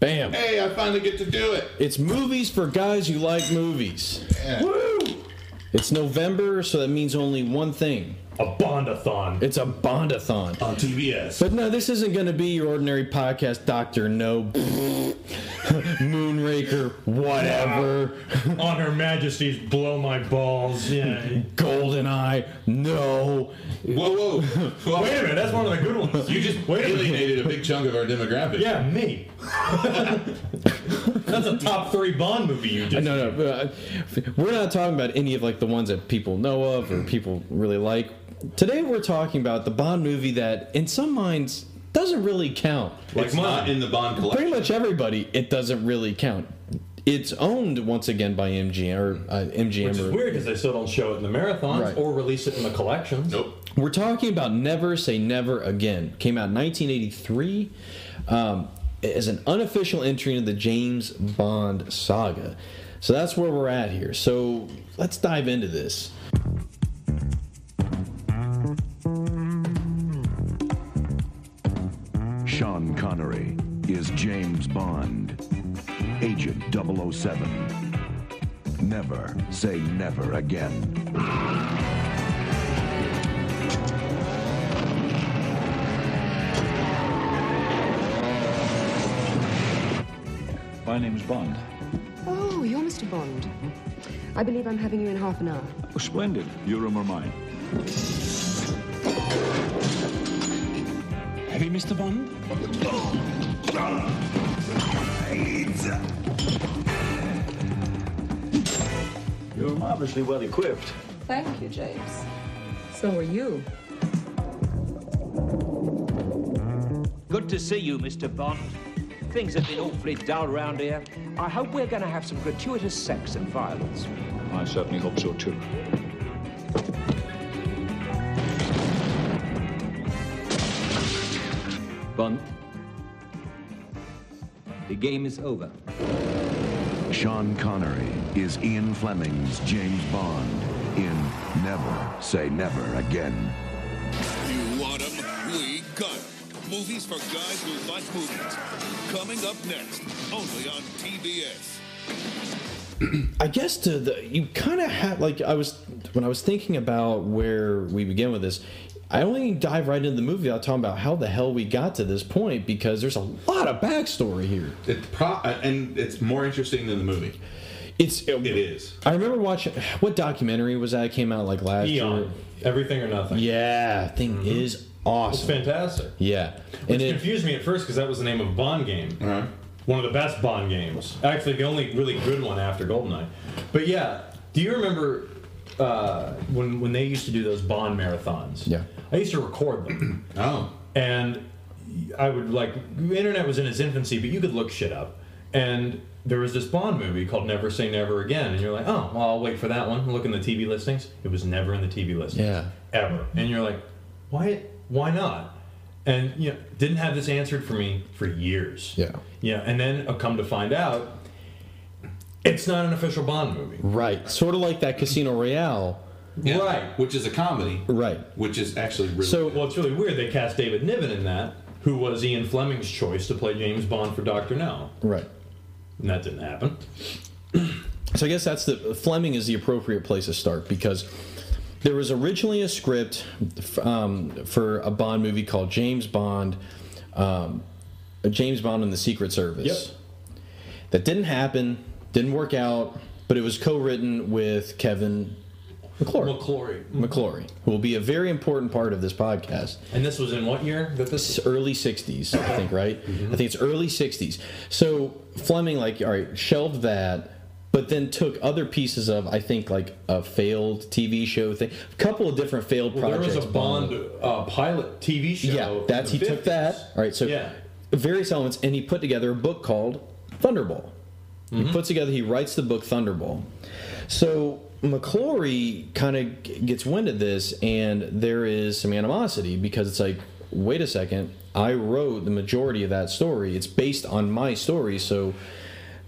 Bam. Hey, I finally get to do it. It's movies for guys who like movies. Yeah. Woo! It's November, so that means only one thing. A bondathon It's a bondathon. on TBS. But no, this isn't going to be your ordinary podcast, Doctor No, Moonraker, whatever, on Her Majesty's Blow My Balls. Yeah. Golden Eye, no. Whoa, whoa. whoa. Wait a minute, that's one of the good ones. You just Wait a minute. alienated a big chunk of our demographic. Yeah, me. that's a top three Bond movie you just. No, no, uh, we're not talking about any of like the ones that people know of or people really like. Today, we're talking about the Bond movie that, in some minds, doesn't really count. Like It's not mine. in the Bond Pretty collection. much everybody, it doesn't really count. It's owned once again by MGM or uh, MGM. Which or, is weird because they still don't show it in the marathons Right. or release it in the collections. Nope. We're talking about Never Say Never Again. Came out in 1983 um, as an unofficial entry into the James Bond saga. So that's where we're at here. So let's dive into this. Sean Connery is James Bond, Agent 007. Never say never again. My name's Bond. Oh, you're Mr. Bond. I believe I'm having you in half an hour. Oh, splendid. Your room or mine? Have you, Mr. Bond? You're marvelously well equipped. Thank you, James. So are you. Good to see you, Mr. Bond. Things have been awfully dull round here. I hope we're going to have some gratuitous sex and violence. I certainly hope so, too. Bond, the game is over. Sean Connery is Ian Fleming's James Bond in Never Say Never Again. You want 'em? We got 'em. Movies for guys who like movies. Coming up next, only on TBS. I guess to the you kind of had like I was when I was thinking about where we begin with this. I only dive right into the movie without talking about how the hell we got to this point because there's a lot of backstory here. It pro- and it's more interesting than the movie. It's It is. I remember watching what documentary was that that came out like last year. Eon. Everything or nothing. Yeah, thing is It's awesome. fantastic. yeah, Which and it, confused me at first because that was the name of a Bond game. Uh-huh. One of the best Bond games. Actually, the only really good one after Goldeneye. But yeah, do you remember uh, when when they used to do those Bond marathons? Yeah. I used to record them, Oh. and I would like the internet was in its infancy, but you could look shit up. And there was this Bond movie called Never Say Never Again, and you're like, oh, well, I'll wait for that one. Look in the TV listings. It was never in the TV listings yeah, ever. And you're like, why? Why not? And you know, didn't have this answered for me for years. Yeah. Yeah. And then I come to find out, it's not an official Bond movie. right, sort of like that Casino Royale, Yeah. Right. Which is a comedy. right? Which is actually really. So- Well, it's really weird. They cast David Niven in that, who was Ian Fleming's choice to play James Bond for Doctor No, Right. and that didn't happen. So I guess that's the Fleming is the appropriate place to start because there was originally a script f- um, for a Bond movie called James Bond, um, James Bond and the Secret Service. That didn't happen, didn't work out, but it was co-written with Kevin McClory, McClory. McClory, who will be a very important part of this podcast And this was in what year? That this it's early 60s i think right Mm-hmm. i think it's early 60s so fleming like all right shelved that but then took other pieces of i think like a failed tv show thing a couple of different failed Well, there projects was a Bond uh, pilot TV show. yeah in that's the he took 50s. that all right so Yeah. various elements and he put together a book called thunderball Mm-hmm. he puts together he writes the book thunderball so mcclory kind of gets wind of this and there is some animosity because it's like wait a second i wrote the majority of that story it's based on my story so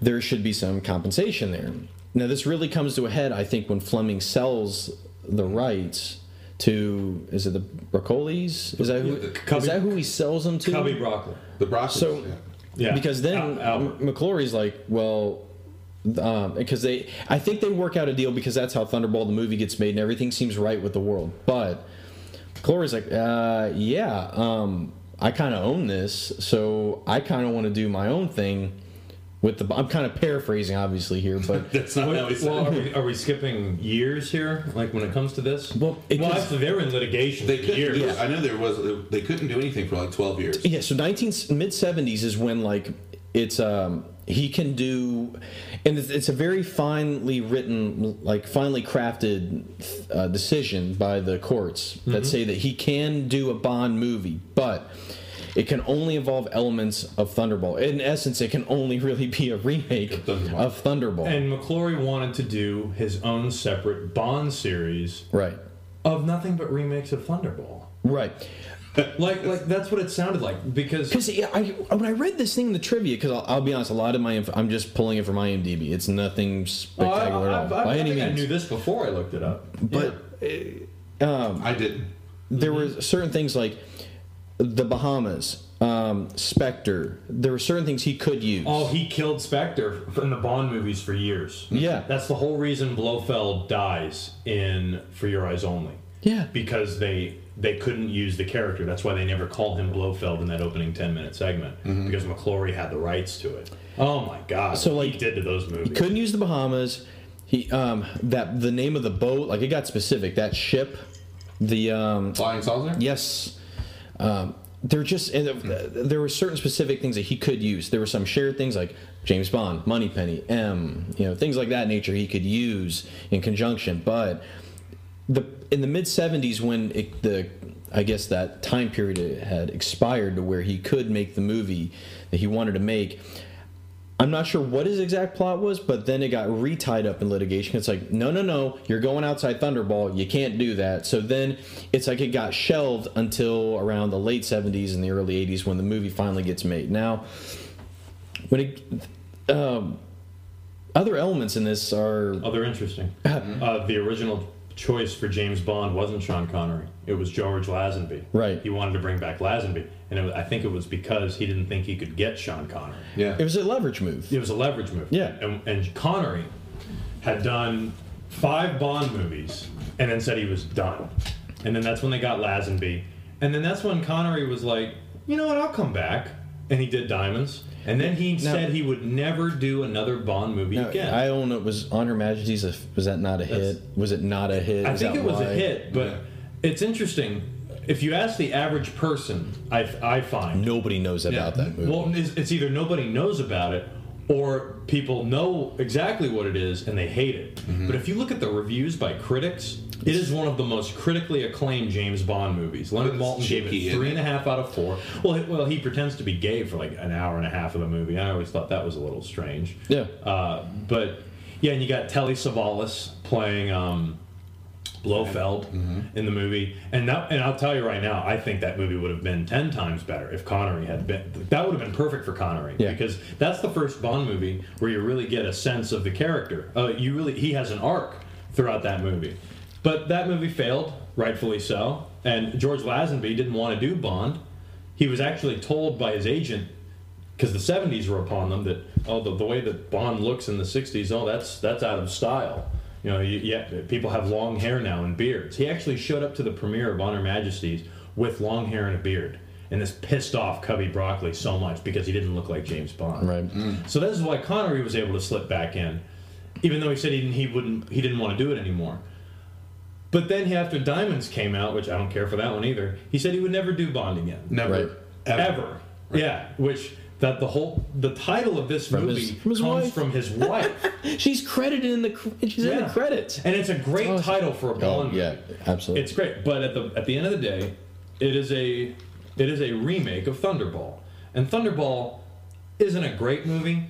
there should be some compensation there now this really comes to a head i think when fleming sells the rights to is it the Broccolis? Is that who, the is Cubby- that who he sells them to? Cubby Broccoli. the broccoli. So- yeah. Yeah. Because then Al- Albert. M- McClory's like, well, because they, I think they work out a deal because that's how Thunderball the movie gets made and everything seems right with the world. But McClory's like, uh, yeah, um, I kind of own this, so I kind of want to do my own thing with the. I'm kind of paraphrasing, obviously here, but That's not how he said well, are it. we, are we skipping years here? Like when it comes to this? Well, it well, could- actually, they were in litigation They for couldn't years. do, I know there was. They couldn't do anything for like twelve years. Yeah, so 19 mid 70s is when like it's um he can do and it's, it's a very finely written like finely crafted uh, decision by the courts Mm-hmm. that say that he can do a Bond movie, but it can only involve elements of Thunderball. In essence, it can only really be a remake of Thunderball. Thunderball. And McClory wanted to do his own separate Bond series right. of nothing but remakes of Thunderball. Right. Like, like that's what it sounded like because Because I, when I read this thing in the trivia, because I'll, I'll be honest, a lot of my inf- I'm just pulling it from IMDb. It's nothing Oh, I, spectacular I, at all I- I by any think I means. knew this before I looked it up. But I didn't. there were certain things like the Bahamas, um, Spectre. There were certain things he could use. Oh, he killed Spectre in the Bond movies for years. Yeah. That's the whole reason Blofeld dies in For Your Eyes Only. Yeah. Because they they couldn't use the character. That's why they never called him Blofeld in that opening 10 minute segment because McClory had the rights to it. Oh my god. Mm-hmm. So, what like, he did to those movies. he couldn't use the Bahamas. He um, that the name of the boat, like it got specific. That ship, the um, Flying saucer. yes, um, there just and uh, there were certain specific things that he could use. There were some shared things like James Bond, Moneypenny, M, you know, things like that nature he could use in conjunction, but. the in the mid 70s when it, the I guess that time period had expired to where he could make the movie that he wanted to make. I'm not sure what his exact plot was, but then it got re-tied up in litigation. It's like, no, no, no, you're going outside Thunderball. You can't do that. So then it's like it got shelved until around the late 70s and the early 80s when the movie finally gets made. Now, when it, um, other elements in this are Oh, they're interesting. uh, the original choice for James Bond wasn't Sean Connery. It was George Lazenby. Right. He wanted to bring back Lazenby, and it was, I think it was because he didn't think he could get Sean Connery. Yeah. it was a leverage move. It was a leverage move. Yeah. And, and Connery had done five Bond movies and then said he was done. And then that's when they got Lazenby. And then that's when Connery was like, you know what, I'll come back. And he did Diamonds. And then he Now- said he would never do another Bond movie No, again. I own it was on Her Majesty's. A, was that not a hit? Was it not a hit? I Is think that it was why? a hit, but it's interesting. If you ask the average person, I, I find Nobody knows about that movie. Well, it's, it's either nobody knows about it or people know exactly what it is and they hate it. But if you look at the reviews by critics, it is one of the most critically acclaimed James Bond movies. Leonard it's Maltin gave cheeky, it isn't three and it? a half out of four. Well, he, well, he pretends to be gay for like an hour and a half of the movie. I always thought that was a little strange. Yeah. Uh, but yeah, and you got Telly Savalas playing um, Blofeld in the movie, and that, and I'll tell you right now, I think that movie would have been ten times better if Connery had been. That would have been perfect for Connery Yeah. because that's the first Bond movie where you really get a sense of the character. Uh, you really he has an arc throughout that movie, but that movie failed, rightfully so. And George Lazenby didn't want to do Bond. He was actually told by his agent because the 70s were upon them that oh the, the way that bond looks in the 60s oh that's that's out of style you know you, yeah people have long hair now and beards he actually showed up to the premiere of honor majesties with long hair and a beard and this pissed off cubby broccoli so much because he didn't look like james bond Right. so this is why connery was able to slip back in even though he said he didn't, he wouldn't he didn't want to do it anymore but then after diamonds came out which i don't care for that one either he said he would never do bond again Never. Right. Ever. ever. Yeah, which that the whole the title of this movie his- from his comes wife. from his wife, She's credited in the cr- she's in Yeah. the credits. and it's a great awesome. title for a Bond. Oh yeah, movie. absolutely. it's great. But at the at the end of the day, it is a it is a remake of Thunderball, and Thunderball isn't a great movie.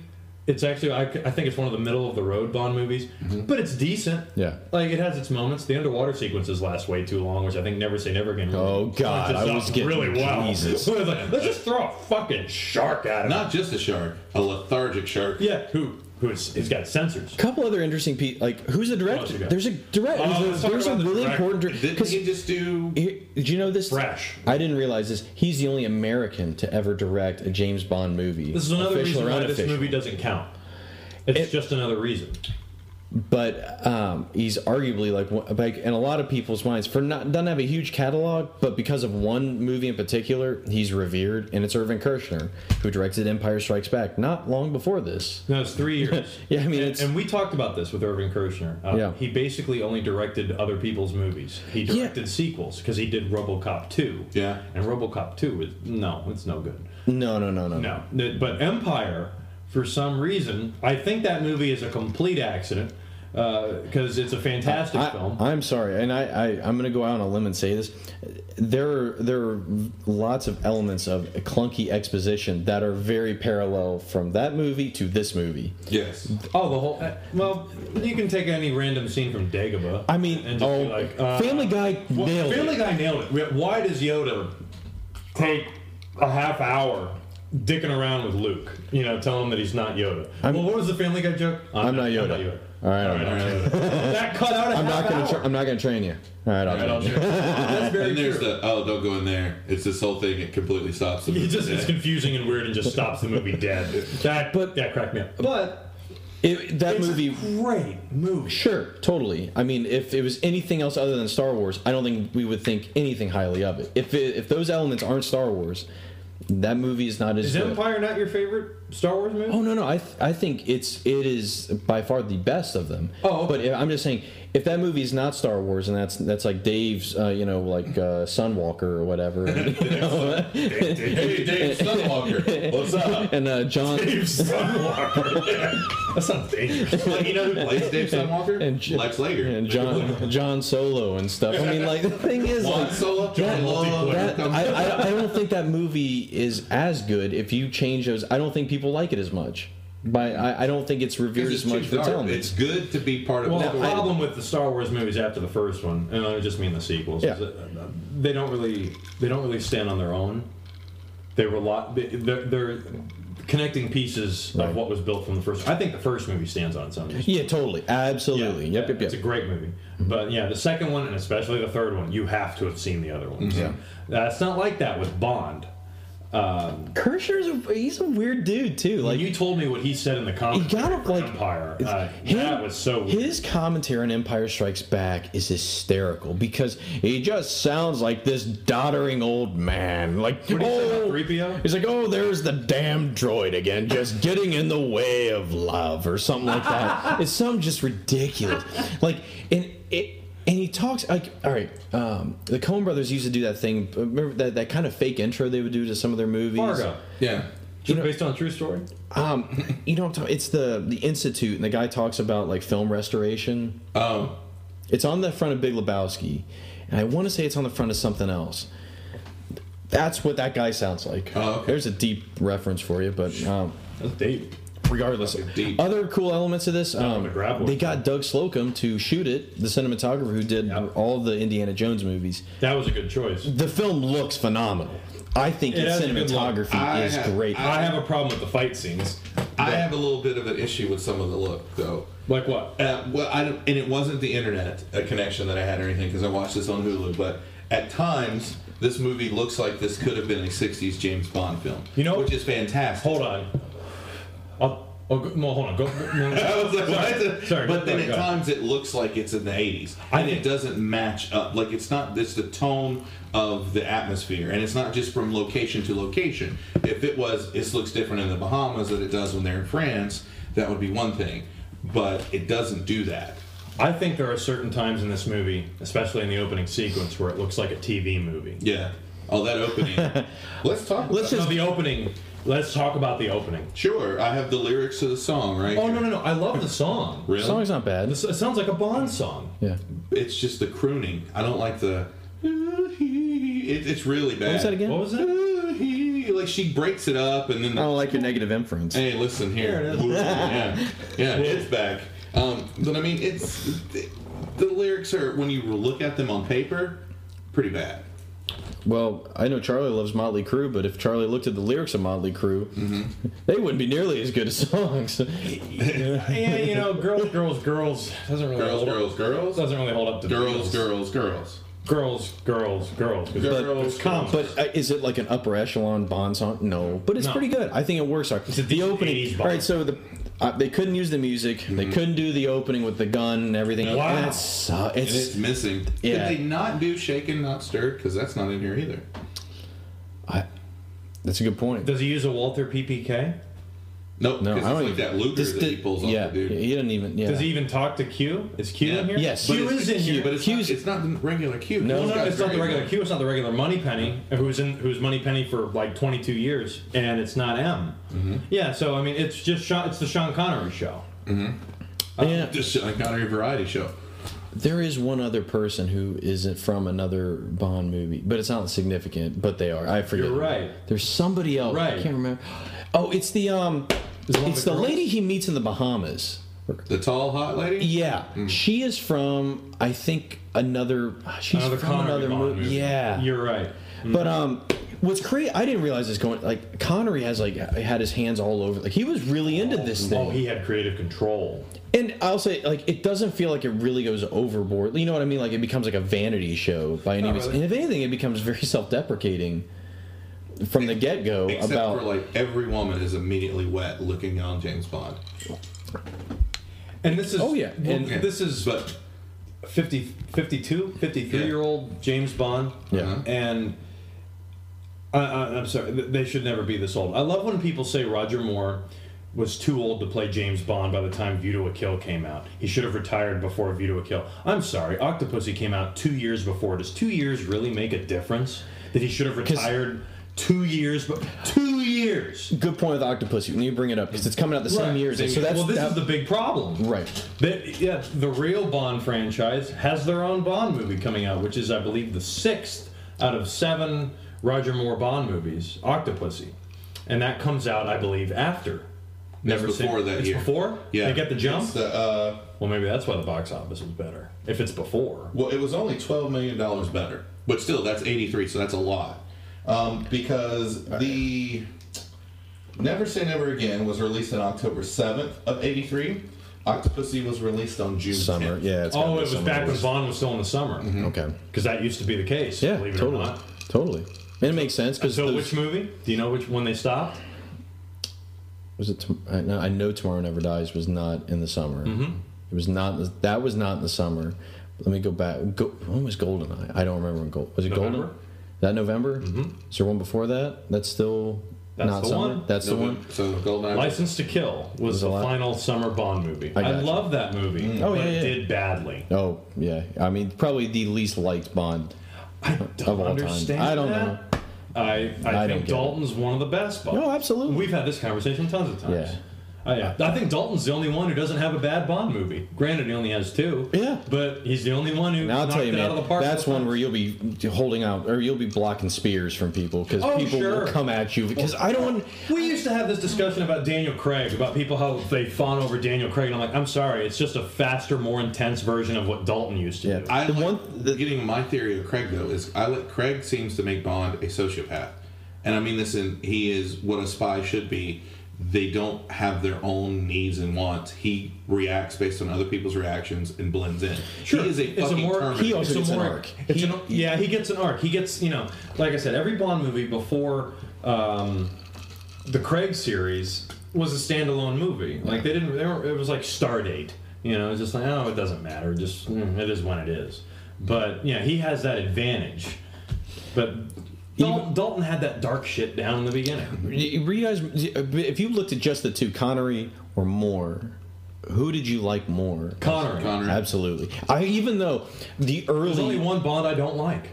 It's actually I, c- I think it's one of the middle of the road Bond movies, but it's decent. Mm-hmm. Yeah. like it has its moments. The underwater sequences last way too long, which I think Never Say Never Again. really Oh, God, punches I was up getting- really well. Jesus. Like, Let's just throw a fucking shark at him. Not just a shark, a lethargic shark. Yeah, who who is, has got sensors. couple other interesting people. Like, who's the else director? you got? There's a direct. Oh, let's there's a, talk there's a about the really director. important director. Didn't he just do? Here- Did you know this? Fresh. I didn't realize this. He's the only American to ever direct a James Bond movie. This is another official reason or why this unofficial. movie doesn't count. It's It- just another reason. But um, he's arguably like, one- like in a lot of people's minds for not doesn't have a huge catalog, but because of one movie in particular, he's revered, and it's Irvin Kershner who directed Empire Strikes Back not long before this. No, it's three years. Yeah, I mean, and, it's- and we talked about this with Irvin Kershner. Uh, Yeah. He basically only directed other people's movies. He Yeah. directed sequels because he did RoboCop 2. Yeah. And RoboCop 2 was no, it's no good. No, no, no, no, No, th- but Empire, for some reason, I think that movie is a complete accident because it's a fantastic film. I, am sorry, and I, I I'm going to go out on a limb and say this: there are, there are lots of elements of clunky exposition that are very parallel from that movie to this movie. Yes. oh, the whole. Uh, well, you can take any random scene from Dagobah. I mean, and just oh, be like, uh, Family Guy well, nailed Family it. Guy nailed it. Why does Yoda take a half hour? Dicking around with Luke, you know, telling him that he's not Yoda. well, what was the Family Guy joke? I'm not Yoda. All right, all right. that cut out. i I'm not going hour. to tra- I'm not going to train you. All right, I'll train you. That's very And there's true. the oh, don't go in there. It's this whole thing. It completely stops the movie. It just it's Yeah. confusing and weird and just stops the movie dead. That But- that cracked me up. But It, that movie. great movie. Sure, totally. I mean, if it was anything else other than Star Wars, I don't think we would think anything highly of it. If it, if those elements aren't Star Wars, that movie is not as Is good. Empire not your favorite Star Wars movie? Oh no no I th- I think it's it is by far the best of them. Oh, okay. but if- I'm just saying if that movie is not Star Wars and that's that's like Dave's uh, you know like uh, Sunwalker or whatever, you know, Hey, Dave Sunwalker, what's up? and uh, John Dave Sunwalker. that sounds dangerous. Like, you know who plays Plays Dave Sunwalker and J- Lex Lager and John John Solo and stuff. I mean like the thing is Juan like Solo. that- Love Oh, that- comes- I, I I don't think that movie is as good if you change those. I don't think people like it as much. By I, I don't think it's revered Because as it's much too for dark. telling It's good to be part of Well, the the story. problem with the Star Wars movies after the first one, and I just mean the sequels, Yeah. is that uh, they don't really they don't really stand on their own. They rely they- they're, they're connecting pieces Right. of what was built from the first. I think the first movie stands on its own. Yeah, totally, absolutely. Yeah, yep, Mm-hmm. yep, yep. It's a great movie. But yeah, the second one and especially the third one, you have to have seen the other ones. Yeah. That's not like that with Bond. Kershner's a, he's a weird dude too. Like Like you told me what he said in the he comic. got up like Empire. it's- Uh, that was so weird. His commentary on Empire Strikes Back is hysterical because he just sounds like this doddering old man. Like What do you say about oh, 3PO? he's like oh, there's the damn droid again, just getting in the way of love or something like that. it's some just ridiculous. Like and it. And he talks like, all right. Um, the Coen Brothers used to do that thing. Remember that, that kind of fake intro they would do to some of their movies. Fargo. yeah. True- based on a true story. Um, you know, what I'm talking, it's the the institute, and the guy talks about like film restoration. Um, It's on the front of Big Lebowski, and I want to say it's on the front of something else. That's what that guy sounds like. Oh, okay. There's a deep reference for you, but um, That's deep. regardless, Deep. other cool elements of this. I'm Um, a grab one. they got Doug Slocum to shoot it, the cinematographer who did Yeah. all the Indiana Jones movies. That was a good choice. The film looks phenomenal. I think It the has a good look. cinematography I is have- great. I have a problem with the fight scenes. I have a little bit of an issue with some of the look, though. Like what? Uh, well, I don't, and it wasn't the internet uh connection that I had or anything because I watched this on Hulu. But at times, this movie looks like this could have been a '60s James Bond film. You know- which is fantastic. Hold on. I'll, oh, go, no, hold on. Go, go- no, I was like, sorry. what? Sorry, but then sorry, at go ahead. times it looks like it's in the 80s. I And think- it doesn't match up. Like, it's not, it's the tone of the atmosphere. And it's not just from location to location. If it was, this looks different in the Bahamas than it does when they're in France, that would be one thing. But it doesn't do that. I think there are certain times in this movie, especially in the opening sequence, where it looks like a TV movie. Yeah. Oh, that opening. Let's talk about Let's So just- the opening. Let's talk about the opening. Sure, I have the lyrics to the song, right? Oh no no no! I love the song. Really? Song's not bad. This, it sounds like a Bond song. Yeah. It's just the crooning. I don't like the. It, it's really bad. What was that again? What was it? Like she breaks it up and then the I don't like your negative inference. Hey, listen here. There it is. yeah, yeah, it's back. Um, but I mean, it's the, the lyrics are when you look at them on paper, pretty bad. Well, I know Charlie loves Motley Crue, but if Charlie looked at the lyrics of Motley Crue, they wouldn't be nearly as good as songs. yeah, you know, girls, girls, girls doesn't really Girls, hold girls, up. girls. doesn't really hold up to the Girls, Beatles. girls, girls. girls, girls, girls. 'cause Girls, it's- girls. it's common. But uh, is it like an upper echelon Bond song? No, but it's No. pretty good. I think it works. It's a the decent opening. 80s All Bond. right, so the uh, they couldn't use the music. They couldn't do the opening with the gun and everything. Wow. And it's, uh, And it's it's missing. Yeah. Did they not do shaken, not stirred? Because that's not in here either. I, that's a good point. does he use a Walther PPK? Nope. No, I because don't it's even, like that Luger this- that the- he pulls off yeah, the dude. He didn't even. Yeah. Does he even talk to Q? Is Q in Yeah. here? Yes. Q But is it's in Q, here. But it's Q's- not, it's not the regular Q. No, It's Well, no, got it's not the very- regular Q. It's not the regular Money Penny, who's in who's Money Penny for like 22 years, and it's not M. Mm-hmm. Yeah, so I mean, it's just Sean, it's the Sean Connery show. Yeah. Just like not every variety show. There is one other person who isn't from another Bond movie, but it's not significant. But they are. I forget. You're who. right. There's somebody else. I Right. can't remember. Oh, it's the um, it one of it's the the girls? lady he meets in the Bahamas. The tall hot lady. Yeah, Hmm. she is from I think another. She's Another from Connery another Bond movie. movie. Yeah, You're right. but um, what's crazy? I didn't realize this going like Connery has like had his hands all over. Like he was really into this thing. Oh, he had creative control. And I'll say, like, it doesn't feel like it really goes overboard. You know what I mean? Like, it becomes like a vanity show by any means. And really. if anything, it becomes very self deprecating from the get go Except about. for like every woman is immediately wet looking on James Bond. And this is Oh, yeah. well, And- this is But 50, 52, 53 Yeah. Uh-huh. year old James Bond. Yeah. And I, I, I'm sorry, th- they should never be this old. I love when people say Roger Moore was too old to play James Bond by the time View to a Kill came out. He should have retired before View to a Kill. I'm sorry, Octopussy came out two years before. Does two years really make a difference? That he should have retired two years, but two years. Good point with Octopussy. When you bring it up, because it's coming out the same Right. year. as it. So that's well, this that- is the big problem. right. That, yeah, the real Bond franchise has their own Bond movie coming out, which is, I believe, the sixth out of seven Roger Moore Bond movies, Octopussy, and that comes out, I believe, after. Never seen- before that It's year. before. yeah, They get the jump. It's the, uh, well, maybe that's why the box office was better. If it's before. well, it was only twelve million dollars better, but still, that's eighty three, so that's a lot. Um, because the Never Say Never Again was released on October seventh of eighty three. Octopussy was released on June Summer. 10th. Yeah. It's gotta Oh, be it was summer back when release. Bond was still in the summer, Mm-hmm. because Okay. that used to be the case. Yeah, believe it or totally. not. Totally. And it makes sense because So, which movie? Do you know which one they stopped? was it? Tom- I know, I know Tomorrow Never Dies was not in the summer. Mm-hmm. It was not. That was not in the summer. Let me go back. Go, when was Goldeneye? I don't remember when Gold was it November? Golden. That November? Mm-hmm. Is there one before that? That's still That's not the summer. one. That's the one. So Goldeneye. License to Kill was, Was the a lot- final summer Bond movie. I, gotcha. love that movie. Oh, but yeah, yeah. it did badly. Oh yeah. I mean, probably the least liked Bond. I Of don't all time. understand. I don't that. I, I, I don't think get it. Dalton's one of the best. Bonds. No, absolutely. We've had this conversation tons of times. Yeah. Oh, yeah. I think Dalton's the only one who doesn't have a bad Bond movie. Granted, he only has two. Yeah. But he's the only one who And I'll knocked tell you, it out of man, the park. that's both one times. where you'll be holding out, or you'll be blocking spears from people because Oh, people sure. will come at you. Because I don't. We used to have this discussion about Daniel Craig, about people how they fawn over Daniel Craig, and I'm like, I'm sorry, it's just a faster, more intense version of what Dalton used to Yeah. do. I The like- one- the- getting my theory of Craig though is I like Craig seems to make Bond a sociopath, and I mean this in he is what a spy should be. They don't have their own needs and wants. He reacts based on other people's reactions and blends in. Sure. he is a It's fucking more- Terminator. he also It's a gets an more- arc. it's He- an- yeah, he gets an arc. He gets, you know, like I said, every Bond movie before um, the Craig series was a standalone movie. Like they didn't, they were, it was like Stardate. You know, it's just like, oh, it doesn't matter. Just mm, it is when it is. But yeah, he has that advantage. But Dalton, Dalton had that dark shit down in the beginning. You were you guys, if you looked at just the two, Connery or Moore, who did you like more? Connery. Connery. Absolutely. I even though the There's only early one Bond I don't like.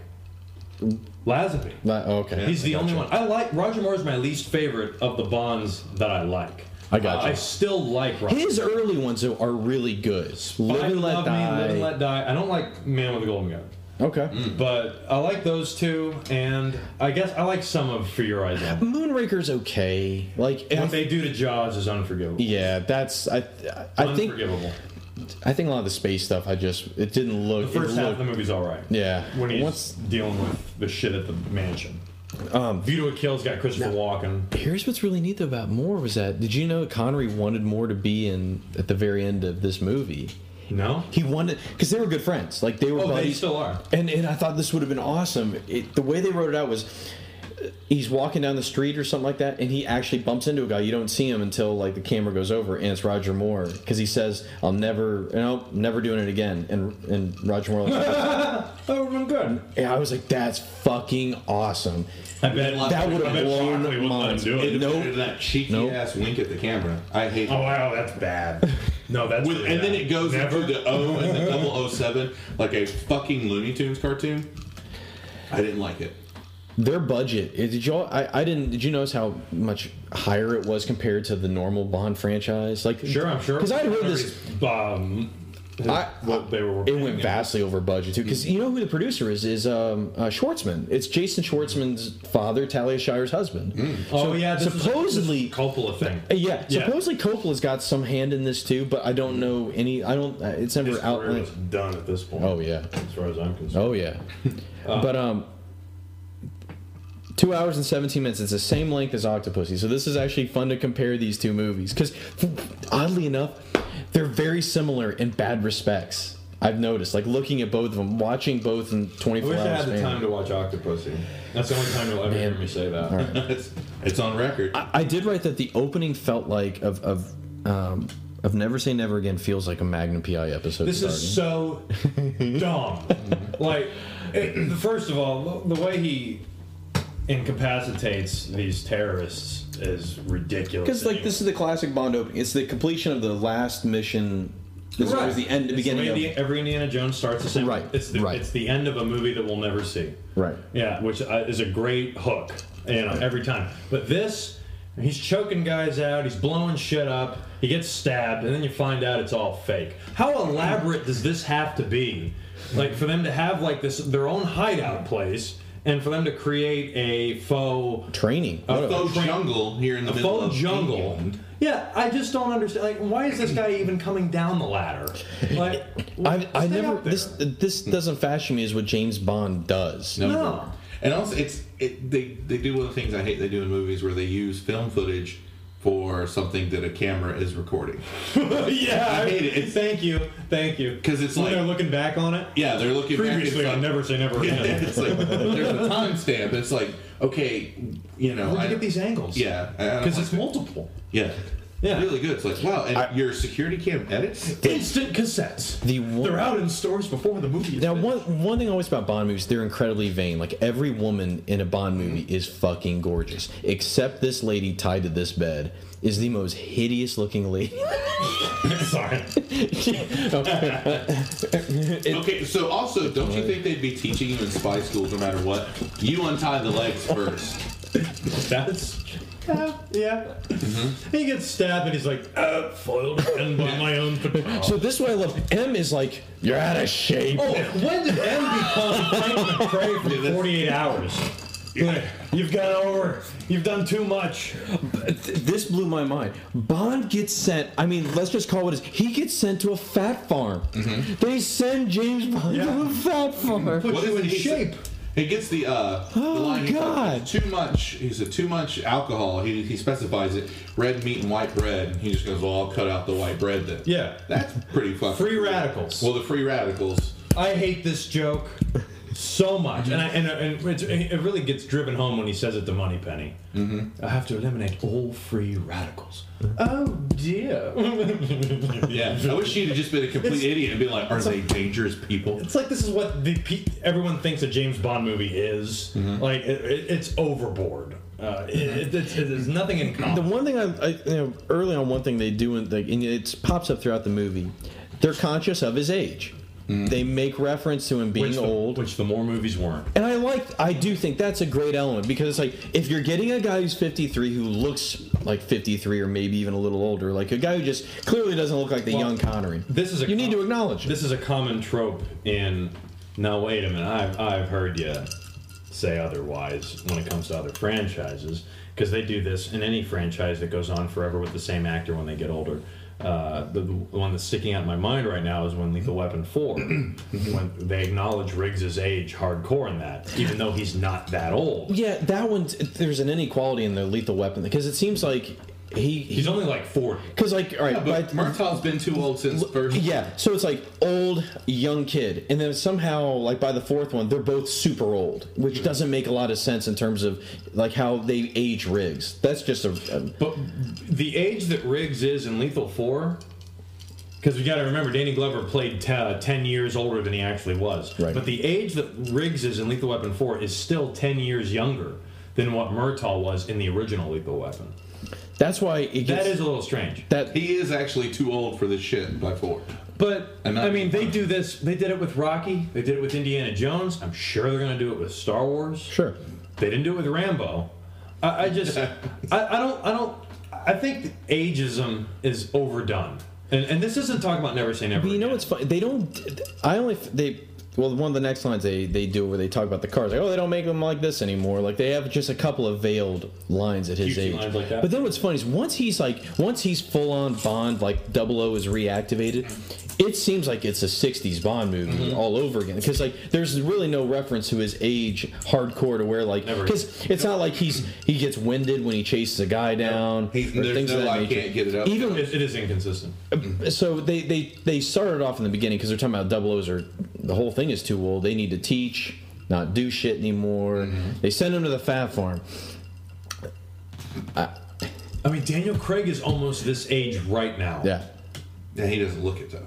Lazenby. Like, okay, He's the I gotcha. only one. I like Roger Moore is my least favorite of the Bonds that I like. I gotcha. I still like Roger. His early ones though are really good. Moore. Live and I let love die. Me, Live and Let Mm. Die. I don't like Man with a Golden Gun, okay. but I like those two, and I guess I like some of For Your Eyes Only. Moonraker's okay. Like, and I What they do to Jaws is unforgivable. yeah, that's I. I think unforgivable. I think a lot of the space stuff. I just it didn't look. The first it half of the looked- movie's all right. Yeah. When he's Once- dealing with the shit at the mansion. Um, View to a Kill's got Christopher Walken. Here's what's really neat though about Moore was that did you know Connery wanted Moore to be in at the very end of this movie? No? He wanted because they were good friends. Like they were Oh, they buddies. still are. And and I thought this would have been awesome. It, the way they wrote it out was uh, he's walking down the street or something like that and he actually bumps into a guy you don't see him until like the camera goes over and it's Roger Moore because he says I'll never you know never doing it again and and Roger Moore like, That Oh, would have been good. and I was like that's fucking awesome I bet that would I have blown bet Shockley wouldn't let him minds do it. nope that cheeky Nope. ass wink at the camera. I hate. Oh that. wow, that's bad. No, that's With, really and then bad. it goes Never. into the O and the 007 like a fucking Looney Tunes cartoon. I didn't like it. Their budget. eh, Did y'all? I, I didn't. Did you notice how much higher it was compared to the normal Bond franchise? Like, Sure, I'm sure. Because I heard this. Um, I, what they were. it went vastly over budget too. Because you know who the producer is is um, uh, Schwartzman. It's Jason Schwartzman's father, Talia Shire's husband. Oh yeah, this supposedly- was a Coppola thing. Eh, Yeah, Yeah. supposedly Coppola's got some hand in this too, but I don't know any. I don't. uh, It's never His out. career was done at this point. Oh yeah. as far as I'm concerned. Oh yeah, but um, two hours and seventeen minutes. It's the same length as Octopussy, so this is actually fun to compare these two movies because, oddly enough, they're very similar in bad respects. I've noticed, like looking at both of them, watching both in I twenty-four wish I hours. had the span. time to watch Octopussy. That's the only time you'll ever hear me say that. It's, it's on record. I- I did write that the opening felt like of of um, of Never Say Never Again feels like a Magnum PI episode. This starting. is so dumb. like, it, first of all, the way he incapacitates these terrorists is ridiculous. Because like this is the classic Bond opening. It's the completion of the last mission. This Right. was the end, the It's beginning way of. the- every Indiana Jones starts the same. Right, It's the, right. It's the end of a movie that we'll never see. Right. Yeah, which uh, is a great hook, you know, every time. But this, he's choking guys out. He's blowing shit up. He gets stabbed, and then you find out it's all fake. How elaborate does this have to be? Like for them to have like this their own hideout place, and for them to create a faux training. a a faux jungle here in the a middle faux of jungle. England. Yeah, I just don't understand. Like, why is this guy even coming down the ladder? Like, I, I stay never. up there. This this doesn't fashion me as what James Bond does. No. No. And also, it's it, they they do one of the things I hate they do in movies where they use film footage for something that a camera is recording. yeah, I hate it. It's- thank you, thank you. 'Cause it's when like- they're looking back on it. Yeah, they're looking back, it's Previously, like- on never say never Yeah, again. it's like there's a timestamp. It's like okay, you know, Where'd I- you get these angles? Yeah, I- I don't because like it's that. multiple. Yeah, Yeah. really good. It's like wow, and your security cam edits. Instant cassettes. The one- they're out in stores before the movie. is Now, finished. one one thing always about Bond movies, they're incredibly vain. Like every woman in a Bond movie is fucking gorgeous, except this lady tied to this bed is the most hideous looking lady. Sorry. okay, so also, don't you think they'd be teaching you in spy school no matter what? You untie the legs first. That's. Yeah, yeah. Mm-hmm. He gets stabbed and he's like, uh, foiled again by my own patrol. so this way, I love M is like you're out of shape. Oh, when did M become Frank McCray for 48 hours? You've got over. You've done too much. Th- This blew my mind. Bond gets sent. I mean, let's just call it as he gets sent to a fat farm. They send James Bond to Yeah. a fat farm. Put you is in it he shape. said? He gets the uh the Oh, line, he's like, God. "It's too much he said too much alcohol. He, he specifies it. Red meat and white bread. And he just goes, Well, I'll cut out the white bread then. Yeah. That's pretty fucking Free cool. radicals. Well the free radicals. I hate this joke so much, and I, and, and it's, it really gets driven home when he says it to Moneypenny. Mm-hmm. I have to eliminate all free radicals. Oh dear! Yeah. I wish you'd have just been a complete It's- idiot and been like, Are they dangerous people? it's like this is what the pe- everyone thinks a James Bond movie is. Mm-hmm. Like it, it, it's overboard. Uh, it, it, it's, it, there's nothing in The common. one thing I, I you know, early on, one thing they do, and, like, and it pops up throughout the movie, they're conscious of his age. They make reference to him being which the, old, which the more movies weren't. and I like. I do think that's a great element because it's like if you're getting a guy who's 53 who looks like 53 or maybe even a little older, like a guy who just clearly doesn't look like the Well, young Connery. This is a you need com- to acknowledge. This This is a common trope in. Now wait a minute. I've I've heard you say otherwise when it comes to other franchises because they do this in any franchise that goes on forever with the same actor when they get older. Uh, the, the one that's sticking out in my mind right now is when Lethal Weapon 4, when they acknowledge Riggs's age hardcore in that, even though he's not that old. Yeah, that one. There's an inequality in the lethal weapon because it seems like he. He's only like 40. Because like, all right, But by- Murtaugh's been too old since first. yeah. So it's like old, young kid, and then somehow like by the fourth one, they're both super old, which doesn't make a lot of sense in terms of like how they age rigs. That's just a, a But the age that Riggs is in Lethal Four, because we got to remember Danny Glover played te- uh, ten years older than he actually was. Right. But the age that Riggs is in Lethal Weapon Four is still ten years younger than what Murtaugh was in the original Lethal Weapon. that's why it gets That is a little strange. that He is actually too old for this shit by four. But And that- I mean, they do this. They did it with Rocky. They did it with Indiana Jones. I'm sure they're going to do it with Star Wars. sure. They didn't do it with Rambo. I, I just, I, I don't, I don't, I think ageism is overdone. And, and this isn't talking about never say never. But you know Again. what's funny? They don't. I only they. Well, one of the next lines they, they do where they talk about the cars, like, oh, they don't make them like this anymore. Like they have just a couple of veiled lines at his Cutesy age. lines like that. But then what's funny is once he's like, once he's full on Bond, like Double O is reactivated, it seems like it's a '60s Bond movie Mm-hmm. all over again. Because like, there's really no reference to his age hardcore to where like, Never. because it's not like he's he gets winded when he chases a guy down He- or there's things of no, that I nature. can't get it up. Even It- it is inconsistent. so they, they, they started off in the beginning because they're talking about double O's are the whole thing is too old. They need to teach, not do shit anymore. Mm-hmm. They send them to the fat farm. I mean, Daniel Craig is almost this age right now. Yeah, Yeah, he doesn't look it though.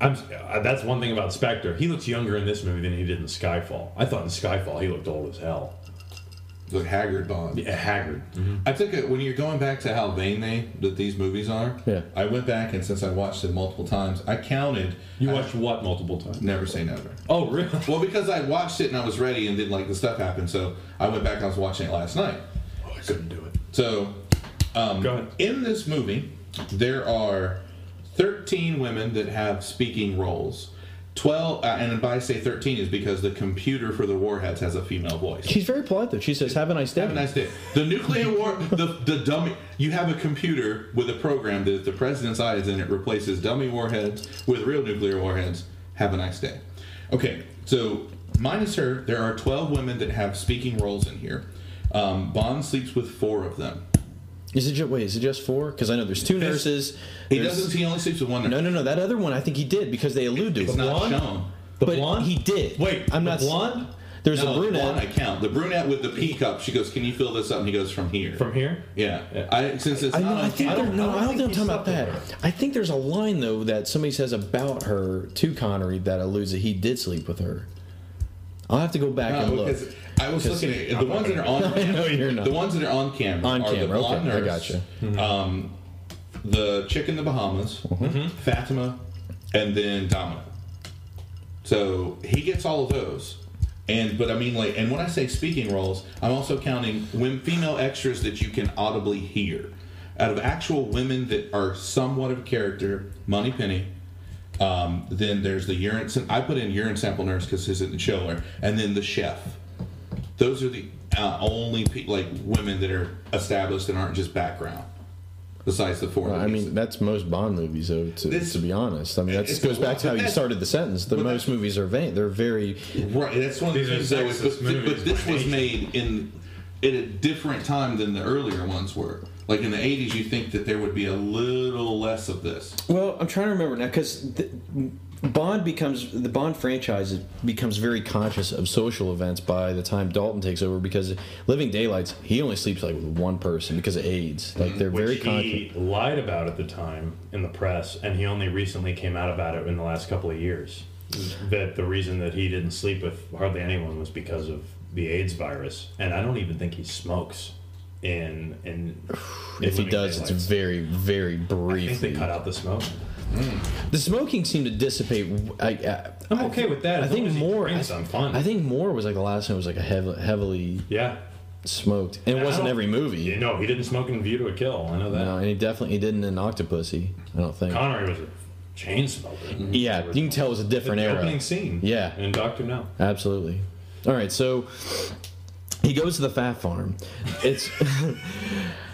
I'm, uh, that's one thing about Spectre. He looks younger in this movie than he did in Skyfall. I thought in Skyfall he looked old as hell. The Haggard Bond. Yeah, haggard. I took it when you're going back to how vain they that these movies are. Yeah. I went back and since I watched it multiple times, I counted. You I- watched what multiple times? Never Say Never. Oh, really? Well, because I watched it and I was ready, and then like the stuff happened, so I went back. and I was watching it last night. I couldn't do it. So Go ahead. in this movie, there are 13 women that have speaking roles. 12, uh, and by I say 13 is because the computer for the warheads has a female voice. she's very polite though. She says, "Have a nice day." Have a nice day. The nuclear war, the, the dummy. You have a computer with a program that if the president's eye is in, it replaces dummy warheads with real nuclear warheads. Have a nice day. Okay, so minus her, there are 12 women that have speaking roles in here. Um, Bond sleeps with four of them. Is it just wait? Is it just four? Because I know there's two There's- nurses. He there's- doesn't. He only sleeps with one. nurse. No, no, no. That other one, I think he did because they allude to It's it. not blonde? shown. The but blonde? he did. Wait, I'm the not s- blonde? There's no, a The brunette. blonde I count. The brunette with the pea cup. She goes, "Can you fill this up?" And he goes, "From here." From here? Yeah. Yeah. Uh, I since it's I not. know. I on think. camera- there- no, I don't think I'm he's talking about slept that. with I think there's a line though that somebody says about her to Connery that alludes that he did sleep with her. I'll have to go back No, and look. because I was looking at the ones that are on. No, you're not. The ones that are on camera. On are camera, The blonde okay, I nurse, gotcha. Um, the chick in the Bahamas, Mm-hmm. Fatima, and then Domino. So he gets all of those. And but I mean like and when I say speaking roles, I'm also counting when female extras that you can audibly hear. Out of actual women that are somewhat of character, Money Penny. Um, then there's the urine. sam- I put in urine sample nurse because this isn't show her, and then the chef. Those are the uh, only pe- like women that are established and aren't just background. Besides the four. Well, I that we mean, said. that's most Bond movies, though. To, This- to be honest, I mean, that It's- goes back to how you that's- started the sentence. The but most that- movies are vain; they're very. Right, that's one of the These are things that was, sexist but, but- movies but this by was nature. made in at a different time than the earlier ones were. Like in the '80s, you think that there would be a little less of this. Well, I'm trying to remember now because Bond becomes the Bond franchise becomes very conscious of social events by the time Dalton takes over. Because Living Daylights, he only sleeps like with one person because of AIDS. Like they're very Which conscious. he lied about at the time in the press, and he only recently came out about it in the last couple of years. That the reason that he didn't sleep with hardly anyone was because of the AIDS virus, and I don't even think he smokes. In in If he does, it's very, very I think they briefly. cut out the smoke. The smoking seemed to dissipate. I, I, I'm okay with that. I as long think as he more. drinks, I'm fine. I think more was like the last one was like a heavily, heavily yeah. smoked, and it I wasn't don't- every movie. You know, he didn't smoke in View to a Kill. I know that. No, and he definitely he didn't in Octopussy. I don't think. Connery was a chain smoker. yeah, you can tell it was a different The era. opening scene. Yeah. And Doctor No. Absolutely. All right, so he goes to the fat farm. It's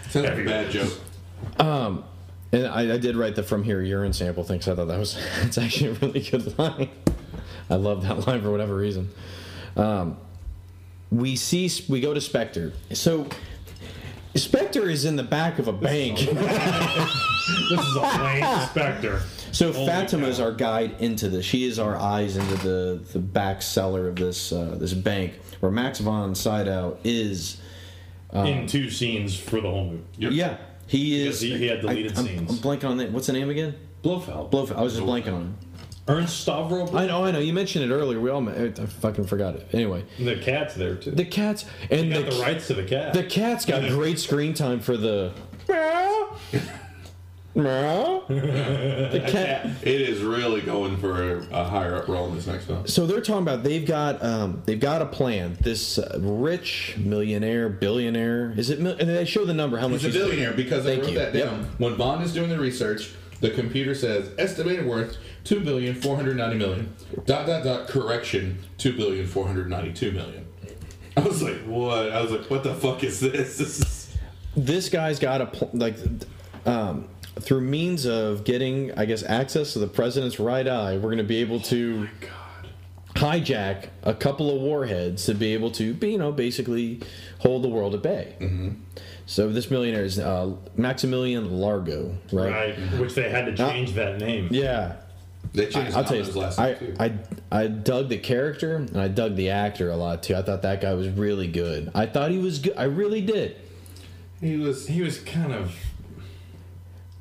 Sounds like a bad joke. And I, I did write the "from here urine sample" thing 'cause I thought that was it's actually a really good line. I love that line for whatever reason. Um, we see we go to Spectre. So Spectre is in the back of a bank. This is a lame specter. So Holy Fatima is cow. our guide into this. She is our eyes into the the back cellar of this uh, this bank where Max von Sydow is. in two scenes for the whole movie. Yeah, he is. Because he- he had deleted I'm- scenes. I'm blanking on that. What's the name again? Blofeld. Blofeld. I was just blanking on him. Ernst Stavropoulos. I know, I know. You mentioned it earlier. We all, met. I fucking forgot it. Anyway, The cat's there too. the cats and You the, got the rights to the cat. The cat's got great screen time for the. Meow. Meow. the cat. It is really going for a, a higher up role in this next film. So they're talking about they've got um, they've got a plan. This uh, rich millionaire, billionaire is it? Mil- and they show the number how much He's a he's- billionaire because I Thank wrote you. that Yep. down. When Bond is doing the research, the computer says estimated worth two billion four hundred ninety million. Dot dot dot correction two billion four hundred ninety two million. I was like, what? I was like, what the fuck is this? This is This guy's got a pl- like um, through means of getting I guess access to the president's right eye. We're going to be able Oh to hijack a couple of warheads to be able to you know basically hold the world at bay. Mm-hmm. So this millionaire is uh, Maximilian Largo, right? right, which they had to change that name. Yeah. they changed his I'll tell you, Domino's last I, name too. I I dug the character and I dug the actor a lot too. I thought that guy was really good. I thought he was good. I really did. he was. He was kind of.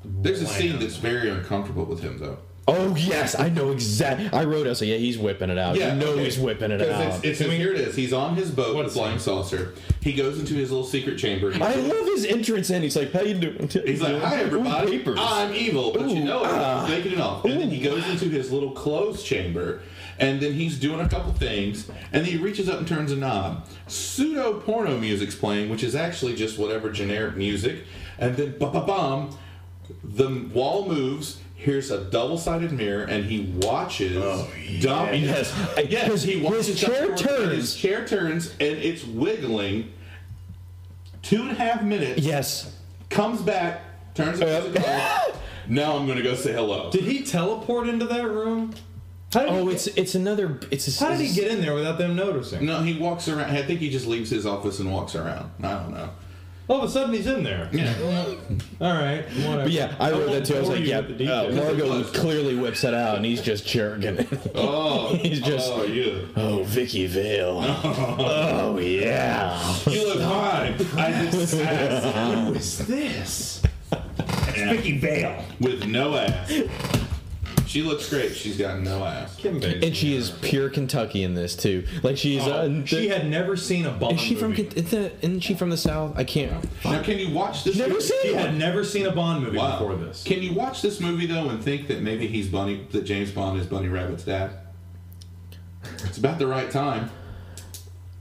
There's a scene that's very uncomfortable with him though. Oh yes, I know exactly. I wrote. I said, yeah, he's whipping it out. you know okay. he's whipping it 'Cause out. It's, it's, here it is. He's on his boat, What the flying saucer. He goes into his little secret chamber. I love his entrance in. He's like, how you doing? He's like, hi Ooh, everybody, Uh, papers. I'm evil, but you Ooh, know it. ah. I'm taking it off. And then he goes into his little clothes chamber, and then he's doing a couple things, and then he reaches up and turns a knob. Pseudo porno music's playing, which is actually just whatever generic music, and then ba ba bum, the wall moves. Here's a double-sided mirror, and he watches. Oh, Yes. yes, His- he watches. his chair Dumbledore, and turns. His chair turns, and it's wiggling. Two and a half minutes Yes. comes back, turns the music off. Now I'm gonna go say hello. Did he teleport into that room? How did, Oh, he, it's it's another. It's a, how did he get in there without them noticing? No, he walks around. I think he just leaves his office and walks around. I don't Oh, know. All of a sudden he's in there. Yeah. All right. Whatever. But yeah, I wrote won't that too. I was bore like, you yeah, with the details. uh, Largo clearly whips it out, and he's just jerking it. Oh, He's just- Oh, you. Oh, Vicky Vale. oh yeah. You look fine. I just asked, who is this? It's Vicky Vale with no ass. She looks great. She's got no ass. Kim Basinger. And she is pure Kentucky in this too. Like she's Oh, uh, the- she had never seen a Bond Is she from movie. Ken- is that- Isn't she from the South? I can't. Now, can you watch this? Never movie? seen She it. had never seen a Bond movie Wow. before this. Can you watch this movie though and think that maybe he's Bunny, that James Bond is Bunny Rabbit's dad? It's about the right time.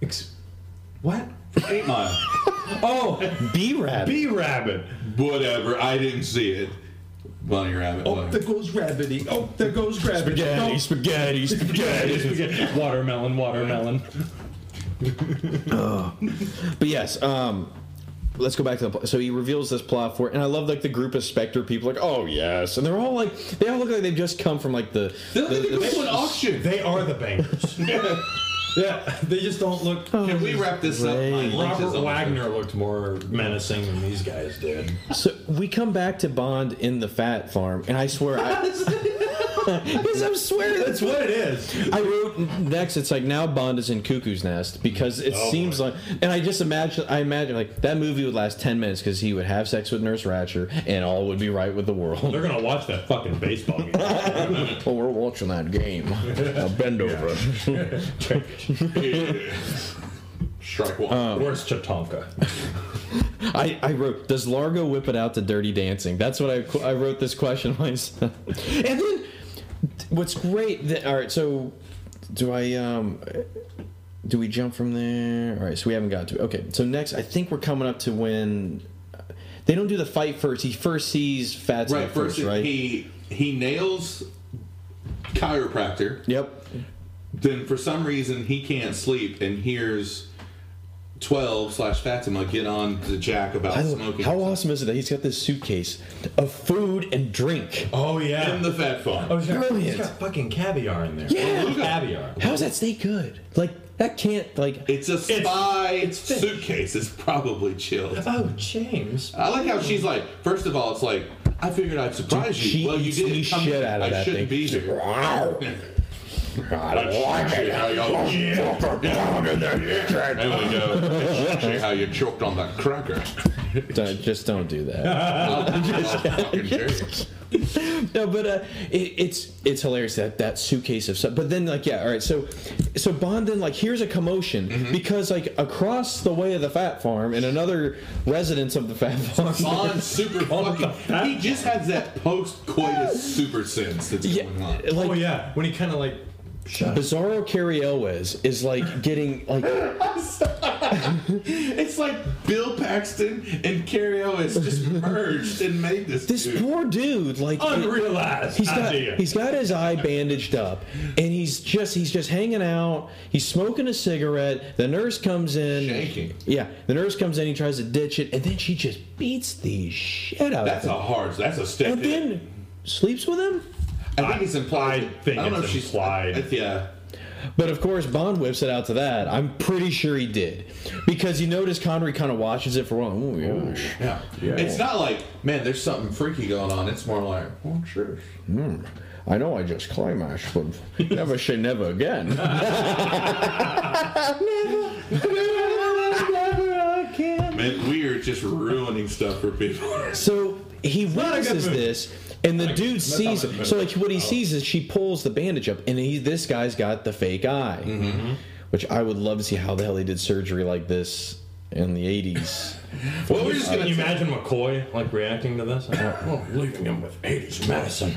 Ex- what? Eight Mile. Oh, B Rabbit. B Rabbit. Whatever. I didn't see it. Bunny Rabbit. Oh, whatever. there goes Rabbity. Oh, there goes Rabbit. spaghetti, No. spaghetti, spaghetti, watermelon, watermelon. But yes, um, let's go back to the. Pl- so he reveals this plot for, and I love like the group of Spectre people, like, oh yes, and they're all like, they all look like they've just come from like the. They look the- like they the- go to an auction. They are the bankers. yeah, they just don't look. Oh, Can we wrap this up? My Great. link is Robert on- Wagner looked more menacing than these guys did. so we come back to Bond in the fat farm, and I swear, I, because I'm swearing that's That's what it is. I wrote next. It's like now Bond is in Cuckoo's Nest because it Oh, seems boy. like, and I just imagine, I imagine like that movie would last ten minutes because he would have sex with Nurse Ratcher and all would be right with the world. They're gonna watch that fucking baseball game. Well, we're watching that game. Now bend over. Strike one. Oh, Where's Chatonka? I, I wrote, does Largo whip it out to Dirty Dancing? That's what I qu- I wrote this question myself. And then, what's great? That, all right, so do I um do we jump from there? All right, so we haven't got to it. Okay, so next I think we're coming up to when uh, they don't do the fight first. He first sees Fats right. First, right? he he nails chiropractor. yep. Then for some reason he can't sleep and hears 12 slash Fatima get on the jack about I don't, smoking. how awesome is it that he's got this suitcase of food and drink? Oh yeah. in the fat farm. oh, he's got, Brilliant. He's got fucking caviar in there. Yeah. Caviar. How's that steak good? Like that can't like It's a spy it's fish. suitcase. It's probably chilled. Oh, James. I like how she's like. First of all, it's like I figured I'd surprise she you. Well, you eats the didn't come. shit out of I that shouldn't thing. be here. Wow. I don't like it. How y'all There we go. It's actually how you choked on that cracker. Don't- just don't do that. Fucking jerk. no, but uh, it, it's it's hilarious that that suitcase of stuff. But then like yeah, all right. So so Bond then like here's a commotion Mm-hmm. because like across the way of the fat farm and another residence of the fat farm. Bond super fucking. He just has that post coitus super sense that's Yeah, going on. like Oh yeah. When he kind of like. Shut up. Bizarro Cary Elwes is like getting like It's like Bill Paxton and Cary Owens just merged and made this. this dude. poor dude like Unrealized He's got idea. he's got his eye bandaged up, and he's just he's just hanging out. He's smoking a cigarette. The nurse comes in. Shaking. Yeah, the nurse comes in. He tries to ditch it, and then she just beats the shit out That's of a him. hard. That's a step. and in. then sleeps with him. I think it's implied. I think it's if she's- implied. I- yeah. But of course, Bond whips it out to that. I'm pretty sure he did, because you notice Connery kind of watches it for a while. Oh gosh. Yeah. It's not like, man, there's something freaky going on. It's more like, oh, sure. I know I just climaxed, but never say never again. Man, we are just ruining stuff for people. So he witnesses movie. this, and the dude sees. not a good Oh. So like what he sees is she pulls the bandage up, and he this guy's got the fake eye, Mm-hmm. which I would love to see how the hell they did surgery like this in the eighties. well, we're just Can gonna. you imagine McCoy like reacting to this? I'm like, oh, leaving him with 80s medicine.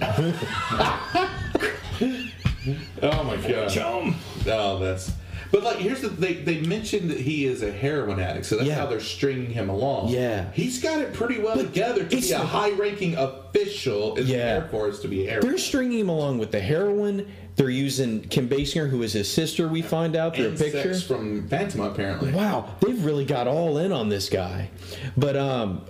oh my god. Chum. Oh, that's. But like, here's the they they mentioned that he is a heroin addict, so that's Yeah. how they're stringing him along. Yeah. He's got it pretty well together to it's- be a high-ranking official in Yeah. the Air Force to be a heroin. They're stringing him along with the heroin. They're using Kim Basinger, who is his sister. We find out through a and picture. sex from Phantom apparently. Wow, they've really got all in on this guy. But um,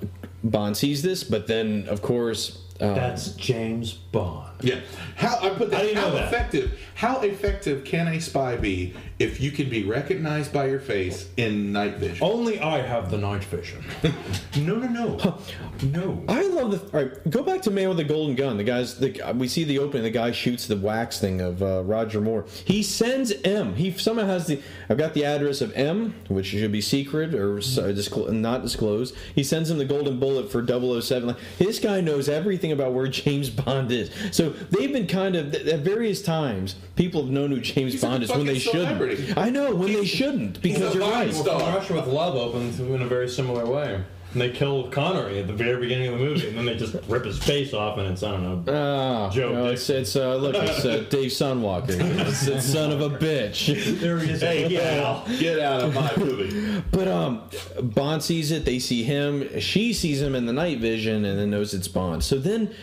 Bond sees this, but then of course. Um, That's James Bond. Yeah. How I put that. How do you know how that? effective? How effective can a spy be if you can be recognized by your face in night vision? Oh. Only I have the night vision. no, no, no. No. I love the. All right, go back to Man with the Golden Gun. The guys, the, we see the opening. The guy shoots the wax thing of uh, Roger Moore. He sends M. He somehow has the. I've got the address of M, which should be secret or so, disclo- not disclosed. He sends him the golden bullet for 007. Like, this guy knows everything about where James Bond is. So they've been kind of at various times. People have known who James He's a Bond is when fucking they celebrity. shouldn't. I know when they shouldn't because a you're Bond right. star. Star. Rush with Love opens in a very similar way. And they kill Connery at the very beginning of the movie, and then they just rip his face off, and it's, I don't know. Oh, Joe no, Dick. it's, it's uh, look, it's uh, Dave Sunwalker. It's, it's son of a bitch. there he is. Hey, yeah. Get out of my movie. But um, Bond sees it. They see him. She sees him in the night vision, and then knows it's Bond. So then,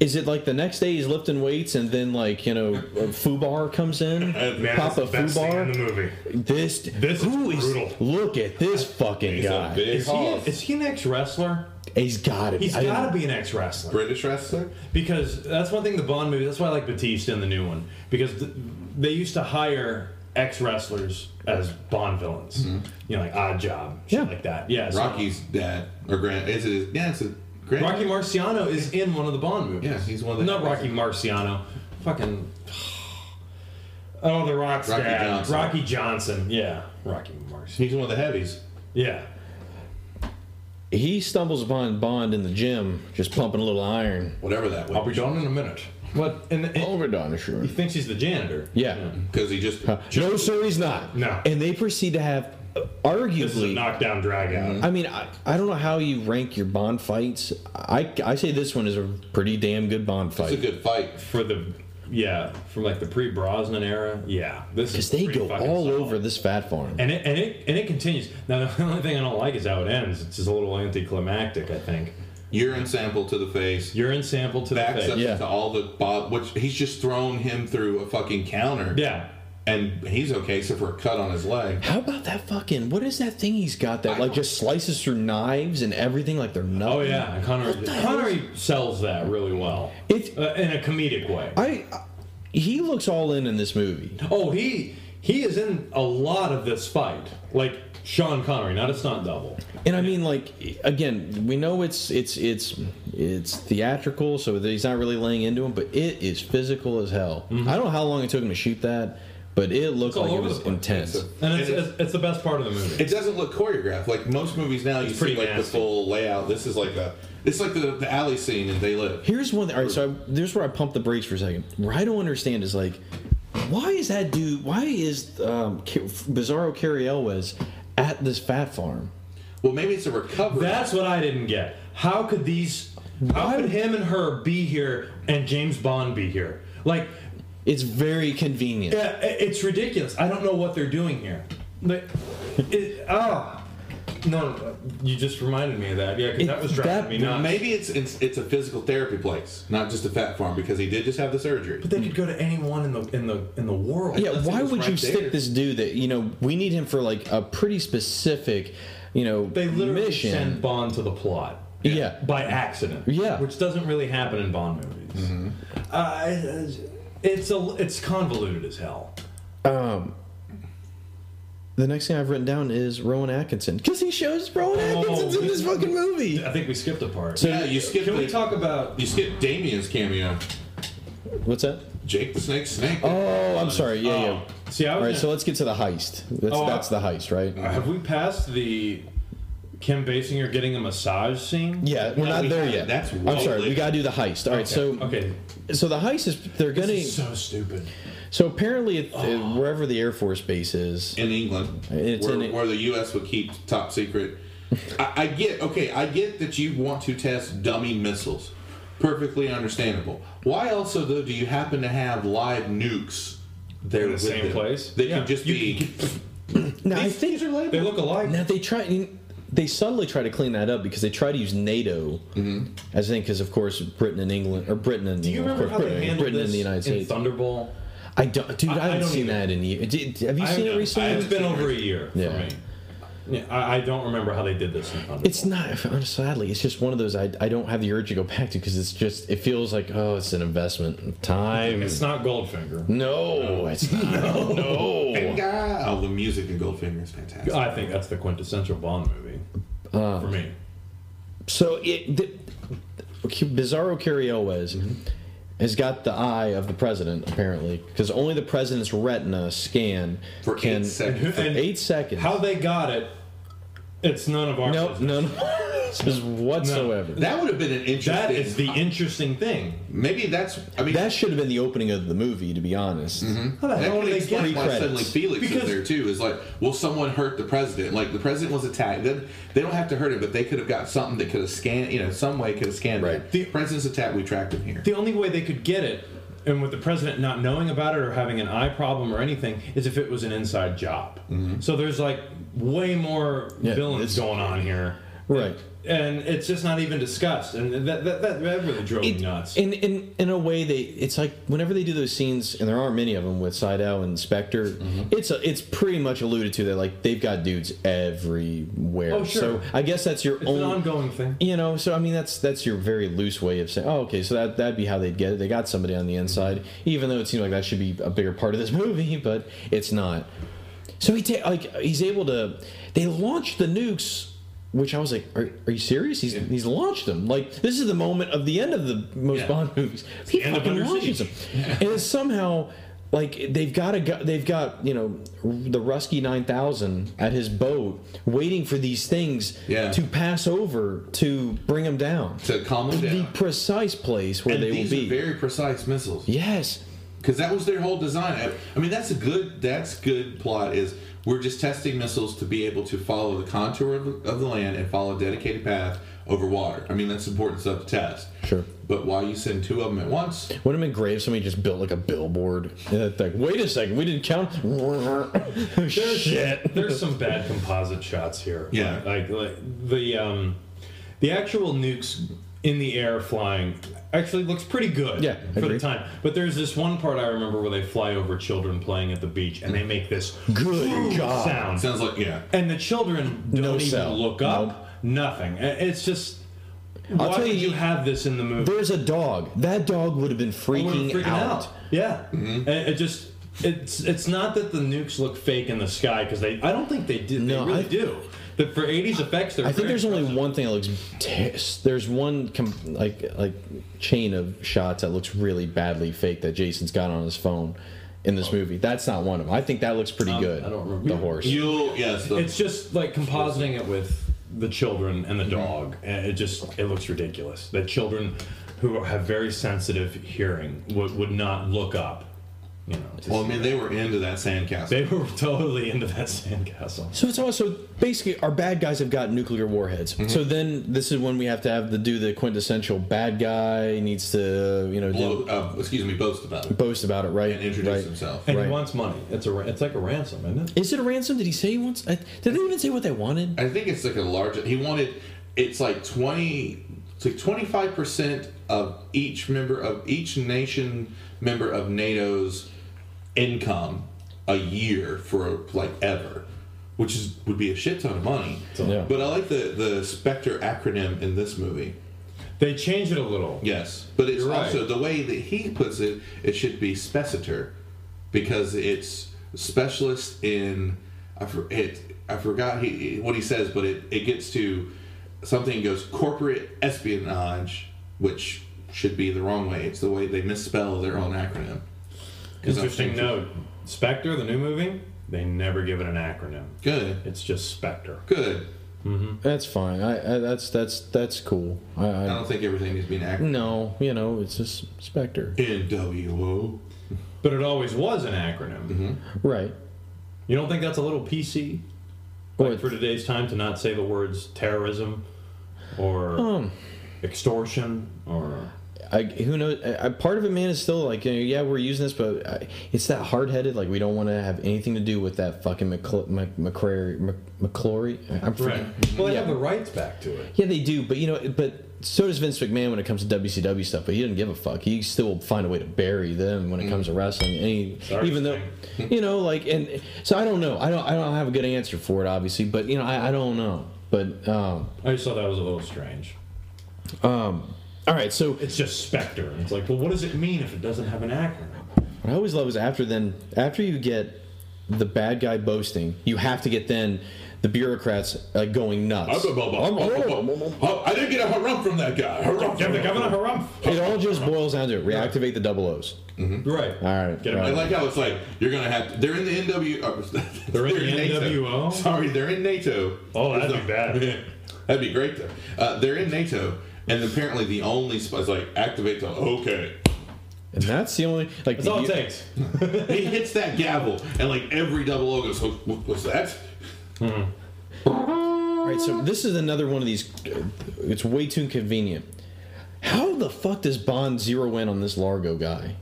is it like the next day he's lifting weights, and then like you know, Fubar comes in, Uh, Papa Fubar. movie. This This is who is, brutal. look at this fucking He's a guy. big Is he, hog. is he an ex wrestler? He's got to be. He's I got to don't- be an ex wrestler. British wrestler. because that's one thing the Bond movie. That's why I like Batista in the new one because th- they used to hire ex wrestlers as Bond villains. You know, like Odd Job, shit Yeah. like that. Yeah, so- Rocky's dad or grand? Is it? His, yeah, it's a grand. Rocky Marciano is in one of the Bond movies. Yeah, he's one of the- not Rocky Marciano. Fucking oh, the Rock's Rocky dad, Johnson. Rocky Johnson. Yeah, Rocky Marciano. He's one of the heavies. Yeah. He stumbles upon Bond in the gym, just pumping a little iron. Whatever that I'll was. be done in a minute. What? And, Oh. and Overdone, sure. he thinks he's the janitor. Yeah. Because he just. No, sir, he's not. No. And they proceed to have uh, This is a arguably. knockdown drag out. Mm-hmm. I mean, I, I don't know how you rank your Bond fights. I, I say this one is a pretty damn good Bond It's a fight. good fight. for the yeah from like the pre Brosnan era. Yeah, this Because is they pretty go fucking all solid. over this fat farm. And it, and it and it continues. Now the only thing I don't like is how it ends. It's just a little anticlimactic. I think Urine sample to the face. urine sample to the Backs face. up Yeah. to all the Bob. Which he's just thrown him through a fucking counter. Yeah, and he's okay except for a cut on his leg. How about that fucking? What is that thing he's got that like just slices through knives and everything like they're nothing? Oh yeah, Connery. What the hell is- Connery sells that really well. It's- uh, in a comedic way. I, I- he looks all in in this movie. Oh, he he is in a lot of this fight. Like Sean Connery, not a stunt double. And I mean, like, again, we know it's it's it's it's theatrical, so that he's not really laying into him, but it is physical as hell. I don't know how long it took him to shoot that, but it looked Mm-hmm. all like it over was the place. intense. It's And it's, It is- it's, it's the best part of the movie. It doesn't look choreographed like most movies now. You It's see pretty like the nasty. full layout. This is like a it's like the, the alley scene in They Live. Here's one. All right, so I, there's where I pump the brakes for a second. Where I don't understand is like, why is that dude? Why is um, Ca- Bizarro Carrie Elwes at this fat farm? Well, maybe it's a recovery. That's what I didn't get. How could these? How could him and her be here and James Bond be here? Like, It's very convenient. yeah, i- it's ridiculous. I don't know what they're doing here. Like, it, oh. No, you just reminded me of that. Yeah, because It- that was driving that- me Now, nuts. maybe it's, it's it's a physical therapy place, not just a fat farm, because he did just have the surgery. But they could go to anyone in the in the in the world. Yeah, Unless it why was would you right there. stick this dude that you know we need him for like a pretty specific, you know, They literally mission? send Bond to the plot. Yeah. By accident. Yeah. Mm-hmm. Which doesn't really happen in Bond movies. Uh, it's- it's a it's convoluted as hell. the next thing I've written down is Rowan Atkinson because he shows Rowan Oh, Atkinson's in this yeah. fucking movie. I think we skipped a part. So- yeah, you skip. Can we the- talk about? You skip Damien's cameo. What's that? Jake the Snake Snake. Oh, I'm sorry. Yeah, yeah. See, I All was right, so gonna- let's get to the heist. That's Oh, I- that's the heist, right? have we passed the Kim Basinger getting a massage scene? Yeah, we're No, not we there haven't. yet. That's I'm way sorry. We later. got to do the heist. All right, so Okay. so the heist is they're gonna. This is so stupid. so apparently, it, it- wherever the Air Force base is, in England, It's where, in- where the U.S. would keep top secret. I, I get okay. I get that you want to test dummy missiles. Perfectly understandable. Why also though do you happen to have live nukes there In the with same them? place? They Yeah. can just You be. now I These think things are labeled. They look alike. Now they try. They subtly try to clean that up because they try to use NATO as in because of course Britain and England or Britain and Do you of remember course, how they Britain, handled Britain this and the United in States? Thunderball? I don't, dude. I, I- I haven't don't seen either. that in years. Did- Have you seen it recently? It's been over a year Yeah. for me. Yeah, I, I don't remember how they did this. In Thunderball. It's not. Sadly, it's just one of those I, I don't have the urge to go back to because it's just it feels like oh it's an investment of time. It's not Goldfinger. no, it's not. no. Finger. Oh, the music in Goldfinger is fantastic. I think that's the quintessential Bond movie Uh. for me. So it the, Bizarro Carioes Mm-hmm. has got the eye of the president apparently because only the president's retina scan For can eight seconds. for And eight seconds. How they got it, it's none of our No, business. no, no. This is whatsoever. That, That would have been an interesting. That is the interesting thing. maybe that's. I mean, should have been the opening of the movie, to be honest. How the That hell could do they explain get why Pre-credits. suddenly Felix is Because- there too. Is like, well, someone hurt the president. Like the president was attacked. Then they don't have to hurt him, but they could have got something that could have scanned. You know, some way could have scanned. Right. It. The president's attacked. We tracked him here. The only way they could get it, and with the president not knowing about it or having an eye problem or anything, is if it was an inside job. So there's like way more Mm-hmm. Yeah, it's- villains going on here. Right. And it's just not even discussed, and that that, that, that really drove me It, nuts. in, in in a way, they it's like whenever they do those scenes, and there aren't many of them with Sidell and Spectre. Mm-hmm. It's a, it's pretty much alluded to that like they've got dudes everywhere. Oh, So sure. I guess that's your it's own an ongoing thing. You know, so I mean, that's that's your very loose way of saying, oh, okay, so that that'd be how they'd get it. They got somebody on the inside, even though it seemed like that should be a bigger part of this movie, but it's not. So he ta- like he's able to. They launched the nukes, which I was like, are, are you serious? He's he's launched them. Like this is the moment of the end of the most Yeah. Bond movies. He the end of fucking Under launches them, Siege. and it's somehow. Like they've got a gu- they've got you know the Rusky nine thousand at his boat waiting for these things Yeah. to pass over to bring them down To calm them the down. precise place where and they will these be. are very precise missiles. yes, because that was their whole design. I, I mean, that's a good that's good plot. Is we're just testing missiles to be able to follow the contour of, the- of the land and follow a dedicated path over water. I mean, that's important stuff to test. Sure. But why you send two of them at once? wouldn't it have been great if somebody just built like a billboard. And it's like, wait a second, we didn't count. There's, Shit. there's some bad composite shots here. Yeah. Like, like the um, the actual nukes in the air flying actually looks pretty good Yeah, for agree. the time. But there's this one part I remember where they fly over children playing at the beach and they make this Good God. sound. Sounds like yeah. And the children don't No even sell. look up. Nothing. I- It's just. I'll why tell did you- you have this in the movie? There's a dog. That dog would have been Oh, I would've freaking, freaking out. Mm-hmm. Yeah. And it just. It's it's not that the nukes look fake in the sky because they I don't think they did No, they really I- do but for 80s effects they're I think very there's only impressive. one thing that looks. T- there's one com- like like chain of shots that looks really badly fake that Jason's got on his phone in Oh. this movie. That's not one of them. I think that looks pretty Um, good. I don't remember. the horse. You'll yes. The, it's just like compositing it with the children and the dog Mm-hmm. and it just it looks ridiculous that children who have very sensitive hearing would, would not look up you know to well, I see mean, that. they were into that sandcastle. they were totally into that sandcastle So it's also basically our bad guys have got nuclear warheads. So then this is when we have to have the do the quintessential bad guy needs to you know Blow, do, uh, excuse me, boast about it boast about it right and introduce right. himself. and Right. he wants money it's a ra- it's like a ransom isn't it Is it a ransom? Did he say he wants? I, did they even say what they wanted? I think it's like a large. He wanted. It's like twenty. It's like twenty five percent of each member of each nation member of NATO's income a year for like ever, which is would be a shit ton of money. Yeah. But I like the the Spectre acronym in this movie. they change it a little Yes, but it's You're right. also the way that he puts it. It should be speciter because it's specialist in. I for, it. I forgot he what he says, but it it gets to something goes corporate espionage, which should be the wrong way. It's the way they misspell their own acronym. 'Cause I'm interesting thinking- note spectre the new movie they never give it an acronym Good. it's just spectre Good. That's fine. I, I that's that's that's cool. I, I I don't think everything needs to be an acronym. no, you know, it's just Spectre, NWO. but it always was an acronym right? you don't think that's a little pc Or Like for today's time to not say the words terrorism or Hmm. extortion or I, who knows? I, I- part of it, man, is still like, you know, yeah, we're using this, but I, it's that hard headed. Like, we don't want to have anything to do with that fucking McCl- Mc- McCrary, Mc- McClory. I- I'm freaking. Well, they Yeah. have the rights back to it. Yeah, they do, but you know, but so does Vince McMahon when it comes to WCW stuff. But he doesn't give a fuck. He still will find a way to bury them when it comes to wrestling. And he, Mm. Sorry, even though, you know, like, and so I don't know. I don't. I don't have a good answer for it, obviously. But you know, I, I don't know. But um, I just thought that was a little strange. all right. So It's just Spectre. And it's like, well, what does it mean if it doesn't have an acronym? What I always love is after then, after you get the bad guy boasting, you have to get then the bureaucrats uh, going nuts. Oh, I didn't get a harumph from that guy. Harumph Give from the that governor guy. harumph. It all just boils down to reactivate the double O's. Right. All right. Get him right. I like how it's like you're gonna have. To, they're in the NW. uh, They're in the NATO. NWO? Sorry, they're in NATO. Oh, that'd be bad. that'd be great though. Uh, they're in NATO, and apparently the only spot is like activate the. Okay, And that's the only like. That's all you- it takes. he hits that gavel, and like every double O goes. "What- what- What's that? All right. So this is another one of these. It's way too convenient. How the fuck does Bond zero in on this Largo guy?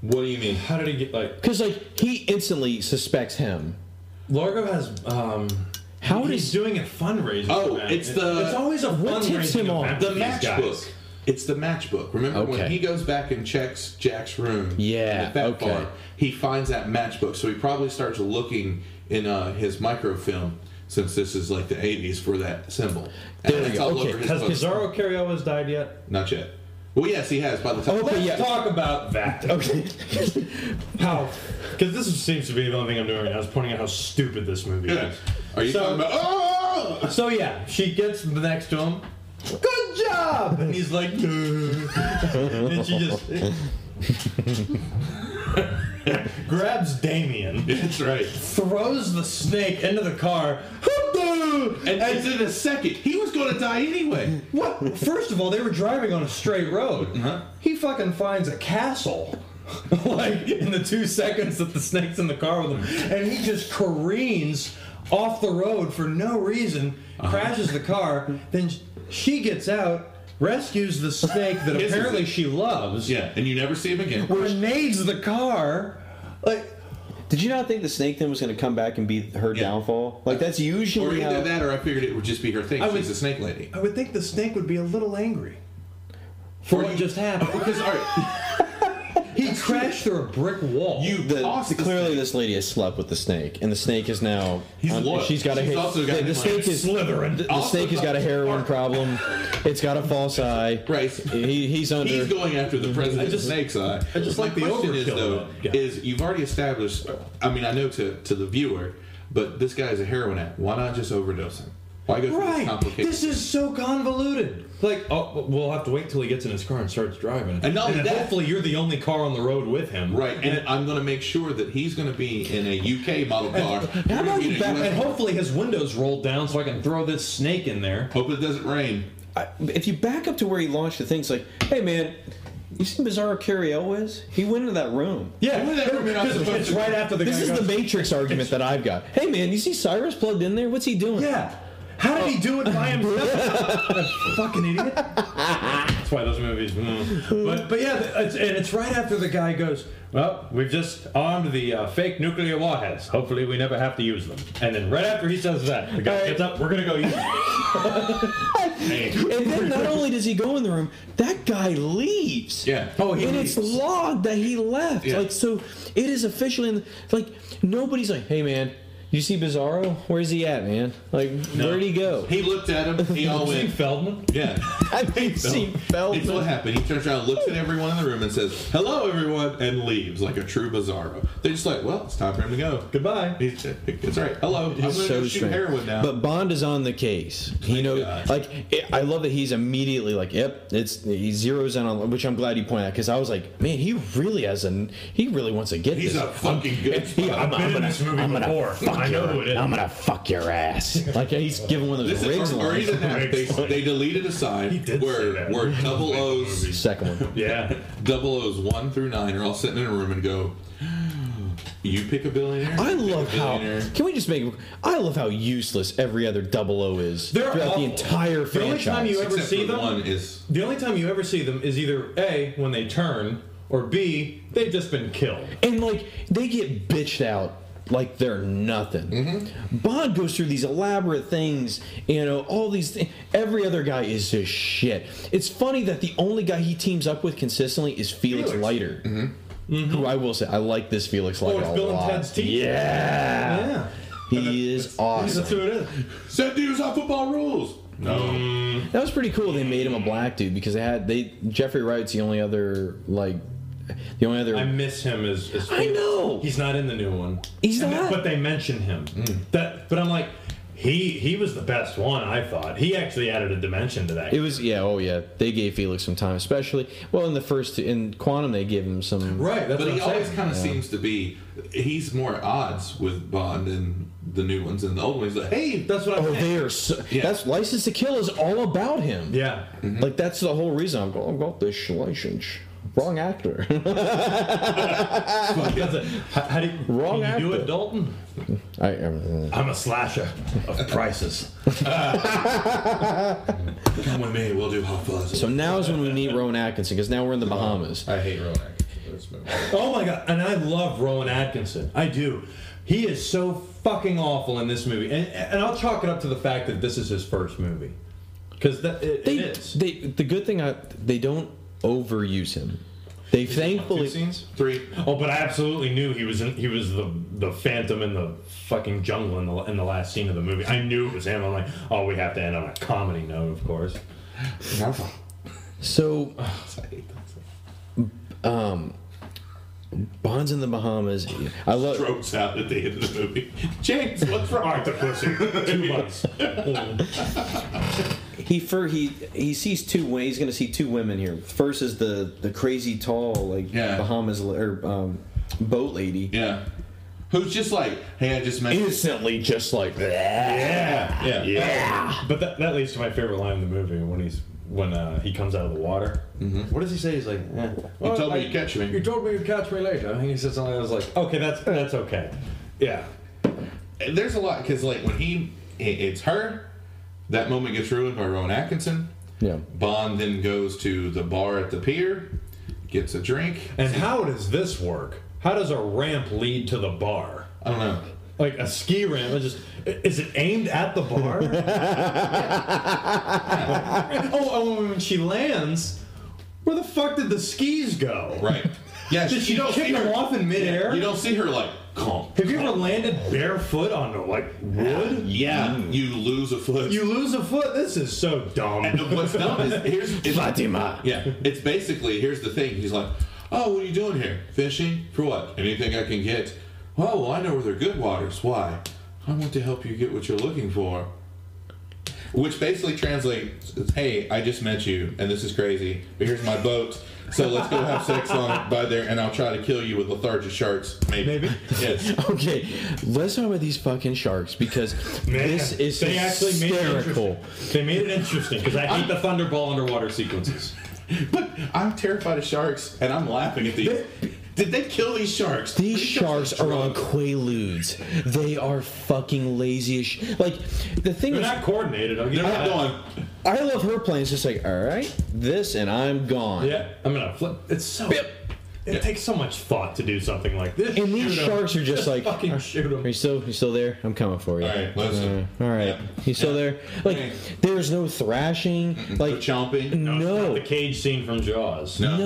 What do you mean? How did he get like Because like he instantly suspects him. Largo has um How he's does- doing a fundraiser? Oh, event. it's the- It's always a What fundraising tips him off? event The for these guys. matchbook. It's the matchbook. Remember when Okay. he goes back and checks Jack's room? Yeah, in the fat okay. farm, he finds that matchbook, so he probably starts looking in uh, his microfilm since this is like the '80s for that symbol. And There we that's go. all Okay. over his Has book. Pizarro Cario's died yet? Not yet. Well, yes, he has. By the time. Oh, Okay. Yeah. Talk about that. Okay. How? Because this is- seems to be the only thing I'm doing right now. is pointing out how stupid this movie Yeah. is. Are you So- talking about? Oh! So yeah, she gets next to him. Good job, and he's like, "Ugh." and she just grabs Damien, That's right. throws the snake into the car. Hoo-doo! And, and in a second, he was going to die anyway. What? First of all, they were driving on a straight road. He fucking finds a castle. like in the two seconds that the snake's in the car with him, and he just careens off the road for no reason, crashes the car. Then she gets out, rescues the snake that Kisses apparently it. she loves, Yeah, and you never see him again. grenades the car. Like, Did you not think the snake thing was going to come back and be her Yeah. downfall? Like that's Or usually either how. that, or I figured it would just be her thing. I would- She's a snake lady. I would think the snake would be a little angry for what just happened. Because all right, He crashed through a brick wall. you The, tossed the clearly, snake. this lady has slept with the snake, and the snake is now. He's loyal. she's got a. She's also the, got the him, like, snake is Slytherin. The snake has got a heroin problem. It's got a false eye. Right. He, he's under. He's going after the president's just- snake's eye. I just My like the question is overkill, though, though. Yeah. is you've already established. I mean, I know to to the viewer, but this guy is a heroin addict. Why not just overdose him? Why go through this Right. complication? This is so convoluted. Like, oh, we'll have to wait till he gets in his car and starts driving. And not only then that- hopefully you're the only car on the road with him. Right, and I'm going to make sure that he's going to be in a UK model car. How about you back? And hope, hopefully his windows rolled down so I can throw this snake in there. hope it doesn't rain. I, if you back up to where he launched the things, like, hey man, you see Bizarro Curio is? He went into that room. Yeah, Why that room you're not because supposed it's to- right after the This guy is got- the Matrix argument that I've got. Hey man, you see Cyrus plugged in there? What's he doing? Yeah. How did he do it by himself? fucking idiot. That's why those movies. mm. But but yeah, it's, and it's right after the guy goes, well, we've just armed the uh, fake nuclear warheads. Hopefully, we never have to use them. And then right after he says that, the guy gets up. We're gonna go use them. And then not only does he go in the room, that guy leaves. Yeah. Oh, he and it's leaves. logged that he left. Yeah. Like so, it is officially in, like nobody's like, hey man, you see Bizarro? Where's he at, man? Like, where'd he go? He looked at him. He all Gene went, Feldman. yeah. I mean, see It's what Feldman. happened. He turns around, looks at everyone in the room, and says, "Hello, everyone," and leaves like a true bizarro. They're just like, "Well, it's time for him to go." Goodbye. He's, it's all right. Hello, I'm going It's to so shoot strange. heroin now. But Bond is on the case. You know, God. like it, I love that he's immediately like, "Yep, it's he zeroes in on." Which I'm glad you pointed out because I was like, "Man, he really has an he really wants to get he's this." a fucking good. He- spy. I'm, been in this movie before. fuck I know your- who it is. I'm gonna fuck your ass. Like he's giving one of This those rigs is, or, or lines. even that, they, Riggs line. they deleted a sign He did say where that. where double O's Second one. Yeah. double O's one through nine are all sitting in a room and go, "You pick a billionaire." I you pick a love how. billionaire." Can we just make? I love how useless every other Double O is They're throughout awful. the entire The only franchise. time you ever Except see for them, one is the only time you ever see them is either a when they turn or b they've just been killed. And like they get bitched out like they're nothing. Mm-hmm. Bond goes through these elaborate things, you know, all these things. Every other guy is just shit. It's funny that the only guy he teams up with consistently is Felix, Felix. Mm-hmm. Leiter. Who I will say, I like this Felix Leiter it's a Bill and lot. Ted's teacher. Yeah. Yeah. He is That's awesome. who it is. Set dudes on football rules. No. That was pretty cool. They made him a black dude because they had they Jeffrey Wright's the only other like the only other I miss him as. as I know! he's not in the new one. He's And not. That, but they mention him. That. But I'm like, he he was the best one. I thought he actually added a dimension to that. It was yeah, oh yeah. They gave Felix some time, especially well in the first in Quantum they gave him some. right. That's But what he I'm always saying. kind of seems to be. He's more at odds with Bond than the new ones and the old ones. Like, hey, That's what I'm Oh, saying. they are. So, Yeah. That's License to Kill is all about him. Yeah. Like that's the whole reason I'm going. I'm going this license. Wrong actor. That's it. How, how do you, Wrong can you do actor. it, Dalton? I, um, I'm a slasher of prices. Uh, come with me. We'll do hot fuzz. so now is when we meet Rowan Atkinson because now we're in the Bahamas. I hate Rowan Atkinson for this movie. Oh my god, and I love Rowan Atkinson. I do. He is so fucking awful in this movie, and and I'll chalk it up to the fact that this is his first movie, because that it, They, it is. they the good thing I, they don't overuse him. They Two thankfully scenes. Three. Oh, but I absolutely knew he was in, he was the the phantom in the fucking jungle in the in the last scene of the movie. I knew it was him. I'm like, oh, we have to end on a comedy note, of course. so. Um, Bonds in the Bahamas. I love. Strokes out at the end of the movie. James, what's wrong? Octopussy, two months. He fur he he sees two wa- he's gonna see two women here. First is the the crazy tall like Yeah. Bahamas la- or um, boat lady. Yeah. Who's just like, hey, I just met Instantly, just like yeah, Yeah. yeah. But that, that leads to my favorite line in the movie when he's when uh, he comes out of the water. What does he say? He's like, eh. "Well, Mm-hmm. told me I- you'd catch me." You told me you'd catch me later." And he says something. I was like, "Okay, that's that's okay." Yeah. There's a lot because like when he, i- it's her. That moment gets ruined by Rowan Atkinson. yeah. Bond then goes to the bar at the pier, gets a drink. And how does this work? How does a ramp lead to the bar? I don't know. Like a ski ramp is just is it aimed at the bar? oh, oh, and when she lands, where the fuck did the skis go? Right. Yeah, Did she you don't kick see her- them off in midair? You don't see her like calm. Have you ever landed barefoot on like wood? Yeah, you lose a foot. You lose a foot. This is so dumb. And what's dumb is here's it's, Fatima. yeah. It's basically here's the thing. He's like, oh, what are you doing here? Fishing for what? Anything I can get. Oh, well, I know where they're good waters. Why? I want to help you get what you're looking for. Which basically translates, is, hey, I just met you, and this is crazy, but here's my boat, so let's go have sex on by there, and I'll try to kill you with lethargic sharks, maybe. Maybe. Yes. Okay, let's talk about these fucking sharks because Man, this is they actually made it hysterical. interesting. They made it interesting because I hate the Thunderball underwater sequences. But I'm terrified of sharks, and I'm laughing at these. Did they kill these sharks? These Pretty sharks they're are on drugs. quaaludes. They are fucking lazy as sh- Like the thing They're is, not coordinated. I'll give They're you not that. going. I love her playing. It's just like, all right, this and I'm gone. Yeah, I'm gonna flip. It's so. Bip. It takes so much thought to do something like this. And these Shoot 'em. sharks are just like, fucking shoot Are you 'em. still you still there? I'm coming for you. All right, listen. Uh, all right. Yep. You still there? Like Hey. there's no thrashing. Like Like chomping. no. It's not No. the cage scene from Jaws. No.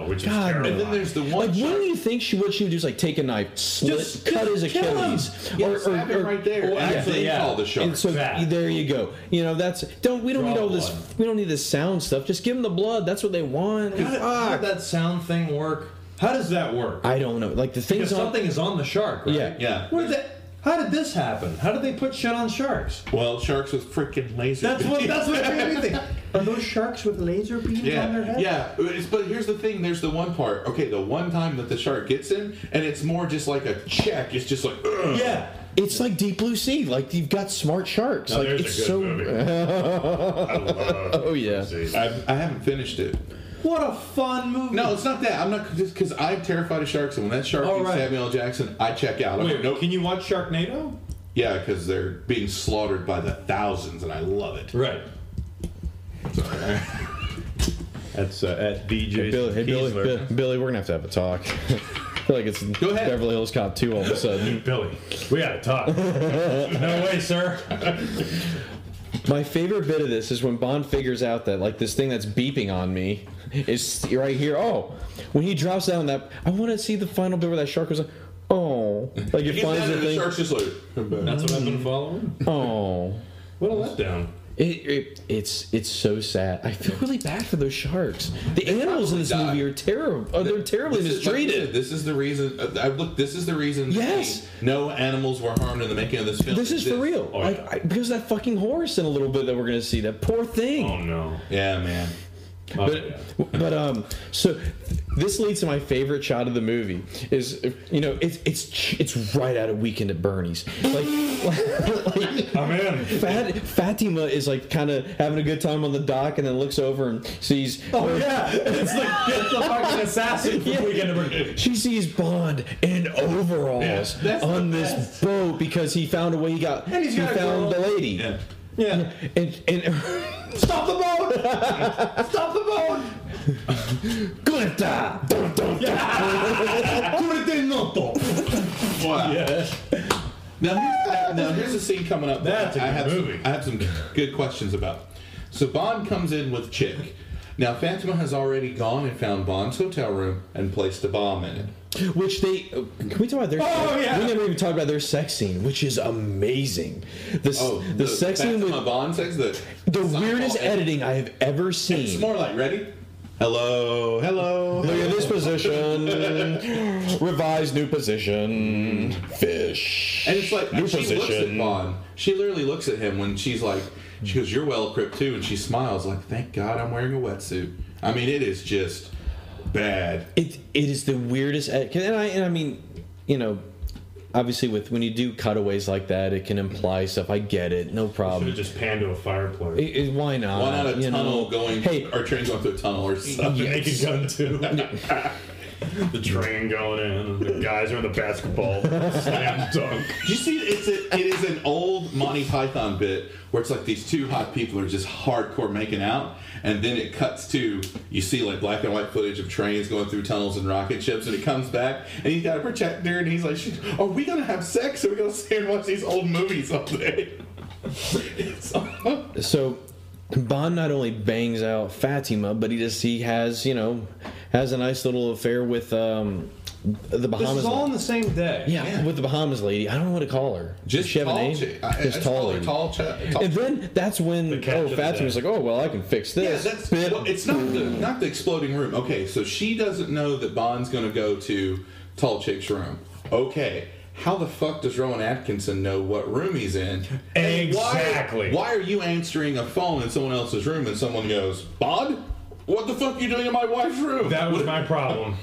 No, which is God, terrible. And then there's the one Like, shark. wouldn't you think she would? She would just like take a knife, slit, Just- cut just his kill him. Achilles, yeah, stab him right there. or- and yeah. actually, yeah. call the shark. And so That. there you go. You know that's don't we don't Draw need all this blood. we don't need this sound stuff. Just give them the blood. That's what they want. How did, how did that sound thing work? How does that work? I don't know. Like the Because things on. something is on the shark, right? Yeah. Yeah. Where did that, how did this happen? How did they put shit on sharks? well, sharks with freaking lasers. That's what. That's what made me think. Are those sharks with laser beams on their Yeah, head? yeah. It's, but here's the thing. There's the one part. Okay, the one time that the shark gets him, and it's more just like a check. It's just like, ugh. Yeah. It's like Deep Blue Sea. Like you've got smart sharks. Now like there's it's a good so. movie. I love Oh yeah. I, I haven't finished it. What a fun movie. No, it's not that. I'm not just because I'm terrified of sharks, and when that shark All eats right. Samuel L. Jackson, I check out. I'm Wait, like, nope. can you watch Sharknado? Yeah, because they're being slaughtered by the thousands, and I love it. Right. That's uh, at BJ. Billy, hey, Billy, Bi- Billy, we're gonna have to have a talk. I feel like it's Go ahead. Beverly Hills Cop 2 all of a sudden. Billy, we gotta talk. no way, sir. My favorite bit of this is when Bond figures out that like this thing that's beeping on me is right here. Oh, when he drops down that, I want to see the final bit where that shark was like, oh, like it He gets finds down the and the thing. shark's just like, That's what I've been following. Oh, What a letdown. it, it it's it's so sad. I feel really bad for those sharks. The animals in this probably movie die. are terrible. Oh, they're terribly This is- like you said, mistreated. This is the reason. uh, I look. This is the reason. Yes. the- No animals were harmed in the making of this film. This is for real. Oh, like, yeah. I, because of that fucking horse in a little bit that we're gonna see. That poor thing. Oh no. Yeah, man. Oh, yeah. but, but um so this leads to my favorite shot of the movie is you know it's it's it's right out of weekend at bernie's like, like I'm in. Fat, fatima is like kind of having a good time on the dock and then looks over and sees Oh yeah, it's like it's the fucking assassin from Weekend at Bernie's. she sees bond in overalls Yeah, that's on the this best. boat because he found a way he got And he's he got a found girl. the lady Yeah. Yeah. and and Stop the boat! Stop the boat! Gunther! Curate noto. Wow. Yeah. Now, here's, now here's a scene coming up. that That's a I good have some- movie. I have some good questions about. So Bond comes in with Chick. Now Fatima has already gone and found Bond's hotel room and placed a bomb in it. Which they can we talk about their? Oh, yeah. We never even talked about their sex scene, which is amazing. The s- Oh, the, sex scene Fatima with Bond sex. The the weirdest editing editing. I have ever It's seen. more like ready. Hello, hello. Look at this position. Revise new position. Fish. And it's like new she looks at position. Bond. She literally looks at him when she's like, she goes, "You're well equipped too," and she smiles like, "Thank God I'm wearing a wetsuit." I mean, it is just bad. It it is the weirdest. Ed- and I and I mean, you know. Obviously, with when you do cutaways like that, it can imply stuff. I get it, no Should have problem. just panned to a fireplace. It- it- why not? Why not a you know? tunnel going Hey, or train going through a tunnel or something? Naked Gun too. the train going in, and the guys are in the basketball slam dunk. Did you see? It's a, it is an old Monty Python bit where it's like these two hot people are just hardcore making out, and then it cuts to you see like black and white footage of trains going through tunnels and rocket ships, and it comes back, and he's got a projector, and he's like, "Are we gonna have sex? Are we gonna sit and watch these old movies all day?" It's- So Bond not only bangs out Fatima, but he just he has you know has a nice little affair with um, the This Bahamas. is all on the same day. yeah, with the Bahamas lady. I don't know what to call her. Does just she have a tall name? chick. I- I just just tall. call her lady. tall chick. Tall And then that's when The catch oh of the Fatima's day. like oh well I can fix Yeah, this. that's Bit. well, it's not the not the exploding room. Okay, so she doesn't know that Bond's going to go to Tall Chick's room. Okay, how the fuck does Rowan Atkinson know what room he's in? And Exactly. Why, why are you answering a phone in someone else's room and someone goes, Bond, what the fuck are you doing in my wife's room? That was my problem.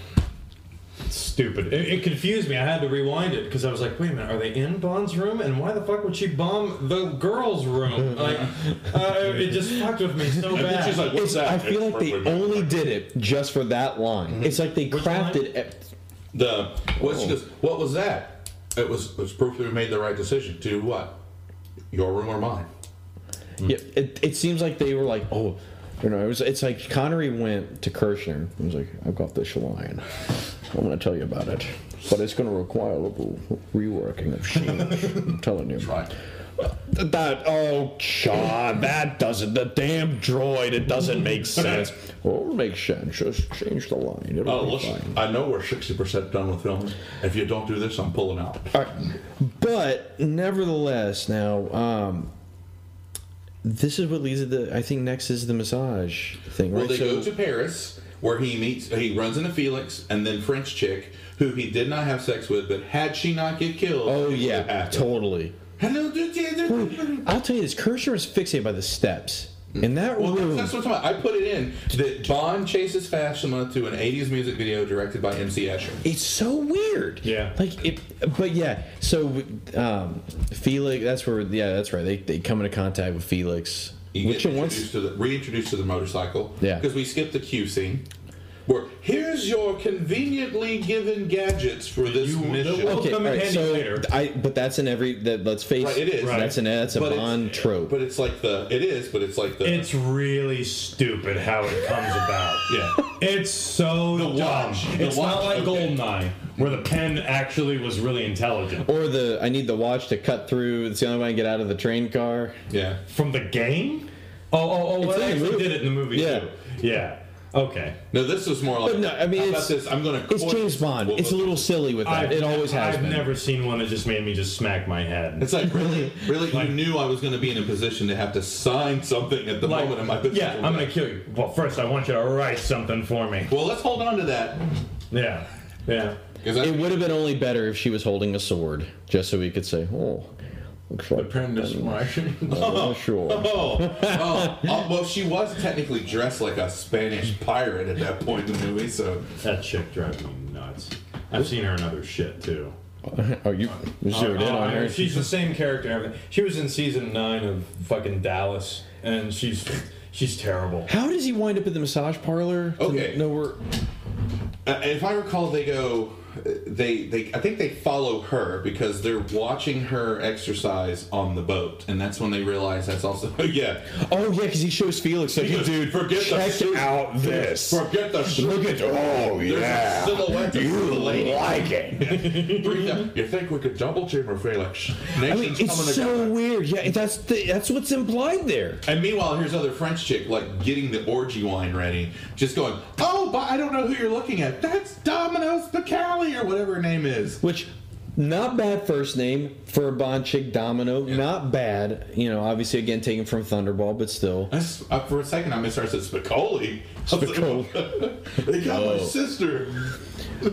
Stupid. It, it confused me. I had to rewind it because I was like, wait a minute, are they in Bond's room? And why the fuck would she bomb the girl's room? Like, uh, it just fucked with me so And bad. then she's like, It's- what's that? I feel It's like they perfectly- only did it just for that line. Mm-hmm. It's like they line? crafted. e- the what Oh. she goes, what was that? It was it was proof that we made the right decision. To do what? Your room or mine? Yeah, it, it seems like they were like, oh, you know, it was. It's like Connery went to Kirshner. He was like, I've got this line. I'm going to tell you about it, but it's going to require a little reworking of change. I'm telling you. Right. That oh, Sean, that doesn't. The damn droid. It doesn't make sense. oh, it'll make sense. Just change the line. It'll Oh, be listen, fine. I know we're 60% done with filming. If you don't do this, I'm pulling out. All right. But nevertheless, now um, this is what leads to the. I think next is the massage thing, Well, right? they go to Paris, where he meets, he runs into Felix, and then French chick, who he did not have sex with, but had she not get killed, oh it would have yeah, happened. totally. Hello, do- do- do- do- I'll tell you this: Kirshner is fixated by the steps in that Hmm. Well, room. that's, that's what I'm talking about. I put it in that Bond chases Fatima to an 80s music video directed by MC Escher. it's so weird. Yeah. Like it, but yeah. So um, Felix, that's where. Yeah, that's right. They they come into contact with Felix, You which get at introduced once. to the, reintroduced to the motorcycle. Yeah. Because we skipped the Q scene. Where here's your conveniently given gadgets for this You- mission. the- Okay, Come all in right, handy so later. I but that's in every that let's face Right, it is. Right. that's an that's a But it's- Bond trope. But it's like the it is, but it's like the it's really stupid how it comes about. yeah. It's so The dumb. watch. The it's watch, not like okay. Goldeneye, where the pen actually was really intelligent. or the I need the watch to cut through. It's the only way I can get out of the train car. Yeah. From the game? Oh, oh, oh! Well, in they the actually movie. did it in the movie Yeah. too. Yeah. Okay. No, this was more like But no, I mean, how about it's- this? I'm gonna It's court- James Bond. Well, It's a little silly with that. I've- it always has I've been. never seen one that just made me just smack my head. It's like really, really. you knew I was going to be in a position to have to sign something at the Like, moment in my business. yeah, I'm gonna kill you. Well, first I want you to write something for me. Well, let's hold on to that. Yeah, yeah. 'cause I- It would have been only better if she was holding a sword, just so we could say, "Oh, looks like oh, sure." Oh, oh, oh, well, she was technically dressed like a Spanish pirate at that point in the movie, so That chick drives me nuts. I've seen her in other shit too. Oh, you zeroed in Oh, on I- her. She's the same character. and Everything. She was in season nine of fucking Dallas, and she's she's terrible. How does he wind up at the massage parlor? to Okay. know where- Uh, if I recall, they go. uh, They, they, I think they follow her because they're watching her exercise on the boat, and that's when they realize that's also yeah. Oh yeah, because he shows Felix like, Felix, "Dude, forget the check suit. out this. Forget the sh- Look at oh There's a yeah, silhouette of you the lady. like it." Three thou- you think we could double chamber Felix? I Nation's mean, it's coming so together. weird. Yeah, that's the, that's what's implied there. And meanwhile, here's other French chick like getting the orgy wine ready, just going, "Oh, but I don't know who you're looking at. That's Domino's Picali or whatever her name is." Which, not bad first name for a Bond chick, Domino. Not bad. You know, obviously again taken from Thunderball, but still. I s- uh, for a second, I misheard. I said Spicoli. I was like, they got Oh. my sister.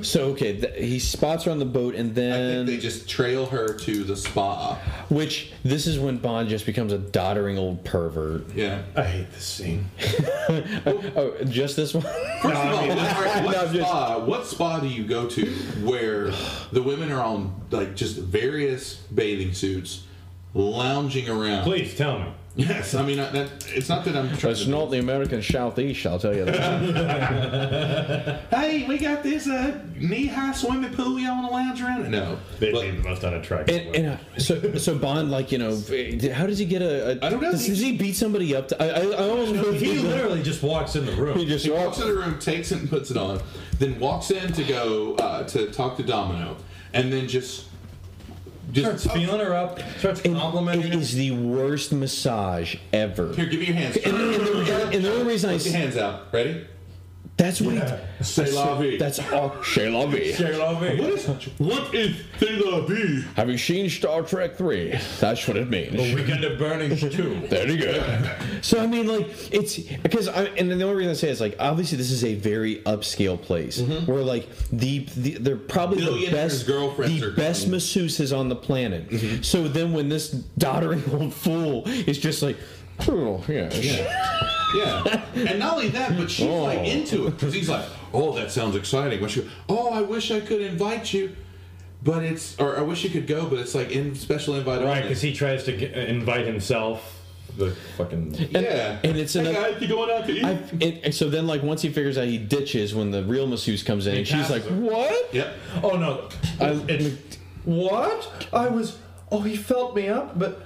So okay, th- he spots her on the boat, and I think then they just trail her to the spa. which this is when Bond just becomes a doddering old pervert. Yeah. I hate this scene. Oh, just this one. First of all, what, all right, what No, I'm just- spa, what spa do you go to where the women are on like just various bathing suits, lounging around? Please tell me. Yes, I mean I, that. It's not that I'm trying. It's to- not the American Southeast, I'll tell you that. Hey, we got this uh, knee-high swimming pool. Y'all want to lounge around? it?" No, They, But- they must not have tried. and, and, uh, so, so Bond, like you know, how does he get a? a I don't know. Does, does he beat somebody up? To, I, I, I almost know he literally just walks in the room. he just She walks walks. in the room, takes it, and puts it on. Then walks in to go uh, to talk to Domino, and then just just starts feeling her up, starts complimenting It her. is the worst massage ever. Here, give me your hands. And, and the, and the only reason I Put your s- hands out. Ready? that's what he, C'est la vie. that's oh, all. Chez la vie. Share it all with me. What is what is c'est la vie? Have you seen Star Trek Three? That's what it means. Weekend of Burnings too. There you go. So I mean, like it's because I and the only reason I say it's like obviously this is a very upscale place Mm-hmm. where like the, the they're probably the Billionaires' best girlfriends the are best coming. masseuses on the planet. Mm-hmm. So then when this doddering old fool is just like, oh yes. Yeah, and not only that, but she's like Oh. into it because he's like, "Oh, that sounds exciting." When she, go, "Oh, I wish I could invite you, but it's or I wish you could go, but it's like in special invite Right, only." because he tries to get, invite himself. The fucking. yeah, and it's hey another- guys, you going out to eat? I, and, and so then, like, once he figures out, he ditches when the real masseuse comes in, and she's like, passes her. "What?" yep. Oh no! I- It's- what? I was. Oh, he felt me up, but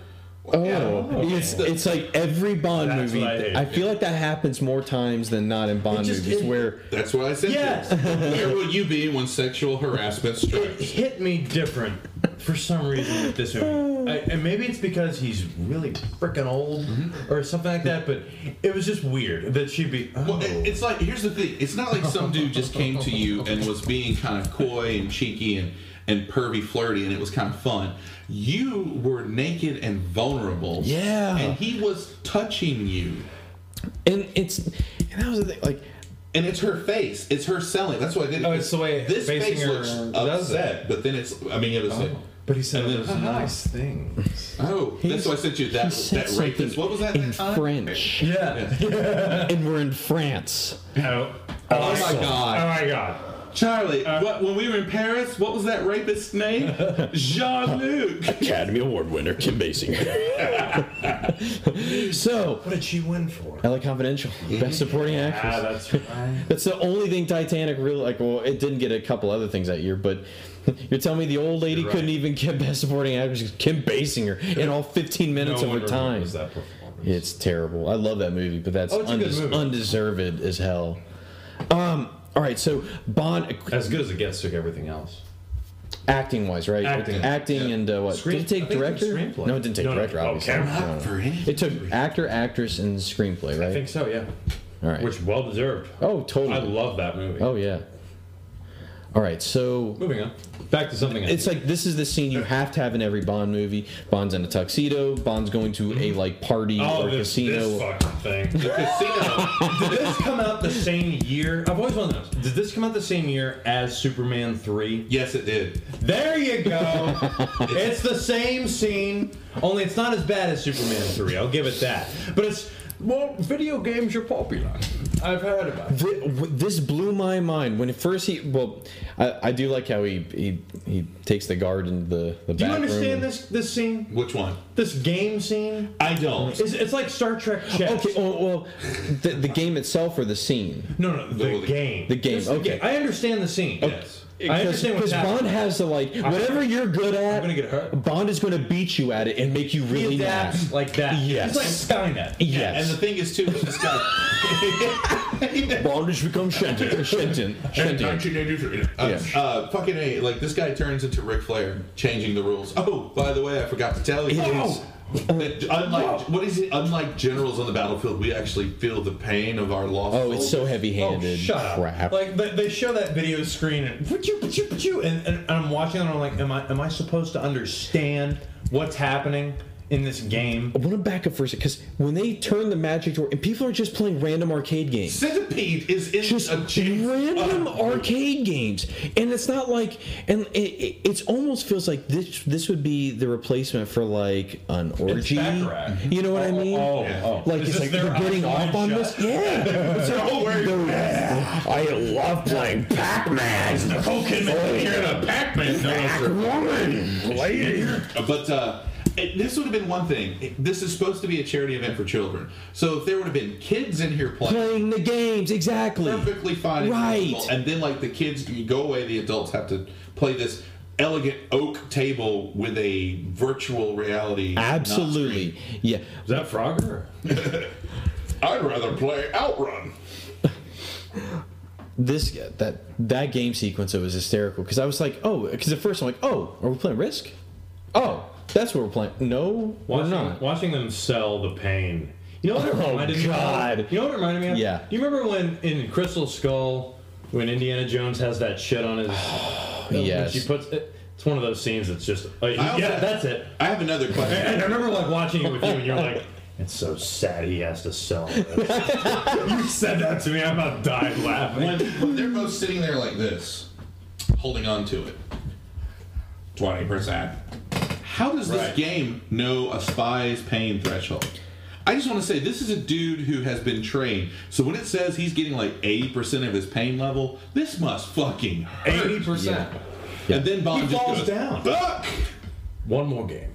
Oh, it's it's like every Bond That's movie. what I hate. I, feel like that happens more times than not in Bond It just- movies, it- where That's what I said. to Yes. him. Where will you be when sexual harassment it strikes? hit me different for some reason with this movie. I, and maybe it's because he's really freaking old or something like that, but it was just weird that she'd be. Oh. Well, it- it's like here's the thing. It's not like some dude just came to you and was being kind of coy and cheeky and and pervy flirty and it was kind of fun. You were naked and vulnerable. Yeah. And he was touching you. and it's and that was the thing. Like, And it's her face. It's her selling. That's what I did. Oh, it's the way this facing face her- looks that's upset, but then it's. I mean, it was like, "Oh." but he said And then- those nice things. oh, that's why I sent you he that said that rapist. something What was that in that time? French? Yeah. And we're in France. Oh, Oh my Oh god, my god. Charlie! what, when we were in Paris, what was that rapist's name? Jean Luc. Academy Award winner Kim Basinger. so, What did she win for? LA Confidential, best supporting actress. Ah, that's right. That's the only thing Titanic really like. Well, it didn't get a couple other things that year, but you're telling me the old lady You're right. couldn't even get Best Supporting Actress, Kim Basinger, in all 15 minutes of her time. remembers that performance. It's terrible. I love that movie, but that's Oh, it's a good undes- movie. undeserved as hell. Um. All right, so Bond As good as it gets took everything else. acting wise, right? Acting. acting and uh, what? Screen- did it I take think it was director? screenplay. No, it didn't take No, no, director. oh, obviously, camera. No. For any It took actor, actress, and screenplay, right? I think so, yeah. All right. Which well deserved. oh, totally. I love that movie. oh yeah. All right, so Moving on. Back to something. I It's like this is the scene you have to have in every Bond movie. Bond's in a tuxedo. Bond's going to a like party oh, or this, this casino. fucking thing. The casino. Did this come out the same year? I've always wanted to know. Did this come out the same year as Superman 3? yes, it did. There you go. it's the same scene, only it's not as bad as Superman 3. I'll give it that. But it's, well, video games are popular. I've heard about it. Th- w- This blew my mind when at first he. Well, I, I do like how he he, he takes the guard into the the Do you bathroom. understand this this scene? Which one? This game scene? I don't. It's, it's like Star Trek chess. Okay, oh. well, well the, the game itself or the scene? No, no, the, Well, the- game. the game, Just okay. Oh, I understand the scene. Yes. I understand what's Because happening. Bond has to like whatever you're good at. gonna get hurt. Bond is going to beat you at it and make you really He adapts mad. like that. Yes. It's like Skynet. Yes. And the thing is, too, with this guy. Bond has become Shenton. Shenton. Shenton. 1983. Uh, Yeah. uh, fucking a, like this guy turns into Ric Flair, changing the rules. Oh, by the way, I forgot to tell you. It Oh! That unlike what is it? Unlike generals on the battlefield, we actually feel the pain of our loss. Oh, it's so heavy-handed. Oh, shut crap. up! Like they, they show that video screen and pachoo, pachoo, pachoo, and, and, and I'm watching it. and I'm like, am I am I supposed to understand what's happening in this game? I want to back up for a second because when they turn the magic door and people are just playing random arcade games, Centipede is in just a James random Uh, Bond movie. arcade games, and it's not like, and it, it it's almost feels like this this would be the replacement for like an orgy. Baccarat. You know what I mean? Oh, oh. Like Is it's this like their they're getting outline off on shot? this. Yeah. It's like, Don't worry. they're- I love playing Pac-Man. Pac-Man. Pac-Woman, lady. But uh, it, this would have been one thing. It- this is supposed to be a charity event for children. So if there would have been kids in here playing, Playing the games, exactly. perfectly fine, and Right. reasonable. And then like the kids you go away, the adults have to play this elegant oak table with a virtual reality. Absolutely. Yeah. Is that Frogger? I'd rather play Outrun. This that that game sequence it was hysterical because I was like, oh, because at first I'm like, oh, are we playing Risk? Oh, that's what we're playing. No, we're Watching, not. watching them sell the pain. You know what it Oh, reminded me God. of? You know what it reminded me of? Yeah. Do you remember when in Crystal Skull, when Indiana Jones has that shit on his. when yes. She puts it. It's one of those scenes that's just. Uh, also- yeah, that's it. I have another question. And I remember like watching it with you, and you're like, "It's so sad he has to sell." This. you said that to me. I about died when, laughing. when they're both sitting there like this, holding on to it, twenty percent. How does this Right. game know a spy's pain threshold? I just want to say this is a dude who has been trained. So when it says he's getting like eighty percent of his pain level, this must fucking hurt. Eighty percent. And then Bond He just falls goes, down. Fuck One more game.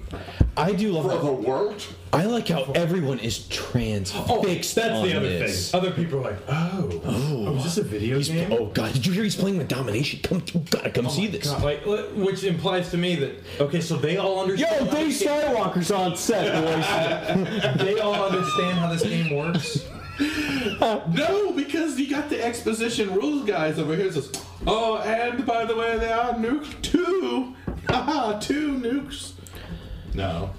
I do love. for the world. I like how everyone is transfixed. Oh, that's on the other this. thing. Other people are like, "Oh, oh, is this a video He's, game?" oh God! Did you hear he's playing with domination? Come, you gotta come see this. Oh, God, like, li- which implies to me that okay, so they all understand. Skywalker's on set, boys. they all understand how this game works. No, because you got the exposition rules guys over here says, Oh, and by the way, they are nuked too. Haha, two nukes. No.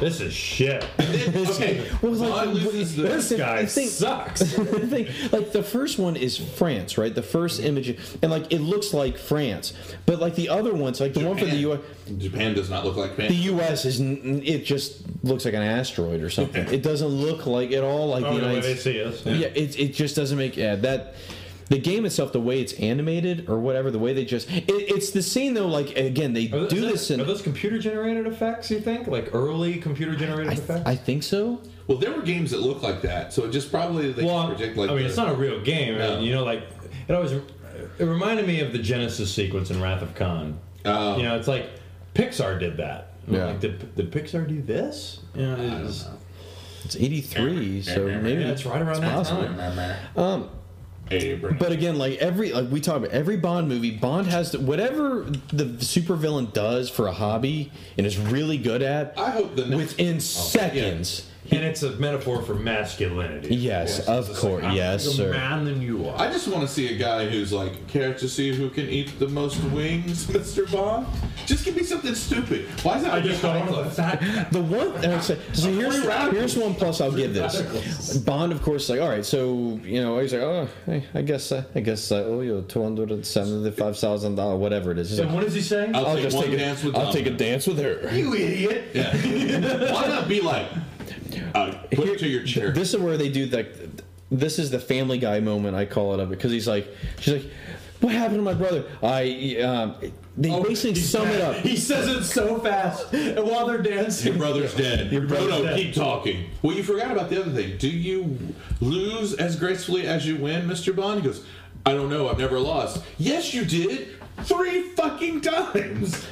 This is shit. okay. Well, it's like- Bond loses the- This guy I think- sucks. The thing- like the first one is France, right? The first image, and like it looks like France, but like the other ones, like the one for the U.S. Japan does not look like The Japan. U.S. is n- n- it just looks like an asteroid or something. It doesn't look like at all like Oh, the the way United they States. see us. Yeah, it, it just doesn't make yeah, that. The game itself, the way it's animated or whatever, the way they just it, it's the scene though. Like again, they Are, th- do is that- this in. are those computer generated effects? You think like early computer generated I, effects? I think so. well, there were games that look like that, so it just probably they well, project like. I mean, the- it's not a real game. I No. mean, you know, like it always. It reminded me of the Genesis sequence in Wrath of Khan. Oh. You know, it's like Pixar did that. I'm Yeah. Like, did, did Pixar do this? You know, it's- It's eighty three, so maybe yeah, it's right around that possible. time. Um, But again, like every like we talk about every Bond movie, Bond has to, whatever the supervillain does for a hobby and is really good at. I hope the Oh, next- Oh, within seconds. And it's a metaphor for masculinity. Yes, of It's course. like, I'm yes, a bigger sir. man than you are. I just want to see a guy who's like, care to see who can eat the most wings, Mr. Bond? Just give me something stupid. Why is that? I just got one of the fat The one and I said- so here's here's one plus I'll give this. Bond, of course, like all right, so you know he's like, oh, hey, I guess I, I guess I owe you two hundred and seventy-five thousand dollars, whatever it is. He's like, And what is he saying? I'll, I'll take just one take dance a, with I'll take a Dominic. dance with her. you idiot. Um, Yeah. Why not be like, uh, put Here- it to your chair? This is where they do like this is the Family Guy moment I call it of it because he's like she's like what happened to my brother I um, they basically sum it up He says it so fast. And while they're your dancing, brother's dead. Your brother's no, no, dead. keep talking. Well, you forgot about the other thing. Do you lose as gracefully as you win, Mr. Bond? He goes, I don't know. I've never lost. Yes, you did. Three fucking times.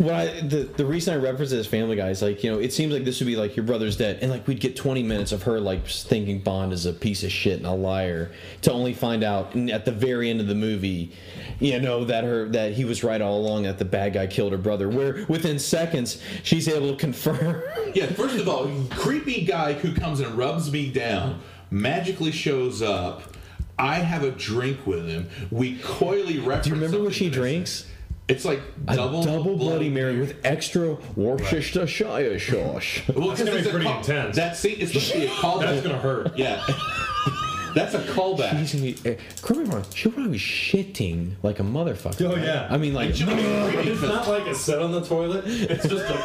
what I the, the reason I reference it as Family Guy is like you know it seems like this would be like your brother's dead and like we'd get 20 minutes of her like thinking Bond is a piece of shit and a liar to only find out n- at the very end of the movie you know that her that he was right all along that the bad guy killed her brother where within seconds she's able to confirm Yeah, first of all, creepy guy who comes and rubs me down magically shows up. I have a drink with him. We coyly reference. do you remember what she something that is- drinks It's like A double, double Bloody Mary with extra Worcestershire sauce. Well, That's 'cause gonna it's be a pretty call- intense. That scene is supposed to be a callback. that's gonna hurt. Yeah, that's a callback. He's gonna be. Uh, correct me if I'm wrong, She'll probably be shitting like a motherfucker. Oh, right? yeah. I mean, like. It should be creepy It's not like a set on the toilet. It's just a.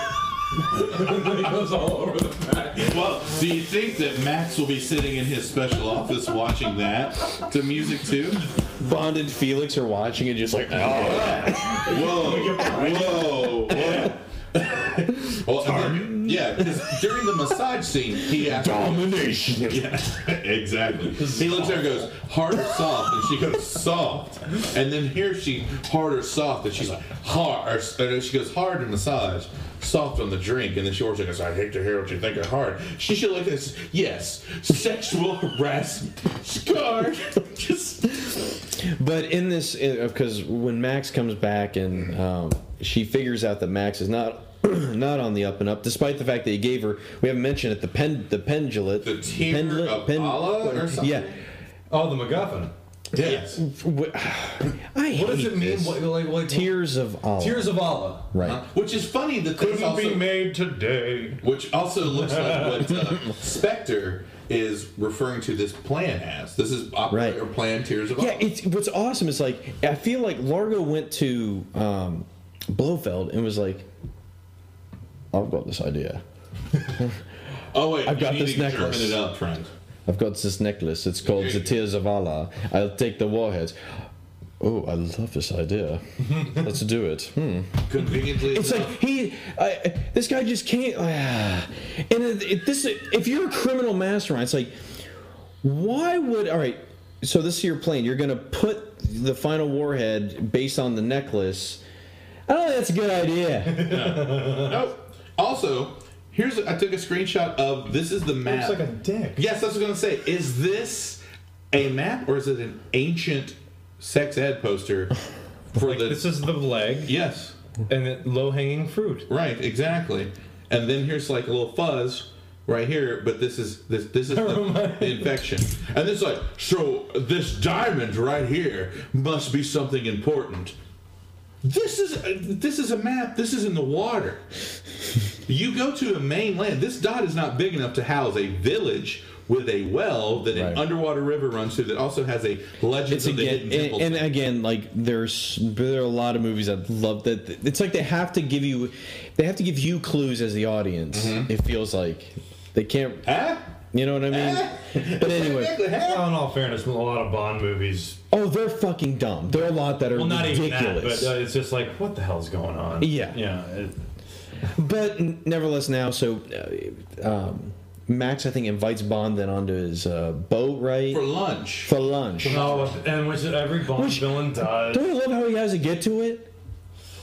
it goes all over the back. Well, do you think that Max will be sitting in his special office watching that to music too? Bond and Felix are watching and just like. Whoa, whoa, whoa. Well, and then- yeah, because during the massage scene, he asked. Domination. Yeah, exactly. He looks at her and goes, hard or soft? And she goes, soft. And then here she, hard or soft? And she's like, hard. Or, or she goes, hard in massage, soft on the drink. And then she orders it goes, I hate to hear what you think of hard. She should look at this, yes, sexual harassment scarred. Just. But in this, because when Max comes back and um, she figures out that Max is not not on the up and up, despite the fact that he gave her, we haven't mentioned it, the pen, the pendulet, The tear of Allah or something? Yeah. Oh, the MacGuffin. Yes. Wh- I hate What does it mean? this. What, like, like, Tears of Allah. Tears of Allah. Right. Huh? Uh, Which is funny that this Couldn't also- be made today. Which also looks like what uh, Spectre is referring to this plan as. This is operator Right. plan Tears of Yeah, Honor. it's what's awesome is like I feel like Largo went to um, Blofeld and was like, "I've got this idea. Oh wait, I've you got need this to German necklace. it up, friend. I've got this necklace. It's called the Tears of Allah. I'll take the warheads. Oh, I love this idea. Let's do it. Hmm. Conveniently, It's like he, I, this guy just can't. ah. and it, it, this, if you're a criminal mastermind, it's like, why would all right? So this is your plan. You're going to put the final warhead based on the necklace. I don't think that's a good idea. nope. Also, here's I took a screenshot of this is the map. Looks like a dick. Yes, I was gonna say, is this a map or is it an ancient sex ed poster for the? This is the leg yes, and it, low-hanging fruit. right, exactly. And then here's like a little fuzz right here, but this is this this is Never mind. the, the infection. And it's like, so this diamond right here must be something important. This is this is a map. This is in the water. You go to a mainland. This dot is not big enough to house a village with a well that Right. an underwater river runs through that also has a legend It's of the again, hidden and, temple. and thing. again, like there's there are a lot of movies that love that. It's like they have to give you, they have to give you clues as the audience. Mm-hmm. It feels like they can't. Huh? You know what I Huh? mean? But anyway. Exactly, huh? Well, in all fairness, a lot of Bond movies. Oh, they're fucking dumb. There are a lot that are Well, not even ridiculous. that, but uh, it's just like, what the hell's going on? Yeah. yeah. it- but, n nevertheless, now so uh, um, Max, I think, invites Bond then onto his uh, boat, right? for For, lunch. lunch. Oh, and which every Bond Which- villain does. Don't you love how he has to get to it?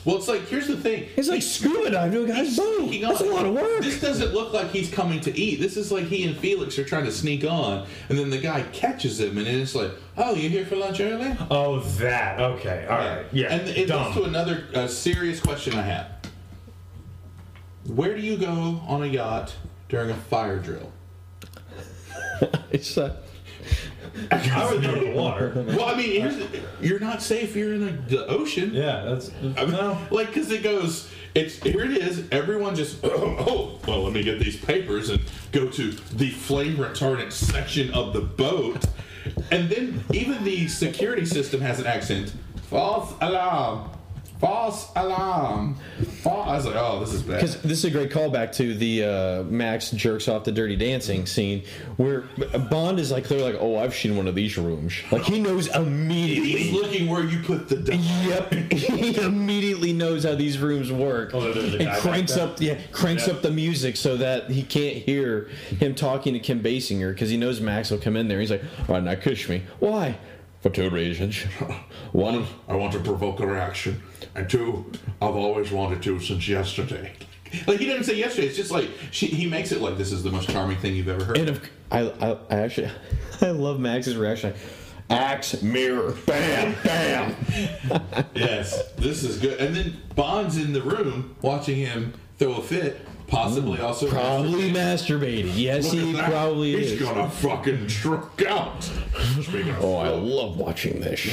Well, it's like here's the thing. It's like scuba diving to a guy's boat. sneaking That's a on. lot of work. This doesn't look like he's coming to eat. This is like he and Felix are trying to sneak on, and then the guy catches him, and it's like, "Oh, you here for lunch early?" Oh, that. Okay. All right. Yeah. And it dumb. leads to another uh, serious question I have: Where do you go on a yacht during a fire drill? It's uh, I would go to the water. Well, I mean, here's the, you're not safe. You're in a, the ocean. Yeah, that's I mean, no. Like, because it goes, it's here it is. Everyone just, oh, well, let me get these papers and go to the flame retardant section of the boat. And then even the security system has an accent. False alarm. False alarm. False. I was like, oh, this is bad. Because this is a great callback to the uh, Max jerks off the Dirty Dancing scene, where Bond is like clearly like, "Oh, I've seen one of these rooms." Like he knows immediately. He's looking where you put the dime. Yep, he immediately knows how these rooms work Oh, there's and a guy back cranks there? up, yeah, cranks Yeah. up the music so that he can't hear him talking to Kim Basinger because he knows Max will come in there. He's like, "All right, now kiss me." Why? For two reasons. One, I want to provoke a reaction. And two, I've always wanted to since yesterday. Like he didn't say yesterday. It's just like she, he makes it like this is the most charming thing you've ever heard. and of, I, I, I actually, I love Max's reaction. Axe, mirror, bam, bam. Yes, this is good. And then Bond's in the room watching him throw a fit, possibly also. Probably masturbating. Yes, Look at he that. probably He's is. gonna fucking truck out. Speaking of, Oh, I love watching this.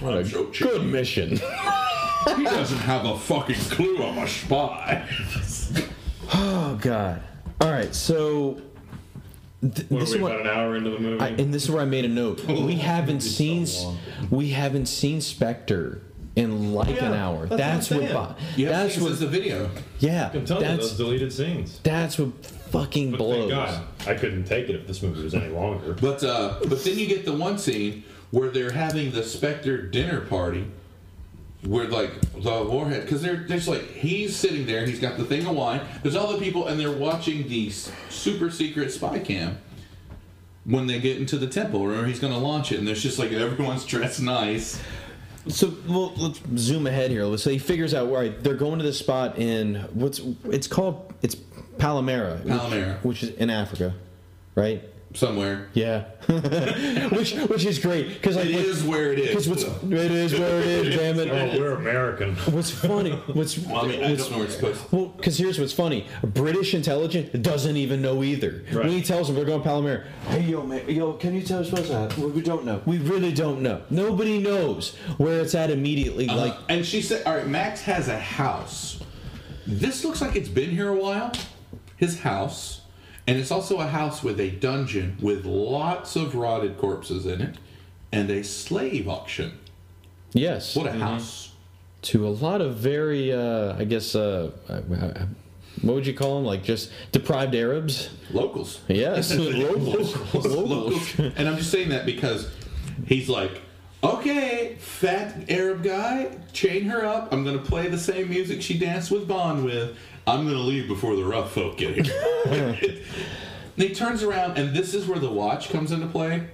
what a joke, Good mission. He doesn't have a fucking clue. I'm a spy. Oh God. All right, so. th- What this are is we what- about an hour into the movie? I, and this is where I made a note. We haven't seen s- we haven't seen Spectre in like an Yeah, hour. that's That's, what I'm what. saying. bo- You have that's seen what. since the video. yeah. I'm telling you, those That's deleted scenes. that's what fucking But blows. thank God, I couldn't take it if this movie was any longer. But uh, but then you get the one scene where they're having the Spectre dinner party, We're like the warhead because they're there's like he's sitting there. He's got the thing of wine. There's all the people and they're watching the s- super secret spy cam. When they get into the temple, remember he's going to launch it, and there's just like everyone's dressed nice. So well, let's zoom ahead here. Let's say he figures out where they're going to the spot in what's it's called. It's Palmyra, which- Palmyra. which is in Africa, right? somewhere. Yeah, which which is great because like It what- is where it is. Because what's it is where it is, damn Oh, it. we're American. What's funny? What's Well, I mean, I don't know where it's supposed. well, because here's what's funny: British intelligence doesn't even know either. Right. When he tells them they're going to Palomar, hey yo, man, yo, can you tell us what's that? We, we don't know. We really don't know. Nobody knows where it's at immediately. Like, Like Uh, and she said, "All right, Max has a house. This looks like it's been here a while. His house, and it's also a house with a dungeon with lots of rotted corpses in it, and a slave auction. yes, What a house! to a lot of very, uh, I guess, uh, I- I- what would you call them? Like just deprived Arabs. Locals, Yes, locals. locals. And I'm just saying that because he's like." Okay, fat Arab guy, chain her up. I'm gonna play the same music she danced with Bond with. I'm gonna leave before the rough folk get here. And he turns around, and this is where the watch comes into play.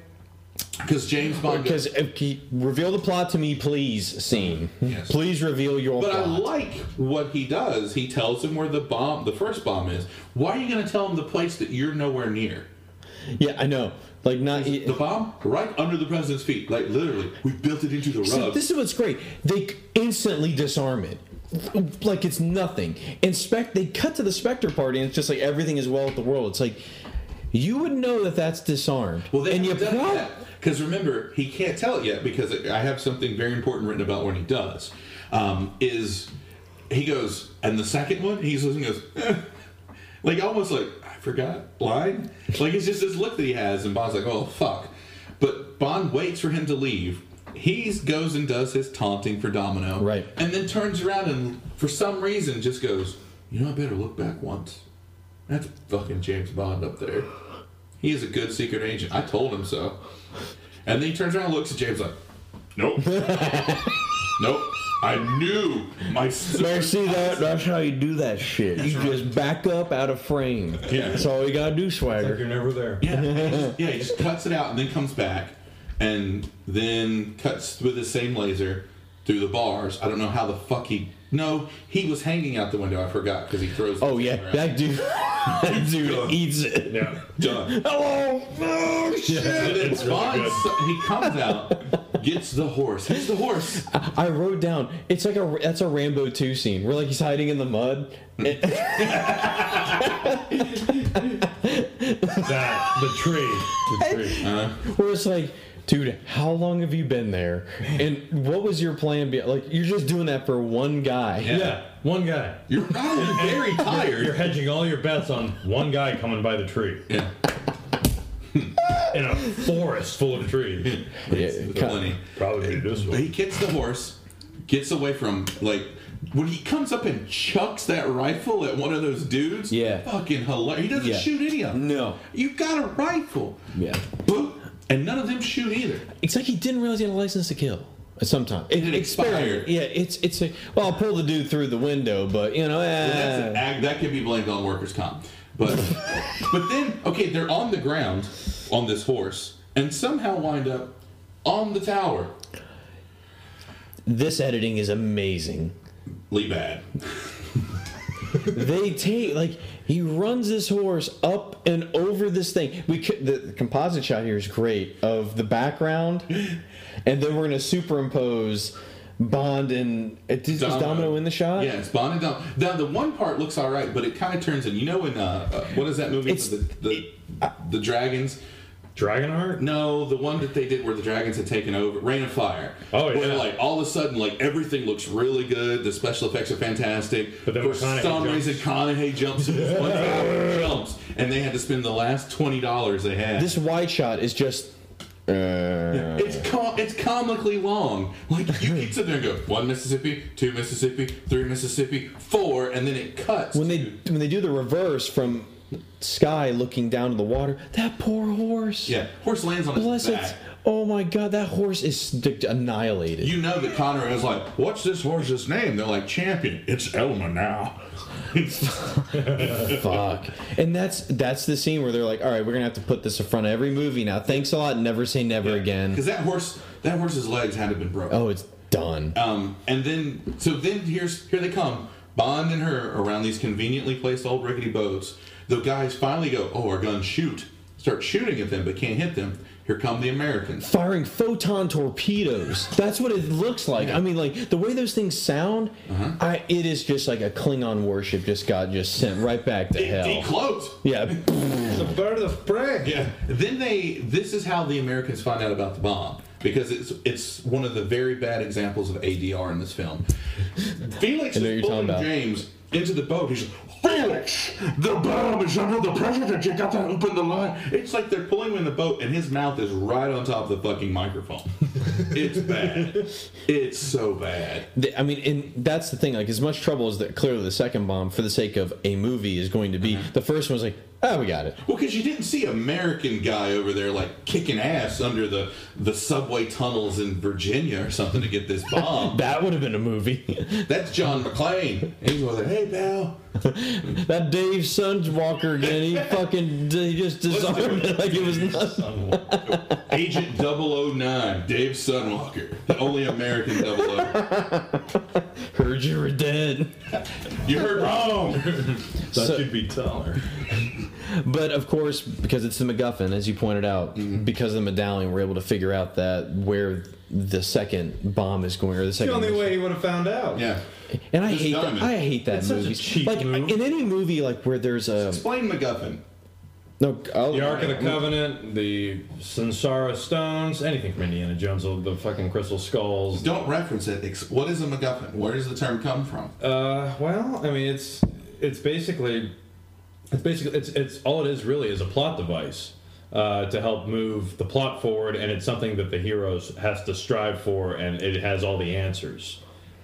Because James Bond. goes- Because if he- reveal the plot to me, please. Scene. Yes. Please reveal your But I plot. like what he does. He tells him where the bomb, the first bomb is. Why are you going to tell him the place that you're nowhere near? yeah, I know. Like not. e The bomb right under the president's feet, like literally. We built it into the See, rug. this is what's great. They c- instantly disarm it. Like it's nothing. Inspect. They cut to the Spectre party, and it's just like everything is well with the world. It's like you would know that that's disarmed. well, they and you haven't prob- done because remember he can't tell it yet because I have something very important written about when he does. Um, is he goes and the second one he goes and goes "Eh." like almost like I forgot line like it's just this look that he has and Bond's like oh fuck, but Bond waits for him to leave. He goes and does his taunting for Domino, Right. And then turns around and for some reason just goes, you know I better look back once. That's fucking James Bond up there. He is a good secret agent. I told him so. And then he turns around and looks at James like, nope. nope. I knew my Man, see that? That's how you do that shit. You just back up out of frame. Yeah. That's all you gotta do, Like you're swagger. never there. Yeah, he just- yeah, he just cuts it out and then comes back and then cuts with the same laser through the bars. I don't know how the fuck he. No, he was hanging out the window. I forgot because he throws. the Oh yeah, laser out. that dude. That dude eats it. Yeah. done. Hello. Oh, shit. And then Bond, he comes out, gets the horse. He's the horse. I wrote down. It's like a that's a Rambo two scene where like he's hiding in the mud. That the tree. The tree. Where it's like, dude, how long have you been there? And what was your plan? Be like, you're just doing that for one guy. yeah. One guy. You're probably very You're tired. hedging all your bets on one guy coming by the tree Yeah. in a forest full of trees. Yeah, Plenty. Probably this But he one. gets the horse, gets away from like when he comes up and chucks that rifle at one of those dudes. Yeah. fucking hilarious. He doesn't Yeah. shoot any of them. No. you got a rifle. Yeah. Boop. and none of them shoot either. It's like he didn't realize he had a license to kill. Sometimes it, it expired. expired. Yeah, it's it's a well, I'll pull the dude through the window, but you know, Well, that's an eh. ag- that can be blamed on workers' comp. But but then okay, they're on the ground on this horse and somehow wind up on the tower. this editing is amazing. Lee bad. they take like he runs his horse up and over this thing. We could, the, the composite shot here is great of the background, and then we're gonna superimpose Bond and it, is Domino. Domino in the shot. Yes, Bond and Domino. Now the one part looks all right, but it kind of turns in. You know, in uh, uh, what is that movie? It's- the the, the dragons. Dragonheart? No, the one that they did where the dragons had taken over, Rain of Fire. Oh, Where yeah. like all of a sudden, like everything looks really good. The special effects are fantastic. But then for McConaughey some jumps. reason, Conaghay jumps. in this one guy jumps, and they had to spend the last twenty dollars they had. This wide shot is just. Uh, It's com- it's comically long. Like you can sit there and go one Mississippi, two Mississippi, three Mississippi, four, and then it cuts. when they to- when they do the reverse from sky looking down to the water. That poor horse. Yeah, horse lands on his Bless back. its. Oh my God, that horse is d- annihilated. You know that Conrad was like, "What's this horse's name?" They're like, "Champion." It's Elma now. Fuck. And that's that's the scene where they're like, all right, we're gonna have to put this in front of every movie now. Thanks a lot. Never say never again. Because that horse, that horse's legs had to have been broken. Oh, it's done. Um, and then, so then here's here they come, Bond and her around these conveniently placed old rickety boats. The guys finally go, "Oh, our guns shoot!" Start shooting at them, but can't hit them. Here come the Americans. Firing photon torpedoes. That's what it looks like. I mean, like the way those things sound, I, it is just like a Klingon warship just got just sent right back to They hell. close. Yeah. It's a bird of prey. Yeah. Then they. This is how the Americans find out about the bomb because it's it's one of the very bad examples of ADR in this film. Felix I know what you're talking is pulling about. James into the boat. He's Felix. The bomb is under the president. You got to open the line. It's like they're pulling him in the boat, and his mouth is right on top of the fucking microphone. it's bad. It's so bad. The- I mean, and that's the thing. Like, as much trouble as that, clearly the second bomb, for the sake of a movie, is going to be. Mm-hmm. The first one was like, oh, we got it. Well, because you didn't see American guy over there like kicking ass under the the subway tunnels in Virginia or something to get this bomb. That would have been a movie. That's John McClane. And he's over there, hey pal. That Dave Sunwalker again, he fucking he just disarmed it like it was Mm-hmm. nothing. Agent 009, Dave Sunwalker, the only American 009. Heard you were dead. You heard wrong. That So- should be taller. But of course, because it's the MacGuffin, as you pointed out, Mm-hmm. because of the medallion, we're able to figure out that where the second bomb is going, or the The second. only way he would have found out. Yeah. and I It's hate that. diamond. I hate that It's such a movie. cheap like move. in any movie, like where there's a Explain MacGuffin. no. I'll, The Ark of the Covenant, the Sansara Stones, anything from Indiana Jones, all the fucking Crystal Skulls. Don't reference it. Ex- What is a MacGuffin? Where does the term come from? Uh, well, I mean, it's it's basically it's basically it's it's all it is really is a plot device uh, to help move the plot forward, and it's something that the heroes has to strive for, and it has all the answers.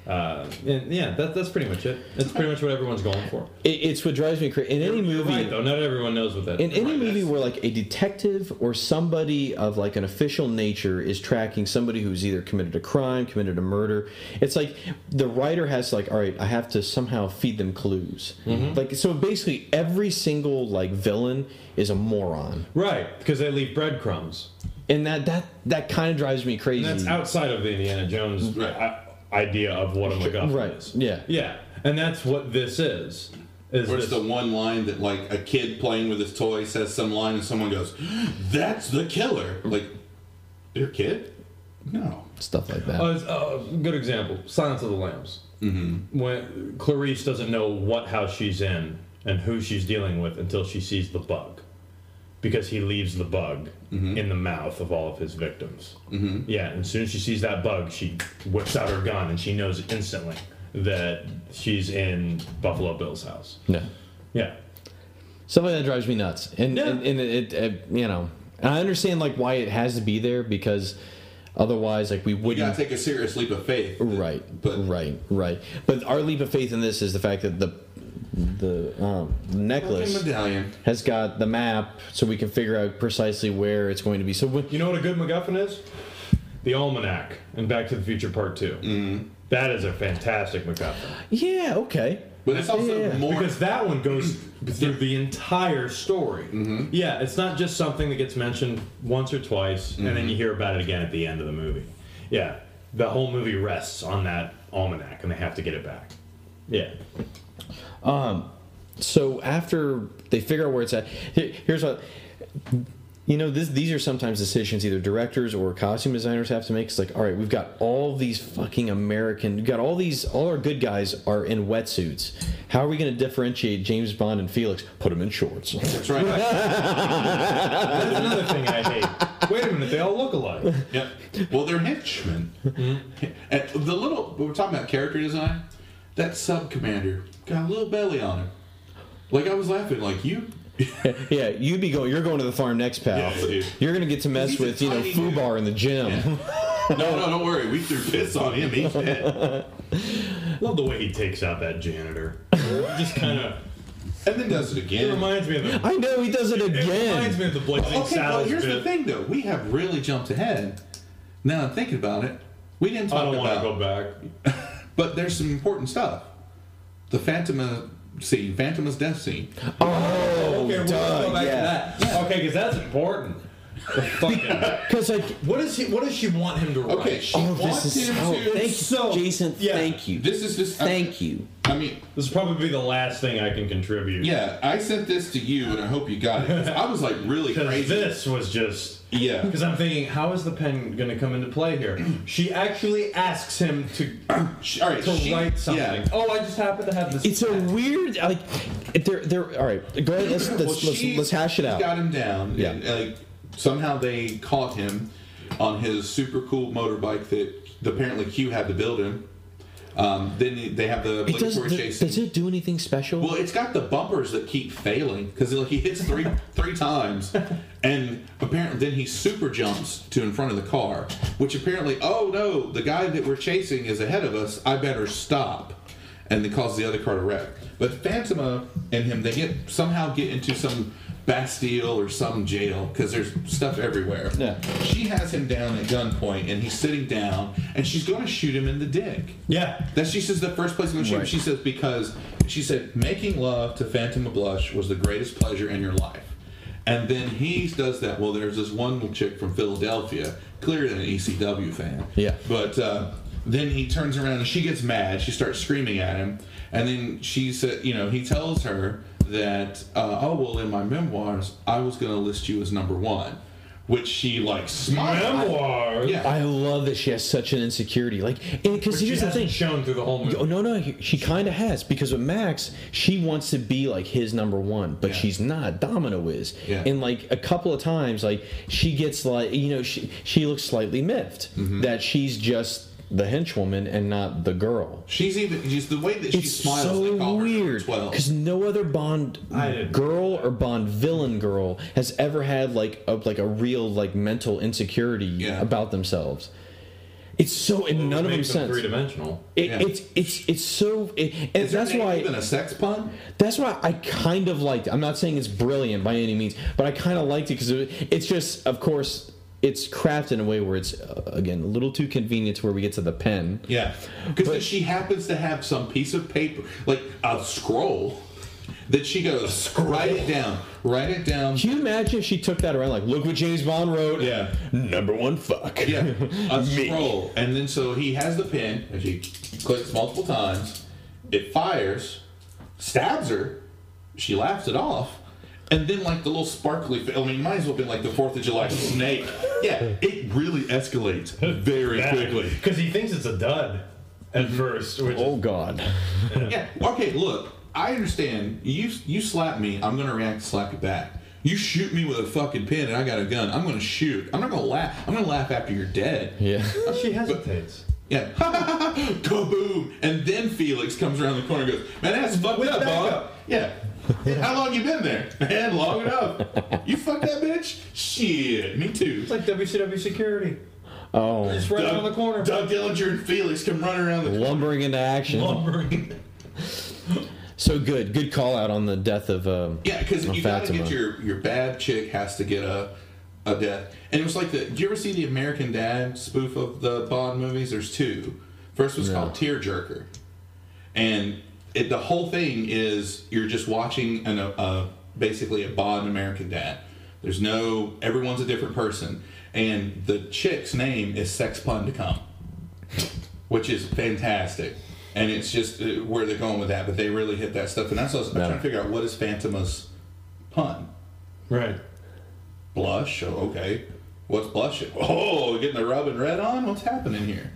Uh, and yeah, that, that's pretty much it. That's pretty much what everyone's going for. It, it's what drives me crazy. In any You're movie, right, though, not everyone knows what that. In any Right, movie that's- where like a detective or somebody of like an official nature is tracking somebody who's either committed a crime, committed a murder, it's like the writer has like, all right, I have to somehow feed them clues. Mm-hmm. Like so, basically, every single like villain is a moron, right, because they leave breadcrumbs. and that that that kind of drives me crazy. And that's outside of the Indiana Jones Right. i- idea of what a MacGuffin Mm-hmm. Right, is. yeah. Yeah. And that's what this is. Is Where's this, the one line that like a kid playing with his toy says some line and someone goes, "That's the killer." Like, your kid? No. Stuff like that. Oh, it's, uh, good example Silence of the Lambs. Mm-hmm. When Clarice doesn't know what house she's in and who she's dealing with until she sees the bug. Because he leaves the bug in the mouth of all of his victims. Mm-hmm. Yeah, and as soon as she sees that bug, she whips out her gun and she knows instantly that she's in Buffalo Bill's house. no, Yeah. stuff like that drives me nuts, and Yeah. and, and it, it you know, and I understand like why it has to be there because otherwise like we You wouldn't gotta take a serious leap of faith. Right. But- right. Right. But our leap of faith in this is the fact that the the um, Fucking necklace medallion. has got the map, so we can figure out precisely where it's going to be. So when, You know what a good MacGuffin is? The Almanac and Back to the Future Part 2. Mm-hmm. is a fantastic MacGuffin. yeah, okay. But it's also Yeah. more Because that one goes through the entire story. Yeah, it's not just something that gets mentioned once or twice and then you hear about it again at the end of the movie. Yeah, the whole movie rests on that Almanac and they have to get it back. Yeah. So after they figure out where it's at, here- here's what. You know, this, these are sometimes decisions either directors or costume designers have to make. It's like, all right, we've got all these fucking American, we've got all these, all our good guys are in wetsuits. How are we going to differentiate James Bond and Felix? Put them in shorts. That's right. That's another thing I hate. Wait a minute, they all look alike. yep. Well, they're henchmen. Mm-hmm. And the little we were talking about character design. That sub commander got a little belly on him. Like I was laughing. Like you. Yeah, you be going. You're going to the farm next, pal. Yeah, dude. You're gonna get to mess He's a with you know tiny dude. Fubar in the gym. No, no, don't worry. We threw piss on him. He's dead. Love the way he takes out that janitor. Just kind of And then does it again. It reminds me of the. I know he does it again. reminds me of the blazing okay, well, saddles here's bit. the thing, though. We have really jumped ahead. Now that I'm thinking about it, we didn't I talk don't want to about. go back. But there's some important stuff. The Phantom uh, scene, Phantom's death scene. Oh, Okay, we're gonna go duh, back yeah. to that. Okay, because that's important. The fucking. Because like, what does he? What does she want him to write? Okay, she oh, wants this is him oh, to. thank you, so- Jason. yeah. Thank you. This is just. thank you. I mean, This is probably the last thing I can contribute. yeah, I sent this to you, and I hope you got it. 'cause I was like really Because crazy. this was just. Yeah. Because I'm thinking, how is the pen going to come into play here? She actually asks him to She- all right, to she- write something. yeah. Oh, I just happen to have this. It's a weird like. They're they're all right. Go ahead. Let's let's Well, let's, she let's hash it out. Got him down. Yeah. and, like somehow they caught him on his super cool motorbike that apparently Q had to build him. Um, then they have the It does, obligatory chase. does, scene. it do anything special? Well, it's got the bumpers that keep failing because like he hits three three times, and apparently then he super jumps to in front of the car, which apparently oh no, the guy that we're chasing is ahead of us. I better stop, and it causes the other car to wreck. But Phantoma and him they get somehow get into some Bastille or some jail because there's stuff everywhere. Yeah. She has him down at gunpoint and he's sitting down and she's going to shoot him in the dick. yeah. That she says the first place when she Right. she says because she said making love to Phantom of Blush was the greatest pleasure in your life, and then he does that. Well, there's this one chick from Philadelphia, clearly an ECW fan. Yeah. but uh, then he turns around and she gets mad. She starts screaming at him, and then she said, you know, he tells her that uh, oh well, in my memoirs I was going to list you as number one, which she like smiled. Memoir. Yeah. I love that she has such an insecurity. Like, because She here's the hasn't thing. shown through the whole movie. Oh no, no, he- she kind of has because with Max, she wants to be like his number one, but Yeah. she's not. Domino is, Yeah. and like a couple of times, like she gets like you know she she looks slightly miffed Mm-hmm. that she's just the henchwoman and not the girl. She's even just the way that she It's smiles. they so call her number weird 12. because no other Bond I didn't- girl or Bond villain girl has ever had like a like a real like mental insecurity Yeah. about themselves. It's so, and none of them Makes them sense. three dimensional. It, Yeah. It's it's it's so, it, and Is her that's name why even a sex pun. that's why I kind of liked it. I'm not saying it's brilliant by any means, but I kind of liked it because it, it's just, of course, it's crafted in a way where it's uh, again a little too convenient to where we get to the pen. Yeah, because But- she happens to have some piece of paper, like a scroll, that she goes write it down, write it down. Can you imagine if she took that around like, look what James Bond wrote? Yeah. number one fuck. Yeah, a Me. scroll, and then so he has the pin, and she clicks multiple times. It fires, stabs her. She laughs it off, and then like the little sparkly. I mean, might as well have been like the Fourth of July snake. Yeah, it really escalates very quickly. Because he thinks it's a dud at Mm-hmm. first. Which Oh God. Yeah. Okay. Look, I understand. You you slap me, I'm gonna react to slap you back. You shoot me with a fucking pin, and I got a gun. I'm gonna shoot. I'm not gonna laugh. I'm gonna laugh after you're dead. Yeah. she hesitates. Yeah. Kaboom! And then Felix comes around the corner and goes, "Man, that's fucked With up, backup." Bob." Yeah. How long you been there? Man, long enough. You fucked that bitch? Shit, me too. It's like WCW security. Oh, It's right around the corner. Doug Dillinger and Felix come running around the corner. lumbering into action. Lumbering. So good, good call out on the death of. Um, Yeah, because of you gotta Fatima. get your your bad chick has to get a a death, and it was like the. Do you ever see the American Dad spoof of the Bond movies? There's two. First was called Tearjerker, and it, the whole thing is you're just watching an, a, a basically a Bond American Dad. There's no everyone's a different person, and the chick's name is Sex Pun to Come, which is fantastic. And it's just uh, where they're going with that, but they really hit that stuff. And that's what I was trying to figure out what is Phantoma's pun. Right. Blush? Oh, okay. What's blushing? Oh, getting the rubbing red on? What's happening here?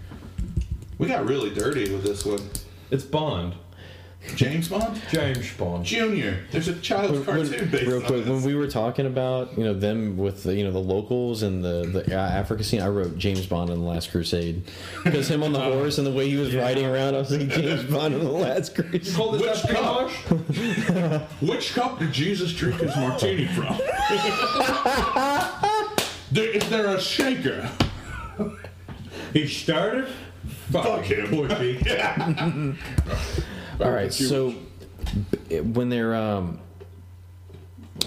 We got really dirty with this one. It's Bond. James Bond? James Bond. Junior. There's a child's When- cartoon based real quick, on when this. we were talking about you know them with the, you know the locals and the the uh, Africa scene, I wrote James Bond in the Last Crusade because him on Oh. the horse and the way he was riding around, I was like James Bond in the Last Crusade. Call this Which after cup? Josh? Which cup did Jesus drink his martini from? there, is there a shaker? He started. Fuck him. Boy, All right, so when they're um,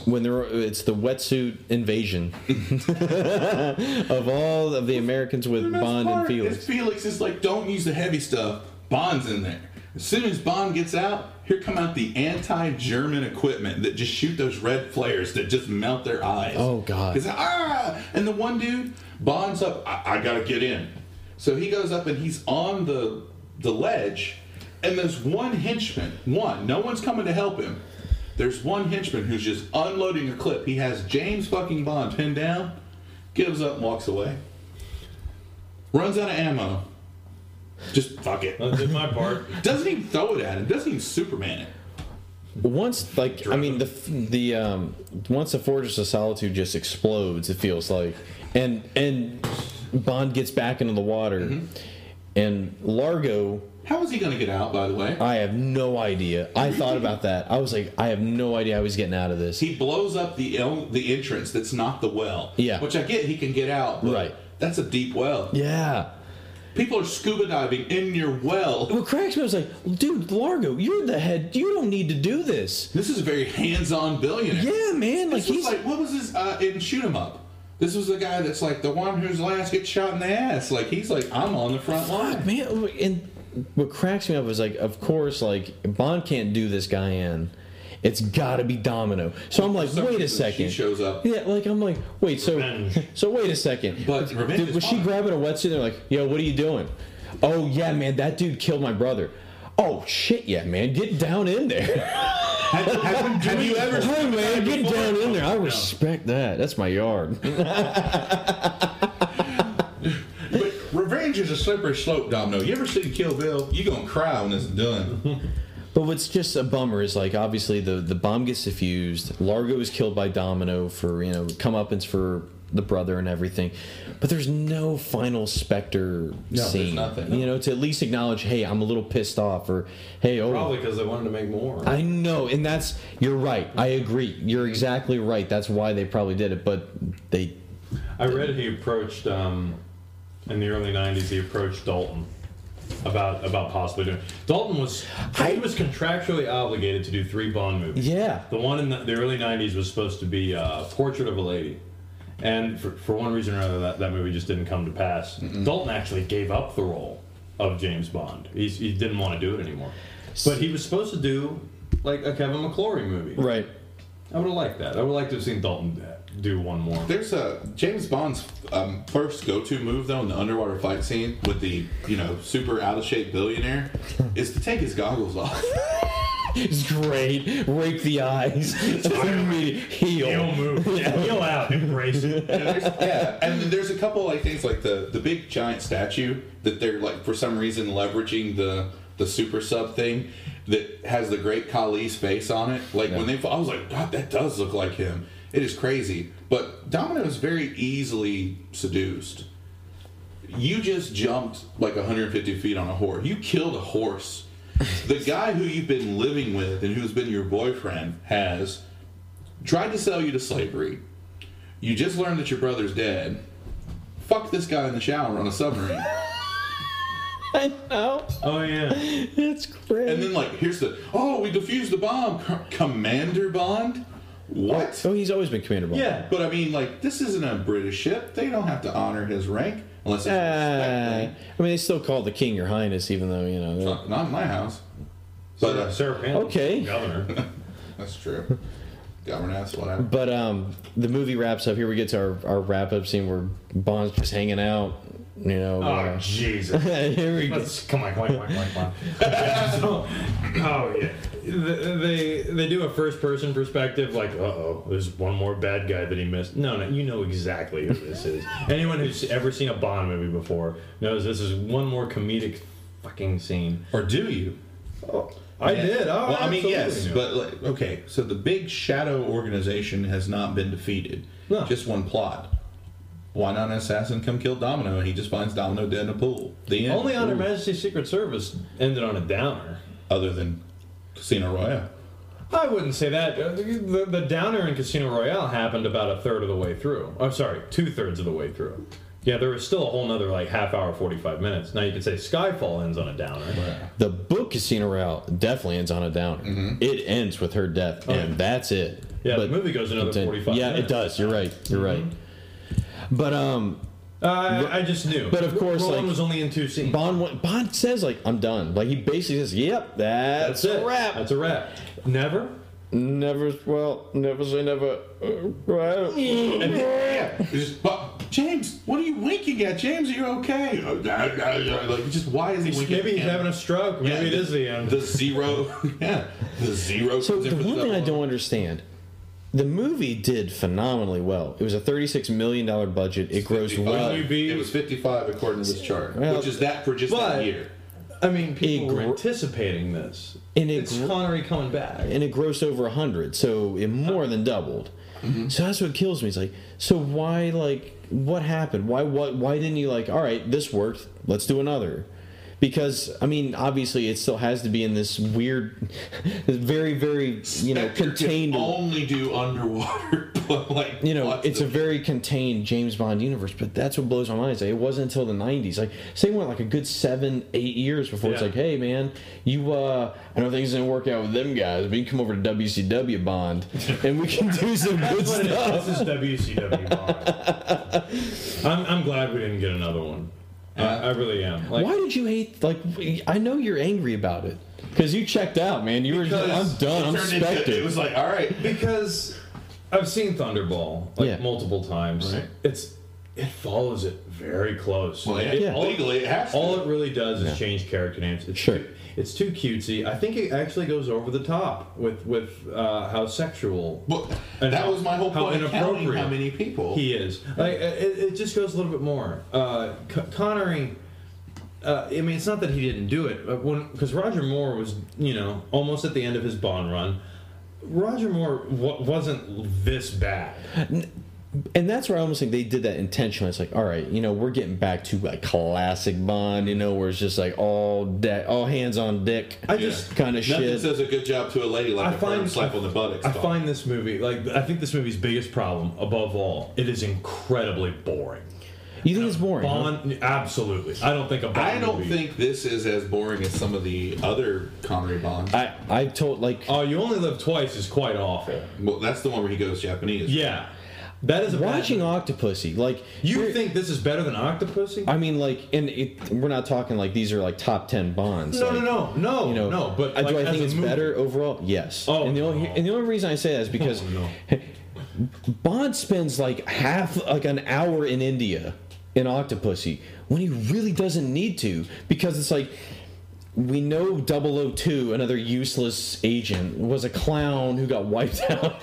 when they're it's the wetsuit invasion of all of the Americans with Bond and Felix. Is Felix is like, don't use the heavy stuff. Bond's in there. As soon as Bond gets out, here come out the anti-German equipment that just shoot those red flares that just melt their eyes. Oh, God. It's like, ah! And the one dude, Bond's up. I, I gotta get in. So he goes up and he's on the the ledge, and there's one henchman. One, no one's coming to help him. There's one henchman who's just unloading a clip. He has James fucking Bond pinned down, gives up, and walks away. Runs out of ammo. Just fuck it. I did my part. Doesn't even throw it at him. Doesn't even Superman it. Once, like, I mean, the the um, once the Fortress of Solitude just explodes, it feels like, and and Bond gets back into the water, and Largo. How is he going to get out? By the way, I have no idea. I thought about that. I was like, I have no idea how he's getting out of this. He blows up the el- the entrance. That's not the well. Yeah. Which I get. He can get out. But Right. That's a deep well. Yeah. People are scuba diving in your well. Well, cracks me. I was like, dude, Largo, you're the head. You don't need to do this. This is a very hands-on billionaire. Yeah, man. Like This was he's like what was his uh, in Shoot 'Em Up? This was the guy that's like the one whose last gets shot in the ass. Like he's like I'm on the front line. man. And what cracks me up is like, of course, like Bond can't do this guy in. It's got to be Domino. So I'm like, For some wait a reason, She second. shows up. Yeah, like I'm like, wait, so Revenge. so wait a second. But revenge Did- is was she fine. grabbing a wetsuit? They're like, yo, what are you doing? Oh yeah, man, that dude killed my brother. Oh shit, yeah, man, get down in there. Have, have- have you ever? hey man, get down in there. I respect that. That's my yard. But revenge is a slippery slope, Domino. You ever seen Kill Bill? You gonna cry when it's done. But what's just a bummer is like obviously the the bomb gets diffused. Largo is killed by Domino for you know comeuppance for the brother and everything. But there's no final Spectre there's scene. nothing, no. You know to at least acknowledge, hey, I'm a little pissed off, or hey, oh, Probably because they wanted to make more. I know, and that's you're right. I agree. You're exactly right. That's why they probably did it, but they I read he approached um, in the early '90s. He approached Dalton about about possibly doing. Dalton was he was contractually obligated to do three Bond movies. yeah. The one in the, the early '90s was supposed to be uh, Portrait of a Lady, and for, for one reason or another, that, that movie just didn't come to pass. Dalton actually gave up the role of James Bond. He's, he didn't want to do it anymore. But he was supposed to do like a Kevin McClory movie. Right. I would have liked that. I would like to have seen Dalton uh, do one more. There's a James Bond's um, first go-to move though in the underwater fight scene with the you know super out of shape billionaire is to take his goggles off. It's great. Rape the eyes. Immediate He'll Heal. move. He'll out. Embrace it. yeah, and then there's a couple like things like the the big giant statue that they're like for some reason leveraging the the super sub thing that has the Great Khali's face on it. Like when they, I was like, God, that does look like him. It is crazy. But Domino is very easily seduced. You just jumped like 150 feet on a horse. You killed a horse. The guy who you've been living with and who's been your boyfriend has tried to sell you to slavery. You just learned that your brother's dead. Fuck this guy in the shower on a submarine. I know. Oh yeah. It's great. and then, like, here's the oh, we defused the bomb. C- Commander Bond? What? oh, he's always been Commander Bond. Yeah. But I mean, like, this isn't a British ship. They don't have to honor his rank unless it's a Uh, respect I mean, they still call the king your highness, even though you know. thing. they're- Fuck, Not in my house. But uh, Sarah Palin. Okay. Governor. that's true. Governance, whatever. But um, the movie wraps up. Here we get to our, our wrap up scene where Bond's just hanging out. You know. Oh uh, Jesus. here we go. Let's come on, come on, come on, come on, come on. So- oh yeah. Th- They they do a first person perspective like uh oh there's one more bad guy that he missed no no you know exactly who this is anyone who's ever seen a Bond movie before knows this is one more comedic fucking scene Or do you? I did. Oh, well, I mean, yes, absolutely. but like, okay. So the big shadow organization has not been defeated. No. Just one plot. Why not an assassin come kill Domino and he just finds Domino dead in a pool? The end. only on Her Majesty's Secret Service ended on a downer other than Casino Royale. I wouldn't say that. Uh, The, the downer in Casino Royale happened about a third of the way through. I'm sorry, two thirds of the way through. Yeah, there was still a whole nother like half hour, forty five minutes. Now you could say Skyfall ends on a downer. The book Casino Royale definitely ends on a downer. It ends with her death, and that's it. Mm-hmm. Oh, Yeah, the movie goes another continue- 45 Yeah, minutes. Mm-hmm. it does. You're right. You're right. But um, Uh, I, I just knew. But of course, Roland like was only in two scenes. Bond went, Bond says like I'm done. Like he basically says, "Yep, that's, That's it. a wrap." That's a wrap. Never. Never, well, never say never. uh, right? It's just, but, James, what are you winking at? James, are you okay? Like, just why is he winking? Maybe at he's him? having a stroke. Maybe Yeah, it is the end. The zero, yeah, the zero. So comes in the for one thing I double. don't understand, the movie did phenomenally well. It was a thirty-six million dollar budget. It grossed well. Well, It was 55 according to this chart, Well, which is that for just but- that year. I mean, people were gr- anticipating this. And it It's gr- Connery coming back. and it grossed over 100 so it more than doubled so that's what kills me it's like so why like what happened why what why didn't you like all right this worked let's do another because i mean obviously it still has to be in this weird this very very you know Spectre can contained only do underwater, but like you know, lots it's a of- very contained James Bond universe, but that's what blows my mind. It's like it wasn't until the '90s, like say, went like a good seven, eight years before it's Yeah. like, hey man, you, uh I know things didn't work out with them guys, but you can come over to WCW Bond, and we can do some good That's what it stuff. is. This is WCW Bond. I'm, I'm glad we didn't get another one. I, Uh, I really am. Like, Why did you hate? Like, I know you're angry about it because you checked out, man. You were just like, I'm Because done. I'm turned into- Spectre. It was like, all right, Because I've seen Thunderball like Yeah. multiple times. Right. It's it follows it very close. Well, Like, yeah, it- yeah. legally it has to. All it really does is change character names. It's Sure. too, it's too cutesy. I think it actually goes over the top with with uh, how sexual. Well, and that how- was my whole how point. of counting inappropriate How many people? He is. Like it, it just goes a little bit more. Uh, C- Connery. Uh, I mean, it's not that he didn't do it, but when because Roger Moore was, you know, almost at the end of his Bond run. Roger Moore wa wasn't this bad. And that's where I almost think they did that intentionally. It's like, all right, you know, we're getting back to like classic Bond, you know, where it's just like all de- all hands on deck. I just kind of Nothing shit. says a good job to a lady like I a firm find slap on the buttocks. I Tom. find this movie like I think this movie's biggest problem above all. It is incredibly boring. you think it's boring? huh? Bond, absolutely. Mm-hmm. I don't think a Bond. I don't movie- think this is as boring as some of the other Connery Bonds. I I told like Oh, you only live twice is quite awful. well, that's the one where he goes Japanese. Yeah, that is a bad watching Octopussy. Like You we're- think this is better than Octopussy? I mean, like, and it, we're not talking like these are like top ten Bonds. no, like, no, no, no, You know, no. But I- like, do I as think a it's movie- better overall? Yes. Oh, and the only no. and the only reason I say that is because Oh, Bond spends like half like an hour in India in Octopussy when he really doesn't need to because it's like we know 002 another useless agent was a clown who got wiped out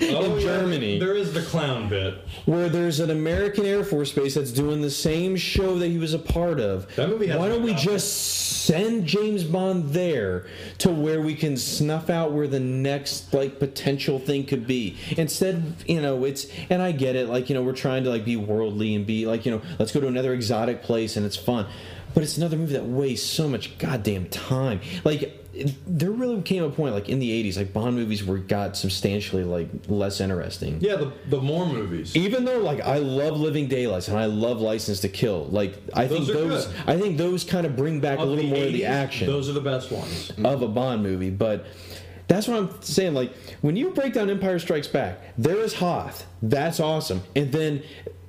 Oh, in yeah, Germany there is the clown bit. where there's an American Air Force base that's doing the same show that he was a part of. That movie has Why don't we nothing. just send James Bond there to where we can snuff out where the next like potential thing could be? Instead, you know, it's and I get it. Like you know, we're trying to like be worldly and be like you know, let's go to another exotic place and it's fun. But it's another movie that wastes so much goddamn time. Like it- there really came a point like in the 80s like bond movies were got substantially like less interesting Yeah, the the more movies. even though like I love Living Daylights and I love License to Kill, like I Those think are those good. I think those kind of bring back a Of little the more of the 80s, action Those are the best ones. of a Bond movie, but that's what I'm saying. Like when you break down Empire Strikes Back, there is Hoth. That's awesome. And then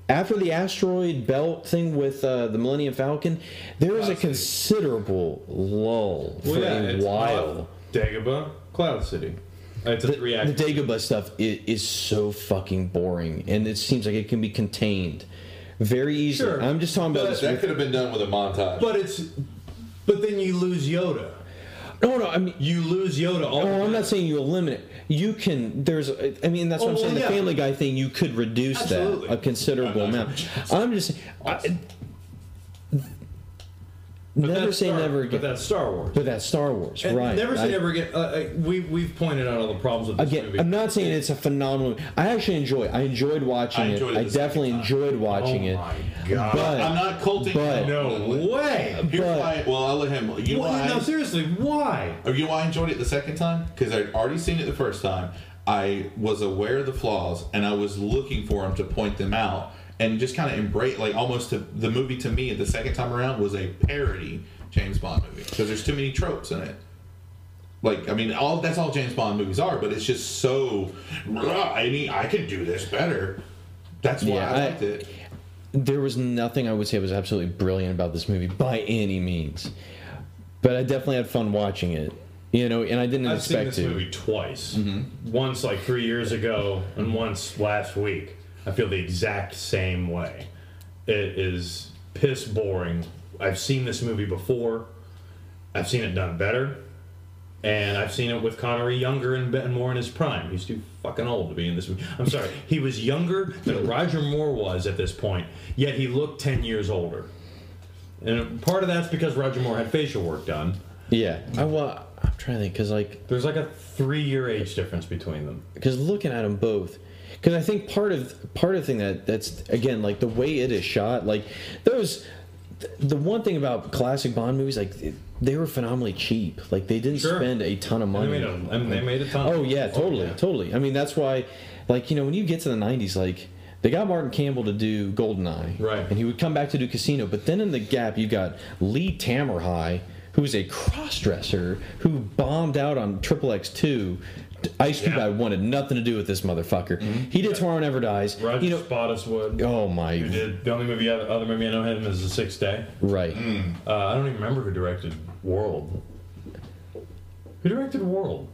after the asteroid belt thing with uh, the Millennium Falcon, there is a considerable lull for a while. Dagobah, Cloud City. It's a three The act. Dagobah stuff is, is so fucking boring, and it seems like it can be contained very easily. Sure. I'm just talking about But this. that could have been done with a montage. but it's but then you lose Yoda. no, no, I mean, You lose Yoda. All oh, I'm the not saying you eliminate. You can. There's. I mean, that's what Oh, I'm saying. well, The yeah. Family Guy thing. You could reduce Absolutely. that a considerable I'm not amount. I'm just. I, never That's say Star- never But again. that's Star Wars. But that's Star Wars, And right? Never say I- never again. Uh, uh, we we've pointed out all the problems with this Again, movie. I'm not saying it's a phenomenal. I actually enjoy. I enjoyed watching I enjoyed it. it I the second definitely time. enjoyed watching oh it. my god. But I'm not culting. but- no way. Here's but- why. Well, I'll let him. You know Why- why? no, seriously, why? Oh, You know why I enjoyed it the second time? Because I'd already seen it the first time. I was aware of the flaws and I was looking for them to point them out. and just kind of embrace like almost to, the movie to me the second time around was a parody James Bond movie because there's too many tropes in it. Like I mean, all that's all James Bond movies are, but it's just so. "Rah, I mean, I could do this better. That's why Yeah, I I- liked it. there was nothing I would say was absolutely brilliant about this movie by any means, but I definitely had fun watching it. You know, and I didn't I've seen expect this to. Mm-hmm. movie twice. Once like three years ago, and once last week. I feel the exact same way. It is piss boring. I've seen this movie before. I've seen it done better, and I've seen it with Connery younger and, and more in his prime. He's too fucking old to be in this movie. I'm sorry, he was younger than Roger Moore was at this point, yet he looked ten years older. And part of that's because Roger Moore had facial work done. Yeah, I wa- I'm trying to think because like there's like a three year age difference between them. Because looking at them both, because I think part of part of the thing that that's again like the way it is shot, like those. th- The one thing about classic Bond movies, like it- they were phenomenally cheap. Like they didn't spend a ton of And they money. made a- and they made a ton. Oh yeah, totally, totally. I mean that's why, like you know, when you get to the '90s, like they got Martin Campbell to do Goldeneye, right? And he would come back to do Casino, but then in the gap you got Lee Tamerhai, who is a crossdresser who bombed out on Triple X Two. Ice Cube, I wanted nothing to do with this motherfucker. Mm-hmm. He did Tomorrow Never Dies. Roger Spottiswood. Oh my! Who did the only movie other, other movie I know him is The Sixth Day. Right. Uh, I don't even remember who directed World. Who directed World?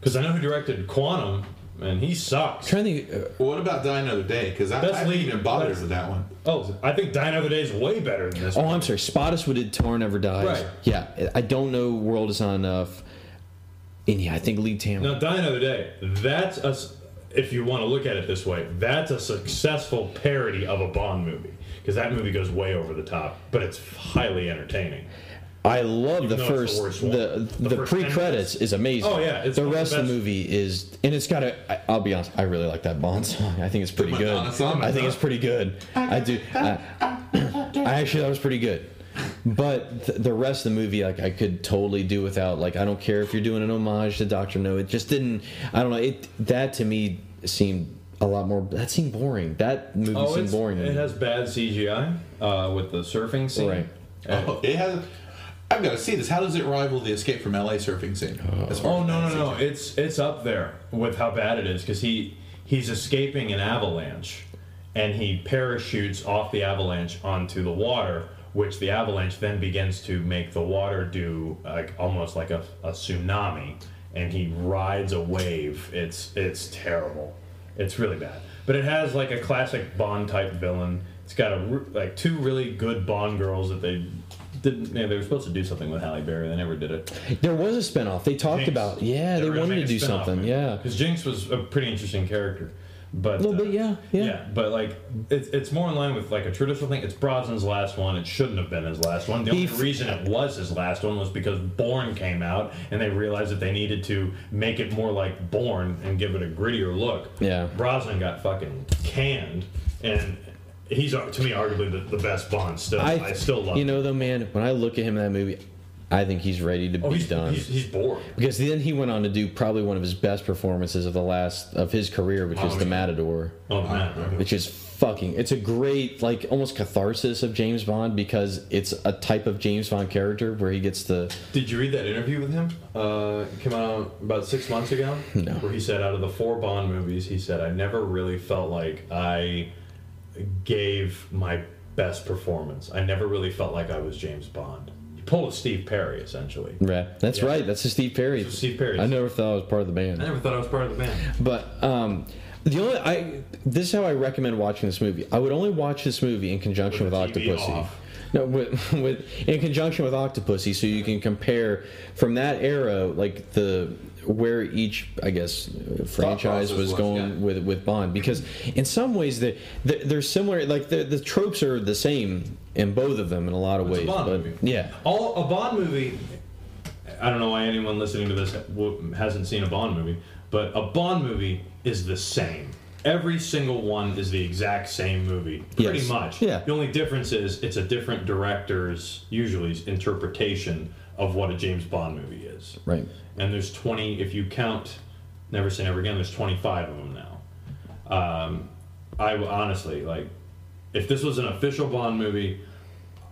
Because I know who directed Quantum, and he sucks. Trying to think, Well, what about Die Another Day? Because I, I Best didn't lead- even bother with that one. Oh, I think Die Another Day is way better than this. Oh, I'm sorry. Spottiswood did Tomorrow Never Dies. Right. Yeah, I don't know. World is not enough. And yeah, I think Lee Tamerhai. Now, Die Another Day. That's a. s- If you want to look at it this way, that's a successful parody of a Bond movie because that movie goes way over the top, but it's highly entertaining. I love the Even though it's the first worst the one. the, The first 10 pre credits is amazing. Oh, yeah, it's the one of the rest of the best. movie is, and it's got a. I, I'll be honest, I really like that Bond song. I think it's pretty good. Madonna song. I think it's pretty good. I do. I, I actually thought it was pretty good. But th- the rest of the movie, like I could totally do without. Like I don't care if you're doing an homage to Doctor No. It just didn't. I don't know. It that to me seemed a lot more. That seemed boring. That movie Oh, seemed it's, boring. to it me. has bad CGI uh, with the surfing scene. Right. Oh, it has. I've got to see this. How does it rival the Escape from LA surfing scene? As far Oh as no that no no! It's it's up there with how bad it is because he he's escaping an avalanche, and he parachutes off the avalanche onto the water, which the avalanche then begins to make the water do like almost like a, a tsunami, and he rides a wave. It's it's terrible. It's really bad. But it has like a classic Bond type villain. It's got a r- like two really good Bond girls that they didn't. yeah, they were supposed to do something with Halle Berry. They never did it. There was a spinoff. They talked Jinx. about. Yeah, they, were gonna wanted make to a do spin-off something. movie. Yeah. because Jinx was a pretty interesting character, but uh, A little bit, yeah, yeah. but like it's it's more in line with like a traditional thing. It's Brosnan's last one. It shouldn't have been his last one. The He only f- reason it was his last one was because Born came out, and they realized that they needed to make it more like Born and give it a grittier look. Yeah. Brosnan got fucking canned, and he's uh, to me arguably the, the best Bond still. I, still love. You him. know, though, man, when I look at him in that movie, I think he's ready to be Oh, he's done. He's, he's bored. because then he went on to do probably one of his best performances of the last of his career, which is Oh, The yeah. Matador. Oh man. Which is fucking. It's a great, like, almost catharsis of James Bond because it's a type of James Bond character where he gets the. Did you read that interview with him? Uh, it came out about six months ago. No. Where he said, out of the four Bond movies, he said, I never really felt like I gave my best performance. I never really felt like I was James Bond. He pulled a Steve Perry, essentially. Rap. That's Yeah. right. That's the Steve Perry. That's Steve Perry. I never thought I was part of the I band. never thought I was part of the band. But um, the only I this is how I recommend watching this movie. I would only watch this movie in conjunction with, the TV Octopussy. off. No, with, with in conjunction with Octopussy, so you can compare from that era, like the where each I guess uh, franchise process was was, going yeah. with with Bond, because in some ways they they're, they're similar. Like the the tropes are the same in both of them in a lot of It's a ways. Bond but- movie. Yeah, All a Bond movie. I don't know why anyone listening to this w- hasn't seen a Bond movie, but a Bond movie is the same. Every single one is the exact same movie, pretty Yes. much. Yeah. The only difference is it's a different director's usually interpretation of what a James Bond movie is. right. And there's 20 if you count Never Say Never Again. There's 25 of them now. Um, I w- honestly like if this was an official Bond movie,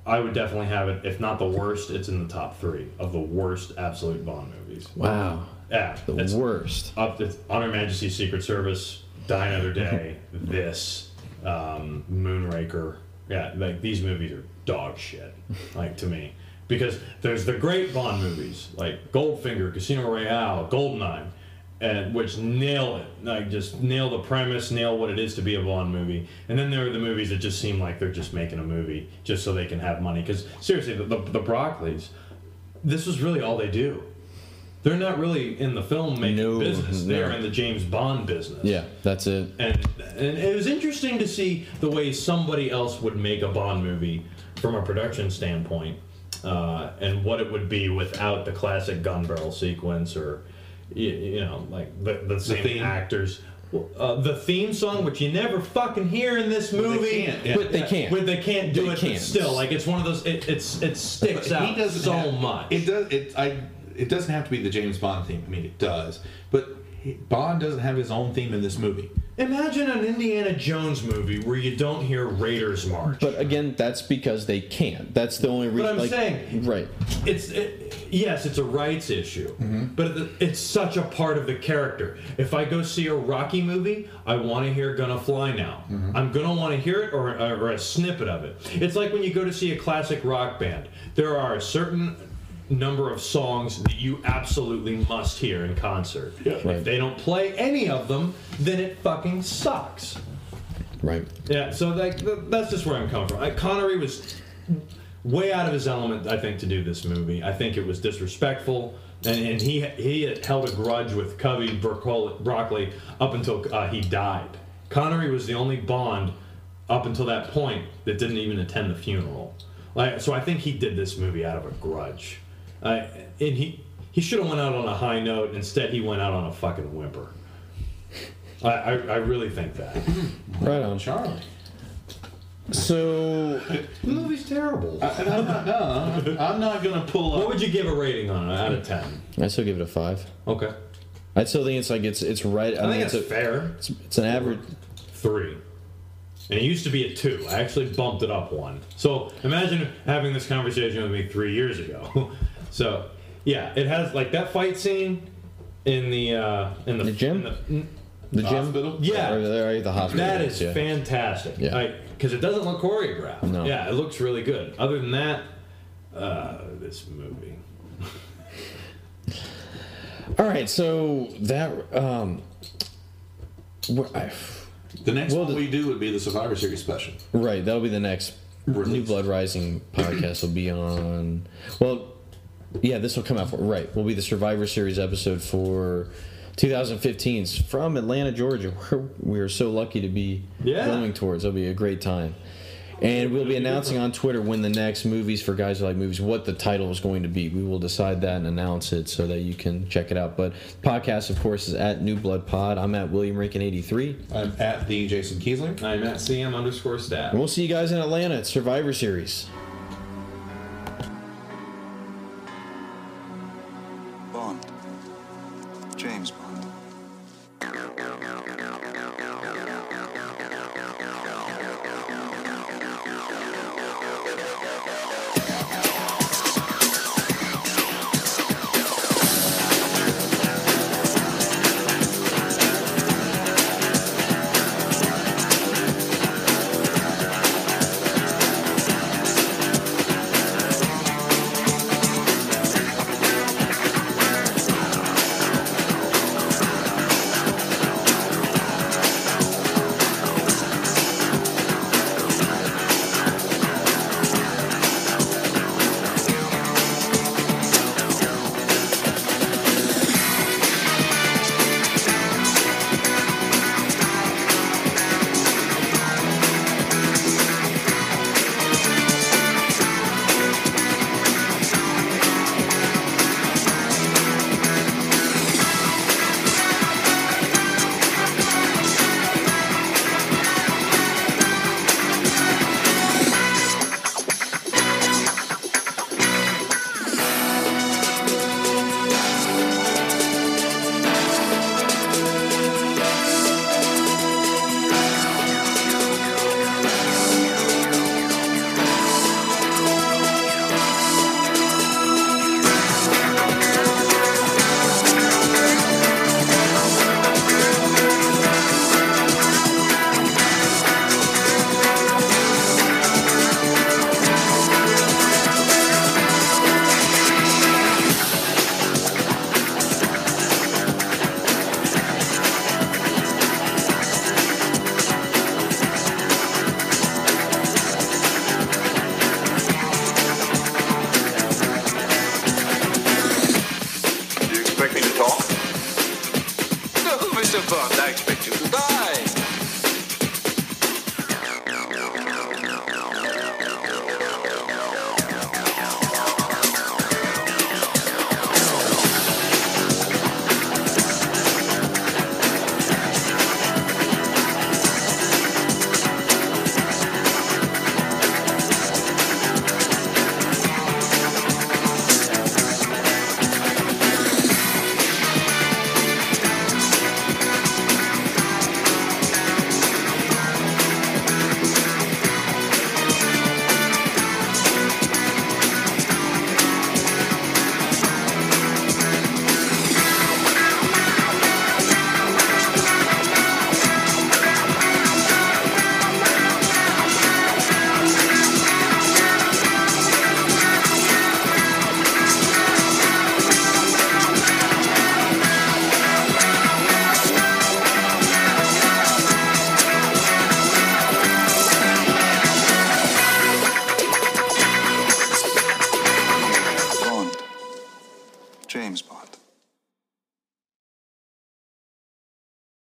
I would definitely have it. If not the worst, it's in the top three of the worst absolute Bond movies. Ah, Wow. Yeah, The it's worst. Up, it's Honor Majesty's Secret Service, Die Another Day, this, um, Moonraker. Yeah, like these movies are dog shit, like to me. Because there's the great Bond movies, like Goldfinger, Casino Royale, Goldeneye, and which nail it, like just nail the premise, nail what it is to be a Bond movie. And then there are the movies that just seem like they're just making a movie just so they can have money. Because seriously, the, the, the Broccoli's, this is really all they do. They're not really in the filmmaking business. They're no. in the James Bond business. Yeah, that's it. And and it was interesting to see the way somebody else would make a Bond movie from a production standpoint, uh, and what it would be without the classic gun barrel sequence or you, you know like the the same theme. actors. Uh, the theme song, which you never fucking hear in this movie, can't, yeah. But they can't. But they can't do They it. can't. But still, like it's one of those. It, it's it sticks But out so have- much. It does. It I. It doesn't have to be the James Bond theme. I mean, it does, but he- Bond doesn't have his own theme in this movie. Imagine an Indiana Jones movie where you don't hear Raiders March. But again, that's because they can't. That's the only reason. I'm like- saying- right. Mm-hmm. it's it, yes, it's a rights issue, but it- it's such a part of the character. If I go see a Rocky movie, I want to hear "Gonna Fly Now." Mm-hmm. I'm gonna want to hear it or, or a snippet of it. It's like when you go to see a classic rock band. There are a certain number of songs that you absolutely must hear in concert. If Right. they don't play any of them, then it fucking sucks. Right. Yeah, so like th- that's just where I'm coming from. I, Connery was way out of his element, I think, to do this movie. I think it was disrespectful, and, and he he had held a grudge with Covey Broccoli, Broccoli up until uh, he died. Connery was the only Bond up until that point that didn't even attend the funeral. Like, so I think he did this movie out of a grudge, uh, and he he should have went out on a high note. Instead, he went out on a fucking whimper. I, I, I really think that. Right on. Charlie. So The movie's terrible. I'm not gonna pull What up. would you give a rating on it out of ten? I still give it a five. Okay, I, I still think it's like it's it's right. I, think mean, it's it's a fair. it's, it's an average. Three, and it used to be a two. I actually bumped it up one. So imagine having this conversation with me three years ago. so yeah, it has like that fight scene in the uh, in the, The gym? in the- The gym. Hospital? Yeah. Or, or the hospital. That is, is fantastic. Yeah. because it doesn't look choreographed. No. Yeah, it looks really good. Other than that, uh, this movie. All right. So that um. we're- I- The next Well, one the- we do would be the Survivor Series special. Right, that'll be the next New Release. Blood Rising podcast. Will be on. Well, yeah, this will come out for right. Will be the Survivor Series episode for 2015's from Atlanta, Georgia, where we are so lucky to be Yeah. going towards. It'll be a great time. And we'll be announcing on Twitter when the next movies for guys who like movies, what the title is going to be. We will decide that and announce it so that you can check it out. But podcast, of course, is at New Blood Pod. I'm at William Rankin eighty three. I'm at the Jason Kiesler. I'm at CM underscore stat. And we'll see you guys in Atlanta at Survivor Series.